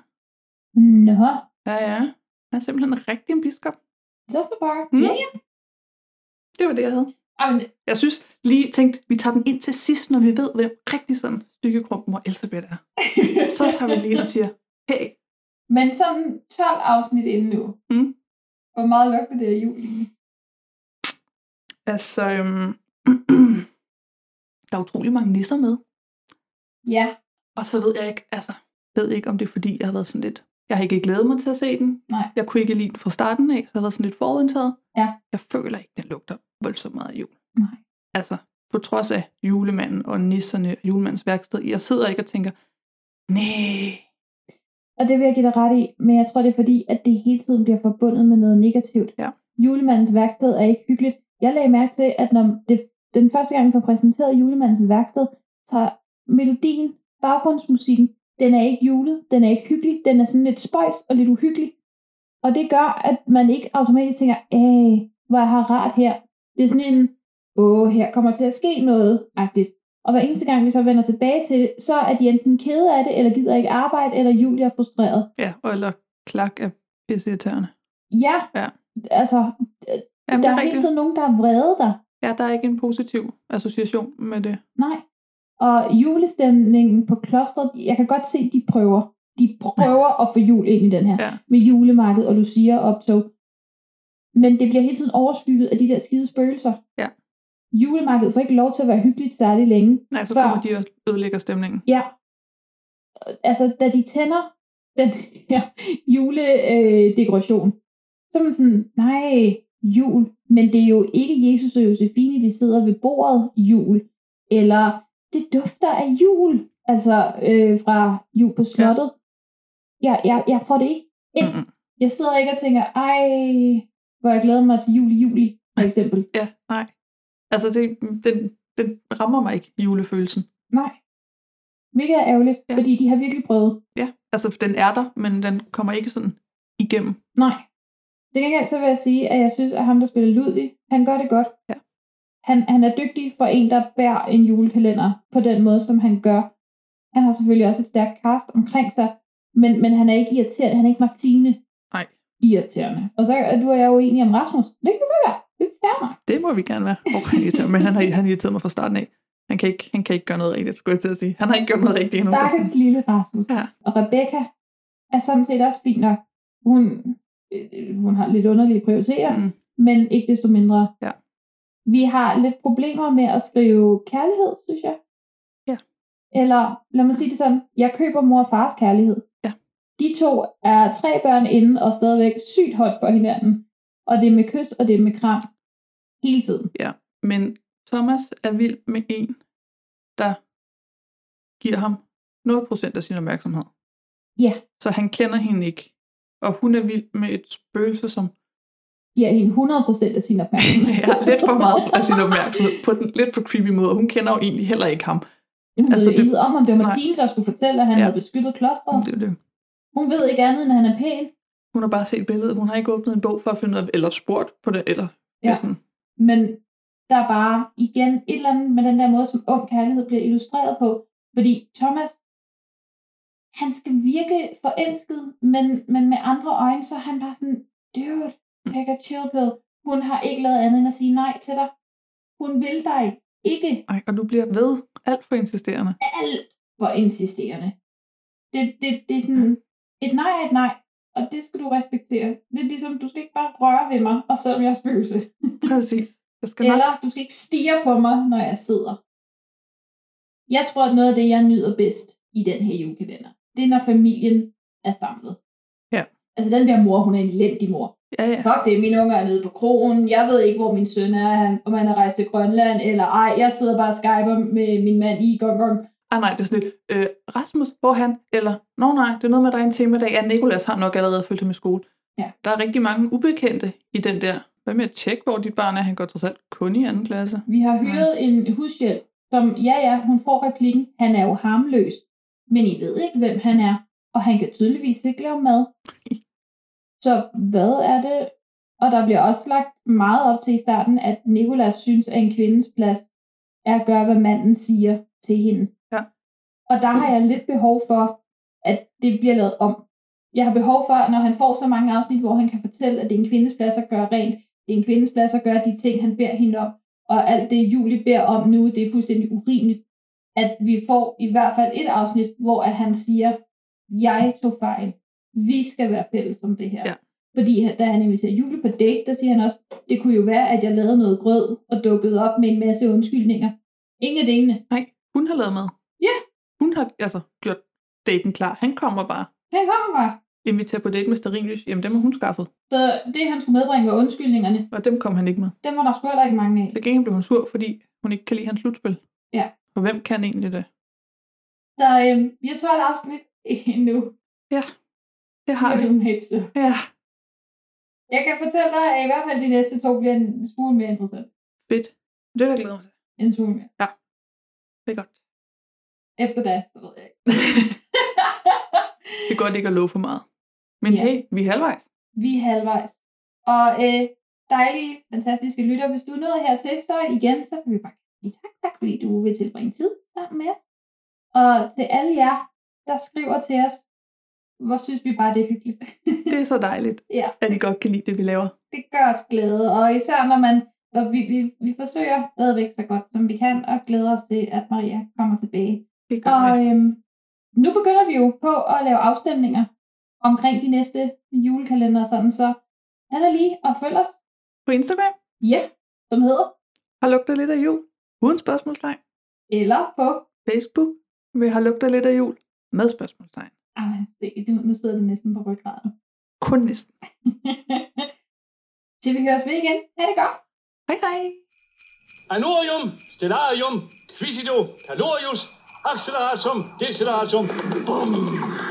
J: Nå.
K: ja, ja. Han er simpelthen rigtig en biskop.
J: Så for bare.
K: Mm.
J: Ja, ja.
K: Det var det, jeg havde.
J: Jamen,
K: Jeg synes lige tænkt, vi tager den ind til sidst, når vi ved, hvem rigtig sådan stykkekrumpen og Elisabeth er. Så tager vi lige ind og siger, hey,
J: Men sådan 12 afsnit inden nu.
K: Mm.
J: Hvor meget lugter det af jul egentlig?
K: altså, øhm, der er utrolig mange nisser med.
J: Ja.
K: Og så ved jeg ikke, altså, jeg ved ikke, om det er fordi, jeg har været sådan lidt... Jeg har ikke glædet mig til at se den.
J: Nej.
K: Jeg kunne ikke lide den fra starten af, så jeg har været sådan lidt forudindtaget.
J: Ja.
K: Jeg føler ikke, den lugter voldsomt meget af jul.
J: Nej.
K: Altså, på trods af julemanden og nisserne og julemandens værksted, jeg sidder ikke og tænker, nej,
J: Og det vil jeg give dig ret i, men jeg tror, det er fordi, at det hele tiden bliver forbundet med noget negativt.
K: Ja.
J: Julemandens værksted er ikke hyggeligt. Jeg lagde mærke til, at når det, den første gang, vi får præsenteret julemandens værksted, så er melodien, baggrundsmusikken, den er ikke julet, den er ikke hyggelig, den er sådan lidt spøjs og lidt uhyggelig. Og det gør, at man ikke automatisk tænker, æh, hvor jeg har rart her. Det er sådan en, åh, her kommer til at ske noget-agtigt. Og hver eneste gang, vi så vender tilbage til det, så er de enten kede af det, eller gider ikke arbejde, eller Julie er frustreret.
K: ja, og eller klak af pisseirriterende.
J: Ja,
K: Ja.
J: altså, øh,
K: Jamen, det
J: der
K: er
J: er hele
K: rigtigt.
J: tiden nogen, der er vrede dig.
K: Ja, der er ikke en positiv association med det.
J: Nej. Og julestemningen på klostret, jeg kan godt se, de prøver. De prøver at få jul ind i den her.
K: Ja.
J: Med julemarked og Lucia optog. Men det bliver hele tiden overskygget af de der skide spøgelser.
K: Ja.
J: Julemarkedet får ikke lov til at være hyggeligt særlig længe.
K: Nej, så
J: før-
K: kommer de og ødelægger stemningen.
J: Ja. Altså, da de tænder den her juledekoration, øh, dekoration, så er man sådan, nej, jul, men det er jo ikke Jesus og Josefine, vi sidder ved bordet jul, eller det dufter af jul, altså øh, fra jul på slottet. Ja. Jeg, jeg, jeg får det ikke ind.
K: Mm-mm.
J: Jeg sidder ikke og tænker, ej, hvor jeg glæder mig til jul i juli, for eksempel.
K: Ja, nej. Altså, det, den, den rammer mig ikke, julefølelsen.
J: Nej. Hvilket er ærgerligt, ja. fordi de har virkelig prøvet.
K: Ja, altså den er der, men den kommer ikke sådan igennem.
J: Nej. Til gengæld så vil jeg sige, at jeg synes, at ham, der spiller Ludvig, han gør det godt.
K: Ja.
J: Han, han er dygtig for en, der bærer en julekalender på den måde, som han gør. Han har selvfølgelig også et stærkt cast omkring sig, men, men han er ikke irriterende. Han er ikke Martine
K: Nej.
J: irriterende. Og så er du og jeg jo enige om Rasmus. Det kan godt være. Det er fair nok.
K: Det må vi gerne være. Oh, han irriterer, men han har han irriteret mig fra starten af. Han kan, ikke, han kan ikke gøre noget rigtigt, skulle jeg til at sige. Han har ikke gjort noget rigtigt endnu. der
J: Stakkels
K: sådan-
J: lille Rasmus.
K: Ja.
J: Og Rebecca er sådan set også fin nok. Hun, øh, hun har lidt underlige prioriteter,
K: Mm.
J: men ikke desto mindre.
K: Ja.
J: Vi har lidt problemer med at skrive kærlighed, synes jeg.
K: Ja.
J: Eller lad mig sige det sådan, jeg køber mor og fars kærlighed.
K: Ja.
J: De to er tre børn inde og stadigvæk sygt hot for hinanden. Og det er med kys, og det er med kram. Hele tiden.
K: Ja, men Thomas er vild med en, der giver ham 0% af sin opmærksomhed.
J: Ja,
K: Så han kender hende ikke. Og hun er vild med et spøgelse, som
J: giver hende 100% af sin opmærksomhed.
K: er lidt for meget af sin opmærksomhed på den lidt for creepy måde, og hun kender jo egentlig heller ikke ham.
J: Hun altså,
K: Altså,
J: ved
K: det-
J: det... intet om, om det var
K: Nej.
J: Martine, der skulle fortælle, at han
K: Ja.
J: ja. havde beskyttet klostret.
K: Det er det.
J: Hun ved ikke andet, end at han er pæn.
K: Hun har bare set billedet. Hun har ikke åbnet en bog for at finde ud af, eller spurgt på det, eller
J: Ja.
K: ja. sådan.
J: Men der er bare igen et eller andet med den der måde, som ung kærlighed bliver illustreret på. Fordi Thomas, han skal virke forelsket, men, men med andre øjne, så er han bare sådan dude, take a chill pill. Hun har ikke lavet andet end at sige nej til dig. Hun vil dig ikke
K: Ej, og du bliver ved. Alt for insisterende.
J: alt for insisterende. Det, det, det er sådan, et nej er et nej, og det skal du respektere. Det er ligesom, du skal ikke bare røre ved mig, og selvom jeg er spøgelse.
K: Præcis. Jeg skal
J: Eller du skal ikke stige på mig, når jeg sidder. Jeg tror, at noget af det, jeg nyder bedst i den her julekalender, det er, når familien er samlet.
K: Ja.
J: Altså den der mor, hun er en elendig mor.
K: Ja, ja.
J: Fuck det, mine unger er nede på krogen. Jeg ved ikke, hvor min søn er, han- om han er rejst til Grønland eller ej. Jeg sidder bare og skyper med min mand i gong gong.
K: Ah nej, det er sådan lidt, øh, Rasmus, hvor er han? Eller, nå nej, det er noget med, at der er en temadag. Ja, Nikolas har nok allerede fulgt ham i skole.
J: Ja.
K: Der er rigtig mange ubekendte i den der. Hvad med at tjekke, hvor dit barn er? Han går trods alt kun i anden klasse.
J: Vi har hyret en hushjælp, som, ja ja, hun får replikken, han er jo harmløs, men I ved ikke, hvem han er, og han kan tydeligvis ikke lave mad. Så hvad er det? Og der bliver også lagt meget op til i starten, at Nikolas synes, at en kvindes plads er at gøre, hvad manden siger til hende.
K: Ja.
J: Og der har jeg lidt behov for, at det bliver lavet om. Jeg har behov for, at når han får så mange afsnit, hvor han kan fortælle, at det er en kvindes plads at gøre rent, det er en kvindes plads at gøre de ting, han beder hende om, og alt det, Julie beder om nu, det er fuldstændig urimeligt, at vi får i hvert fald et afsnit, hvor at han siger, jeg tog fejl. Vi skal være fælles om det her.
K: Ja.
J: Fordi han- da han inviterer Julie på date, der siger han også, det kunne jo være, at jeg lavede noget grød og dukkede op med en masse undskyldninger. Ingen af delene.
K: Nej, hun har lavet mad.
J: Ja.
K: Hun har altså gjort daten klar. Han kommer bare.
J: Han kommer bare.
K: Inviterer på date med Sterinlys. Jamen, dem har hun skaffet.
J: Så det, han skulle medbringe, var undskyldningerne.
K: Og dem kom han ikke med.
J: Dem var der sgu heller ikke mange af.
K: Til gengæld blev hun sur, fordi hun ikke kan lide hans slutspil.
J: Ja.
K: Og hvem kan egentlig det?
J: Så øhm, vi har 12 afsnit endnu.
K: Ja, det har vi. Ja.
J: Jeg kan fortælle dig, at i hvert fald de næste to bliver en smule mere interessant.
K: Fedt. Det vil jeg glæde mig til.
J: En smule mere.
K: Ja. Det er godt.
J: Efter da, så ved jeg ikke.
K: Det er godt ikke at love for meget. Men
J: Ja.
K: ja. hey, vi er halvvejs.
J: Vi er halvvejs. Og øh, dejlige, fantastiske lytter, hvis du er nået hertil, så igen, så vil vi bare sige tak, tak fordi du vil tilbringe tid sammen med os. Og til alle jer, der skriver til os, hvor synes vi bare, det er hyggeligt.
K: Det er så dejligt,
J: ja.
K: at I godt kan lide det, vi laver.
J: det gør os glæde, og især når man, så vi, vi, vi forsøger stadigvæk så godt, som vi kan, og glæder os til, at Maria kommer tilbage.
K: Det
J: gør og øhm, nu begynder vi jo på at lave afstemninger omkring de næste julekalender, og sådan så tag da lige og følg os.
K: På Instagram?
J: Ja, som hedder.
K: Har lugtet lidt af jul? Uden spørgsmålstegn.
J: Eller på.
K: Facebook? Vi har lugtet lidt af jul? Med spørgsmålstegn.
J: Ah, se, det- nu sidder det næsten på ryggraden.
K: Kun næsten.
J: Til vi høres ved igen. Ha' det godt.
K: Hej hej.
F: Anorium, stellarium, quisido, calorius, acceleratum, deceleratum. Bum.